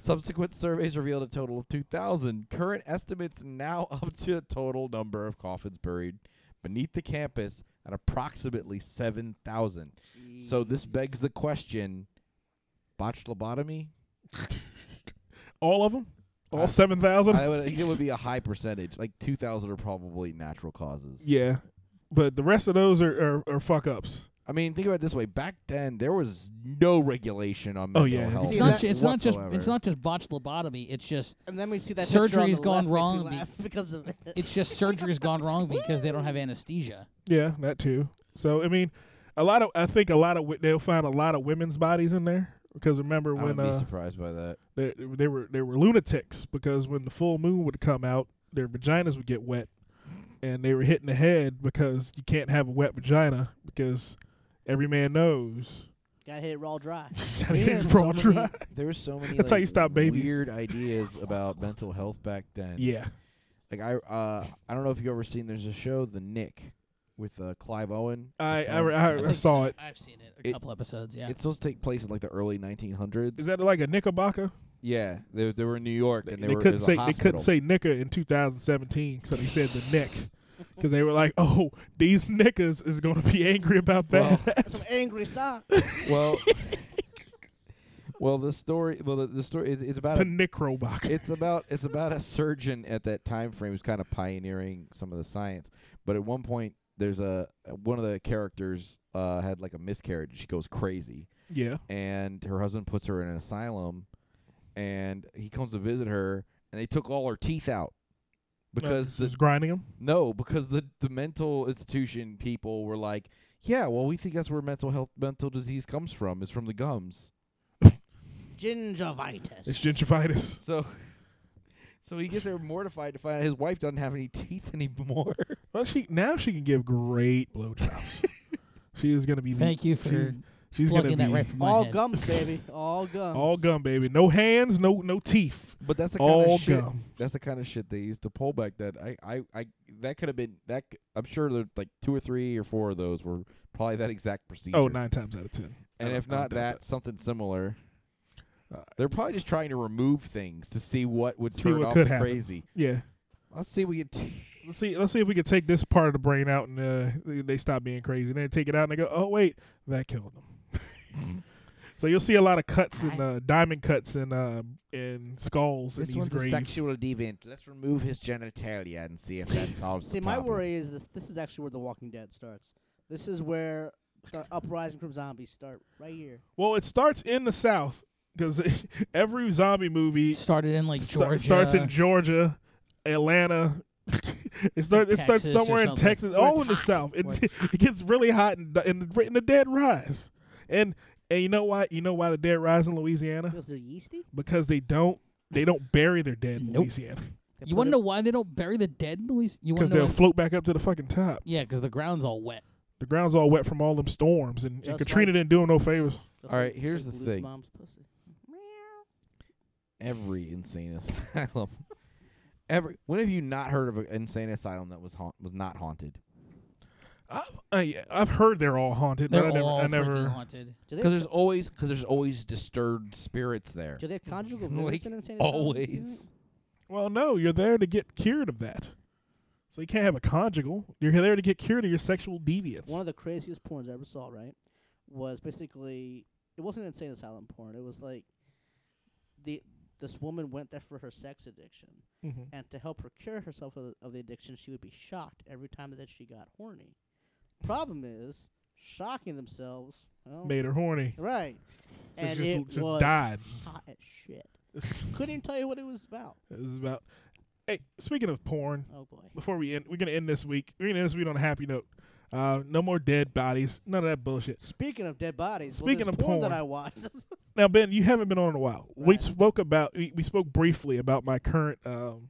Speaker 3: Subsequent surveys revealed a total of 2,000. Current estimates now up to a total number of coffins buried beneath the campus at approximately 7,000. So this begs the question botched lobotomy?
Speaker 1: All of them, all
Speaker 3: I-
Speaker 1: seven thousand.
Speaker 3: I would think it would be a high percentage. Like 2,000 are probably natural causes.
Speaker 1: Yeah, but the rest of those are are, are fuck ups.
Speaker 3: I mean, think about it this way. Back then, there was no regulation on
Speaker 1: Oh,
Speaker 3: mental
Speaker 1: yeah.
Speaker 3: health.
Speaker 4: It's
Speaker 8: See,
Speaker 4: not,
Speaker 8: that-
Speaker 4: ju- it's not just
Speaker 3: whatsoever.
Speaker 4: it's not just botched lobotomy. It's just
Speaker 8: And then we see that
Speaker 4: Surgery's
Speaker 8: picture on
Speaker 4: gone
Speaker 8: the left, makes me
Speaker 4: wrong
Speaker 8: laugh because of it.
Speaker 4: it's just surgery's gone wrong because they don't have anesthesia.
Speaker 1: Yeah, that too. So I mean, a lot of I think a lot of wi- they'll find a lot of women's bodies in there Because remember
Speaker 3: I
Speaker 1: when
Speaker 3: wouldn't be
Speaker 1: uh,
Speaker 3: surprised by that.
Speaker 1: they, they were they were lunatics because when the full moon would come out, their vaginas would get wet, and they were hitting the head because you can't have a wet vagina because every man knows.
Speaker 8: Got hit raw dry.
Speaker 1: Gotta hit
Speaker 3: Man,
Speaker 1: raw
Speaker 3: so many-
Speaker 1: dry.
Speaker 3: there were so many.
Speaker 1: That's how
Speaker 3: like,
Speaker 1: you stop babies.
Speaker 3: Weird ideas about mental health back then.
Speaker 1: Yeah.
Speaker 3: Like I, uh, I don't know if you've ever seen. There's a show, The Nick, with uh, Clive Owen.
Speaker 1: I
Speaker 3: It's
Speaker 1: I,
Speaker 3: on-
Speaker 1: I,
Speaker 4: I
Speaker 1: I
Speaker 4: think
Speaker 1: saw
Speaker 4: so.
Speaker 1: it.
Speaker 4: I've seen it a
Speaker 3: It-
Speaker 4: couple episodes. Yeah.
Speaker 3: It's supposed to take place in like the early 1900s.
Speaker 1: Is that like a Knickerbocker?
Speaker 3: Yeah, they, they were in New York, and they,
Speaker 1: they
Speaker 3: were
Speaker 1: couldn't
Speaker 3: there's a
Speaker 1: say they couldn't
Speaker 3: hospital.
Speaker 1: say knicker in 2017, so they said the nick because they were like, "Oh, these knickers is going to be angry about that."
Speaker 8: Some angry sock.
Speaker 3: Well, well, the story. Well, the, the story. It, it's about
Speaker 1: the
Speaker 3: a,
Speaker 1: Knickerbocker.
Speaker 3: it's about it's about a surgeon at that time frame who's kind of pioneering some of the science. But at one point, there's a one of the characters uh, had like a miscarriage. She goes crazy,
Speaker 1: yeah,
Speaker 3: and her husband puts her in an asylum, and he comes to visit her, and they took all her teeth out because the
Speaker 1: was grinding them.
Speaker 3: no, because the the mental institution people were like, yeah, well, we think that's where mental health, mental disease comes from, is from the gums.
Speaker 5: Gingivitis.
Speaker 1: It's gingivitis.
Speaker 3: So, so he gets there mortified to find out his wife doesn't have any teeth anymore.
Speaker 1: Well, she now she can give great blowjobs. she is going to be. the-
Speaker 4: Thank you for
Speaker 1: She's, she's going to
Speaker 4: plugging
Speaker 1: be
Speaker 4: that right from my
Speaker 8: All
Speaker 4: head.
Speaker 8: gums, baby. All gums.
Speaker 1: all gum, baby. No hands, no no teeth.
Speaker 3: But that's the kind
Speaker 1: All
Speaker 3: of shit.
Speaker 1: gum.
Speaker 3: That's the kind of shit they used to pull back. That I, I, I that could have been that. c- I'm sure there like two or three or four of those were probably that exact procedure.
Speaker 1: Oh, nine times out of ten.
Speaker 3: And
Speaker 1: I
Speaker 3: if
Speaker 1: don't- I
Speaker 3: not
Speaker 1: don't doubt
Speaker 3: that, something similar.
Speaker 1: Uh,
Speaker 3: They're probably just trying to remove things to see what would
Speaker 1: See
Speaker 3: turn
Speaker 1: what
Speaker 3: off
Speaker 1: could
Speaker 3: the
Speaker 1: happen.
Speaker 3: crazy.
Speaker 1: yeah.
Speaker 3: Let's see what you. T-
Speaker 1: Let's see. Let's see if we can take this part of the brain out and uh, they- they stop being crazy. And then take it out and they go, "Oh wait, that killed them." so you'll see a lot of cuts and uh, diamond cuts and uh, and skulls in these graves.
Speaker 3: deviant. Let's remove his genitalia and see if that solves
Speaker 8: See, my worry is this. This is actually where The Walking Dead starts. This is where the uprising from zombies start. Right here.
Speaker 1: Well, it starts in the South because every zombie movie
Speaker 4: started in like
Speaker 1: sta-
Speaker 4: Georgia.
Speaker 1: starts in Georgia, Atlanta. it starts. It starts
Speaker 4: Texas or
Speaker 1: somewhere in
Speaker 4: something.
Speaker 1: Texas,
Speaker 4: Where
Speaker 1: all
Speaker 4: it's
Speaker 1: in the
Speaker 4: hot.
Speaker 1: South. It,
Speaker 4: Where
Speaker 1: it gets really hot and the- and the, and the dead rise. And and you know why? You know why the dead rise in Louisiana?
Speaker 8: Because they're yeasty.
Speaker 1: because they don't they don't bury their dead in
Speaker 4: Nope.
Speaker 1: Louisiana
Speaker 8: They
Speaker 4: You
Speaker 8: put
Speaker 4: want to
Speaker 8: it-
Speaker 4: know why they don't bury the dead, Louis? You want
Speaker 1: because
Speaker 4: to know?
Speaker 1: they'll
Speaker 4: why-
Speaker 1: float back up to the fucking top.
Speaker 4: yeah, because the ground's all wet.
Speaker 1: The ground's all wet from all them storms, and, and
Speaker 8: Just
Speaker 1: Katrina
Speaker 8: like-
Speaker 1: didn't do them no favors.
Speaker 8: Just
Speaker 3: All
Speaker 8: like-
Speaker 3: right, here's
Speaker 8: just
Speaker 3: the
Speaker 8: Blue's
Speaker 3: thing.
Speaker 8: Mom's pussy.
Speaker 3: every insane asylum. Every when have you not heard of an insane asylum that was haunt was not haunted?
Speaker 1: I've, I, I've heard they're all haunted,
Speaker 4: They're
Speaker 1: but I never,
Speaker 4: all
Speaker 1: I
Speaker 4: freaking
Speaker 1: never.
Speaker 4: haunted.
Speaker 8: Do they,
Speaker 3: Because
Speaker 8: have,
Speaker 3: there's always because there's always disturbed spirits there.
Speaker 8: do they have conjugal
Speaker 3: Like,
Speaker 8: visits in insane Mm-hmm. asylums?
Speaker 3: Always.
Speaker 1: Well, no, you're there to get cured of that, so you can't have a conjugal. You're there to get cured of your sexual deviance.
Speaker 8: One of the craziest porns I ever saw, right, was basically it wasn't insane asylum porn. It was like the this woman went there for her sex addiction,
Speaker 1: Mhm.
Speaker 8: and to help her cure herself of, the- of the addiction, she would be shocked every time that she got horny. Problem is, shocking themselves. Well,
Speaker 1: Made her horny,
Speaker 8: right,
Speaker 1: so
Speaker 8: and
Speaker 1: she
Speaker 8: it
Speaker 1: just, just
Speaker 8: was
Speaker 1: died.
Speaker 8: hot as shit. Couldn't even tell you what it was about.
Speaker 1: This is about. Hey, speaking of porn,
Speaker 8: Oh boy.
Speaker 1: before we end, we're gonna end this week. We're gonna end this week on a happy note. Uh, no more dead bodies. None of that bullshit.
Speaker 8: Speaking of dead bodies,
Speaker 1: Speaking
Speaker 8: well, this
Speaker 1: of
Speaker 8: porn,
Speaker 1: porn.
Speaker 8: that I watched.
Speaker 1: Now, Ben, you haven't been on in a while. We
Speaker 8: Right.
Speaker 1: spoke about we, we spoke briefly about my current um,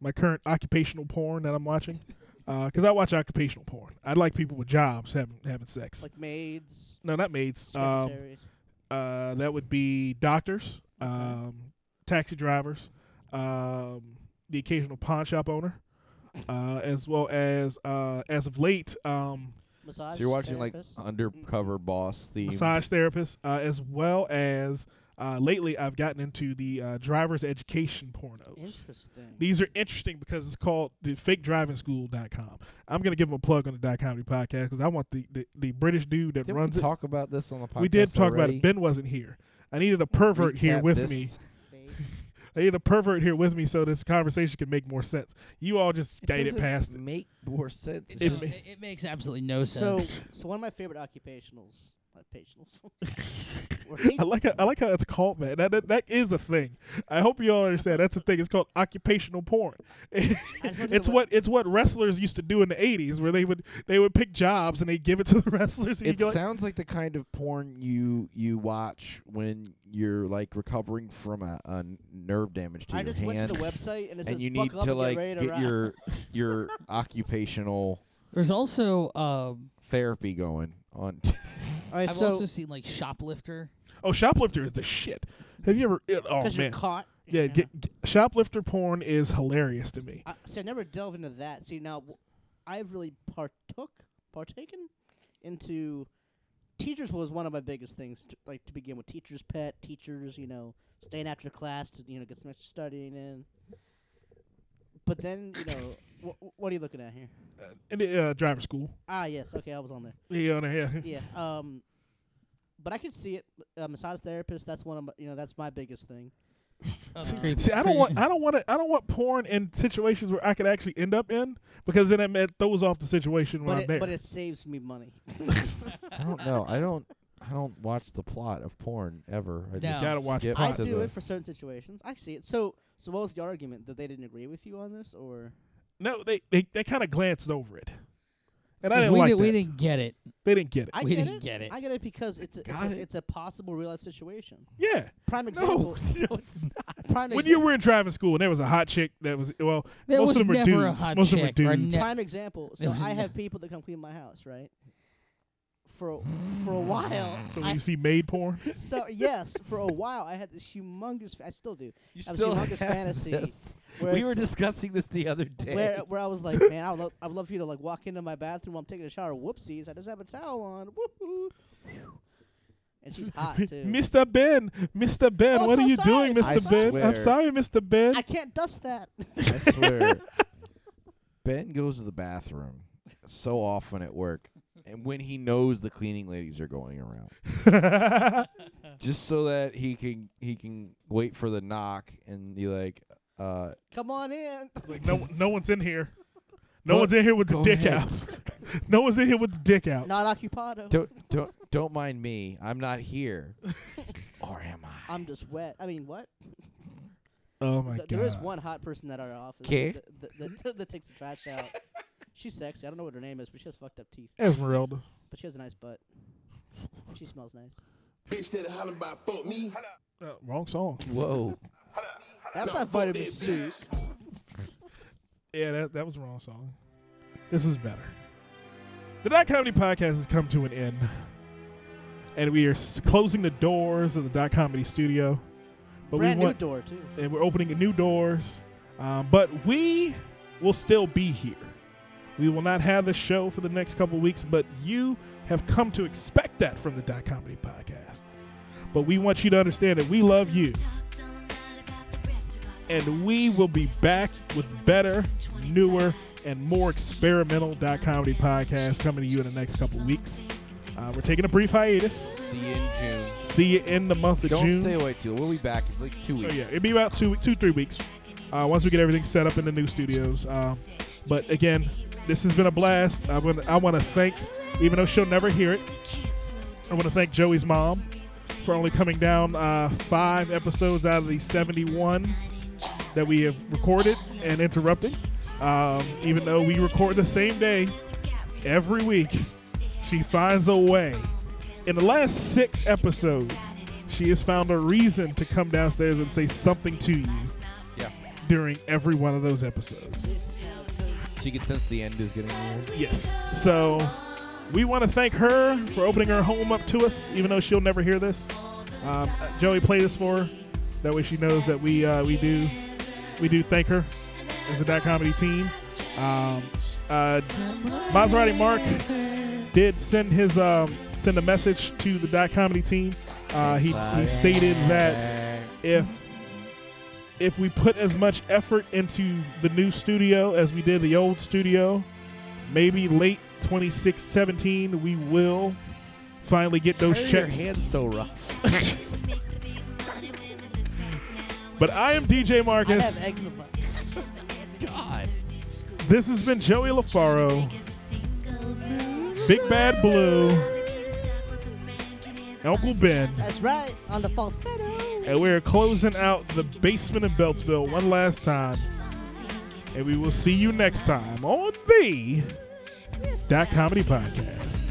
Speaker 1: my current occupational porn that I'm watching because I watch occupational porn. I like people with jobs having having sex.
Speaker 8: like maids,
Speaker 1: no, not maids. Um,
Speaker 8: secretaries.
Speaker 1: uh, that would be doctors, um, taxi drivers, um, the occasional pawn shop owner, uh, as well as uh, as of late um,
Speaker 8: massage
Speaker 3: So you're watching
Speaker 8: therapists.
Speaker 3: like undercover boss themed.
Speaker 1: massage therapists, uh, as well as uh, lately I've gotten into the uh, driver's education
Speaker 8: uh,
Speaker 1: pornos.
Speaker 8: Interesting.
Speaker 1: These are interesting because it's called the fakedrivingschool.com. I'm going to give them a plug on the Dot Comedy podcast because I want the, the, the British dude that
Speaker 3: Did we
Speaker 1: runs it.
Speaker 3: talk about this on the podcast?
Speaker 1: We did talk about
Speaker 3: already?
Speaker 1: it. Ben wasn't here. I needed a pervert here
Speaker 3: Recap
Speaker 1: with
Speaker 3: this.
Speaker 1: me. I needed a pervert here with me so this conversation could make more sense. You all just
Speaker 3: It
Speaker 1: skate it
Speaker 3: doesn't
Speaker 1: past it.
Speaker 3: Make more sense.
Speaker 4: It,
Speaker 3: It's
Speaker 1: It
Speaker 4: just,
Speaker 1: ma-
Speaker 3: just-
Speaker 4: it, it makes absolutely no
Speaker 8: so,
Speaker 4: sense.
Speaker 8: so one of my favorite occupationals, occupationals,
Speaker 1: I like how, I like how it's called that. That, that. that is a thing. I hope you all understand. That's a thing. It's called occupational porn. it's what it's what wrestlers used to do in the '80s, where they would they would pick jobs and they give it to the wrestlers. And you
Speaker 3: It
Speaker 1: go like,
Speaker 3: sounds like the kind of porn you you watch when you're like recovering from a, a nerve damage to
Speaker 8: I
Speaker 3: your
Speaker 8: just
Speaker 3: hand.
Speaker 8: went to the website and it says
Speaker 3: you need
Speaker 8: buckle up
Speaker 3: to
Speaker 8: and get
Speaker 3: like
Speaker 8: ready to
Speaker 3: get
Speaker 8: rock.
Speaker 3: your your occupational
Speaker 4: There's also um,
Speaker 3: therapy going on.
Speaker 8: All right,
Speaker 4: I've
Speaker 8: so
Speaker 4: also seen like shoplifter.
Speaker 1: Oh, shoplifter is the shit. Have you ever? it- oh man,
Speaker 8: because you're caught.
Speaker 1: yeah. Get, get- shoplifter porn is hilarious to me.
Speaker 8: I, see, I never delved into that. See, now w- I've really partook, partaken into teachers was one of my biggest things. To, like to begin with, teachers' pet, teachers, you know, staying after class to you know get some extra studying in. But then you know, wh- wh- what are you looking at here?
Speaker 1: In the uh, driver school.
Speaker 8: Ah, yes, okay, I was on there.
Speaker 1: Yeah, on there, yeah.
Speaker 8: Yeah. Um, but I could see it. A massage therapist. That's one of my, you know. That's my biggest thing.
Speaker 4: That's
Speaker 8: Uh,
Speaker 4: creepy.
Speaker 1: See, I don't want, I don't want to, I don't want porn in situations where I could actually end up in, because then it ma- throws off the situation when
Speaker 8: But
Speaker 1: I'm there.
Speaker 8: it, but it saves me money.
Speaker 3: I don't know. I don't. I don't watch the plot of porn ever. I just
Speaker 4: Gotta
Speaker 1: watch
Speaker 3: skip
Speaker 1: the
Speaker 8: I
Speaker 1: plot.
Speaker 3: to
Speaker 8: do
Speaker 3: the-
Speaker 8: it for certain situations. I see it. So, so what was the argument that they didn't agree with you on this, or
Speaker 1: no, they they, they kind of glanced over it, and I
Speaker 4: Because
Speaker 1: didn't
Speaker 4: we
Speaker 1: like
Speaker 4: did,
Speaker 1: that.
Speaker 4: we didn't get it.
Speaker 1: They didn't get it.
Speaker 8: I
Speaker 4: We
Speaker 8: get
Speaker 4: didn't
Speaker 8: it.
Speaker 4: get it.
Speaker 8: I get it because it's a, it's,
Speaker 3: Got
Speaker 8: a,
Speaker 3: it.
Speaker 8: it's a possible real life situation.
Speaker 1: yeah.
Speaker 8: Prime example.
Speaker 3: no, it's
Speaker 8: Prime
Speaker 1: When
Speaker 8: exa-
Speaker 1: you were in driving school and there was a hot chick that was well,
Speaker 4: There
Speaker 1: most
Speaker 4: was
Speaker 1: of them were
Speaker 4: never a
Speaker 1: dudes.
Speaker 4: hot
Speaker 1: most of
Speaker 4: chick
Speaker 1: them
Speaker 4: or
Speaker 1: were dudes.
Speaker 4: ne-
Speaker 8: prime example. So
Speaker 4: was
Speaker 8: I
Speaker 4: no-
Speaker 8: have people that come clean my house, right? For a- for a while.
Speaker 1: so
Speaker 8: I-
Speaker 1: you see maid porn.
Speaker 8: so yes, for a while I had this humongous. I still do.
Speaker 3: You
Speaker 8: I have
Speaker 3: still
Speaker 8: humongous
Speaker 3: have
Speaker 8: fantasy
Speaker 3: this.
Speaker 8: where
Speaker 3: We
Speaker 8: it's-
Speaker 3: were discussing this the other day.
Speaker 8: Where, uh, where I was like, man, I would, love, I would love for you to like walk into my bathroom while I'm taking a shower. Whoopsies, I just have a towel on. Woohoo. And she's hot too.
Speaker 1: Mr. Ben, Mr. Ben,
Speaker 8: Oh,
Speaker 1: what
Speaker 8: so
Speaker 1: are you doing,
Speaker 8: sorry,
Speaker 1: Mr.
Speaker 3: so
Speaker 1: Ben?
Speaker 3: sorry.
Speaker 1: I'm sorry, Mr. Ben.
Speaker 8: I can't dust that.
Speaker 3: I swear. ben goes to the bathroom so often at work, and when he knows the cleaning ladies are going around, just so that he can he can wait for the knock and be like, uh,
Speaker 8: Come on in.
Speaker 1: Like no, no one's in here. No
Speaker 3: Go-
Speaker 1: one's in here with the
Speaker 3: go
Speaker 1: dick
Speaker 3: ahead.
Speaker 1: out. no one's in here with the dick out.
Speaker 8: Not occupado.
Speaker 3: "Don't don't don't mind me. I'm not here, or am I?"
Speaker 8: I'm just wet. I mean, what?
Speaker 1: Oh my
Speaker 8: Th-
Speaker 1: god.
Speaker 8: there is one hot person at our office
Speaker 3: Okay.
Speaker 8: that, that, that- that- that takes the trash out. She's sexy. I don't know what her name is, but she has fucked up teeth.
Speaker 1: Esmeralda.
Speaker 8: But she has a nice butt. She smells nice.
Speaker 1: Uh, wrong song.
Speaker 3: Whoa.
Speaker 8: That's not vitamin C.
Speaker 1: Yeah, that, that was the wrong song. This is better. The Dot Comedy Podcast has come to an end. And we are s- closing the doors of the Dot Comedy Studio. But
Speaker 8: Brand
Speaker 1: we
Speaker 8: new
Speaker 1: want,
Speaker 8: door too.
Speaker 1: and we're opening new doors. Um, but we will still be here. We will not have the show for the next couple weeks, but you have come to expect that from the Dot Comedy Podcast. But we want you to understand that we love you, and we will be back with better, newer, and more experimental Dot Comedy Podcast coming to you in the next couple weeks. Uh, we're taking a brief hiatus.
Speaker 3: See you in June.
Speaker 1: See you in the month of
Speaker 3: Don't
Speaker 1: June.
Speaker 3: stay away too. We'll be back in like two weeks.
Speaker 1: Oh, yeah, it'd be about two, two, three weeks. Uh, once we get everything set up in the new studios. Um, but again, this has been a blast. I want I want to thank, even though she'll never hear it, I want to thank Joey's mom for only coming down uh, five episodes out of the seventy-one that we have recorded and interrupted. Um, even though we record the same day every week, she finds a way. In the last six episodes, she has found a reason to come downstairs and say something to you
Speaker 3: Yeah.
Speaker 1: during every one of those episodes.
Speaker 3: She can sense the end is getting near.
Speaker 1: Yes. So we want to thank her for opening her home up to us, even though she'll never hear this. Um, uh, Joey, play this for her. That way she knows that we uh, we do we do thank her as a Dot Comedy team. Um, uh, Maserati Mark did send his um, send a message to the Dot Comedy team. Uh, he, he stated that if if we put as much effort into the new studio as we did the old studio, maybe late 2017 we will finally get those checks.
Speaker 3: Your hands so rough.
Speaker 1: But I am DJ
Speaker 8: I have
Speaker 1: Marcus.
Speaker 8: eczema.
Speaker 1: This has been Joey LaFaro, Big Bad Blue, Uncle Ben.
Speaker 8: That's right, on the falsetto.
Speaker 1: And we're closing out the basement in Beltsville one last time. And we will see you next time on the Dot Comedy Podcast.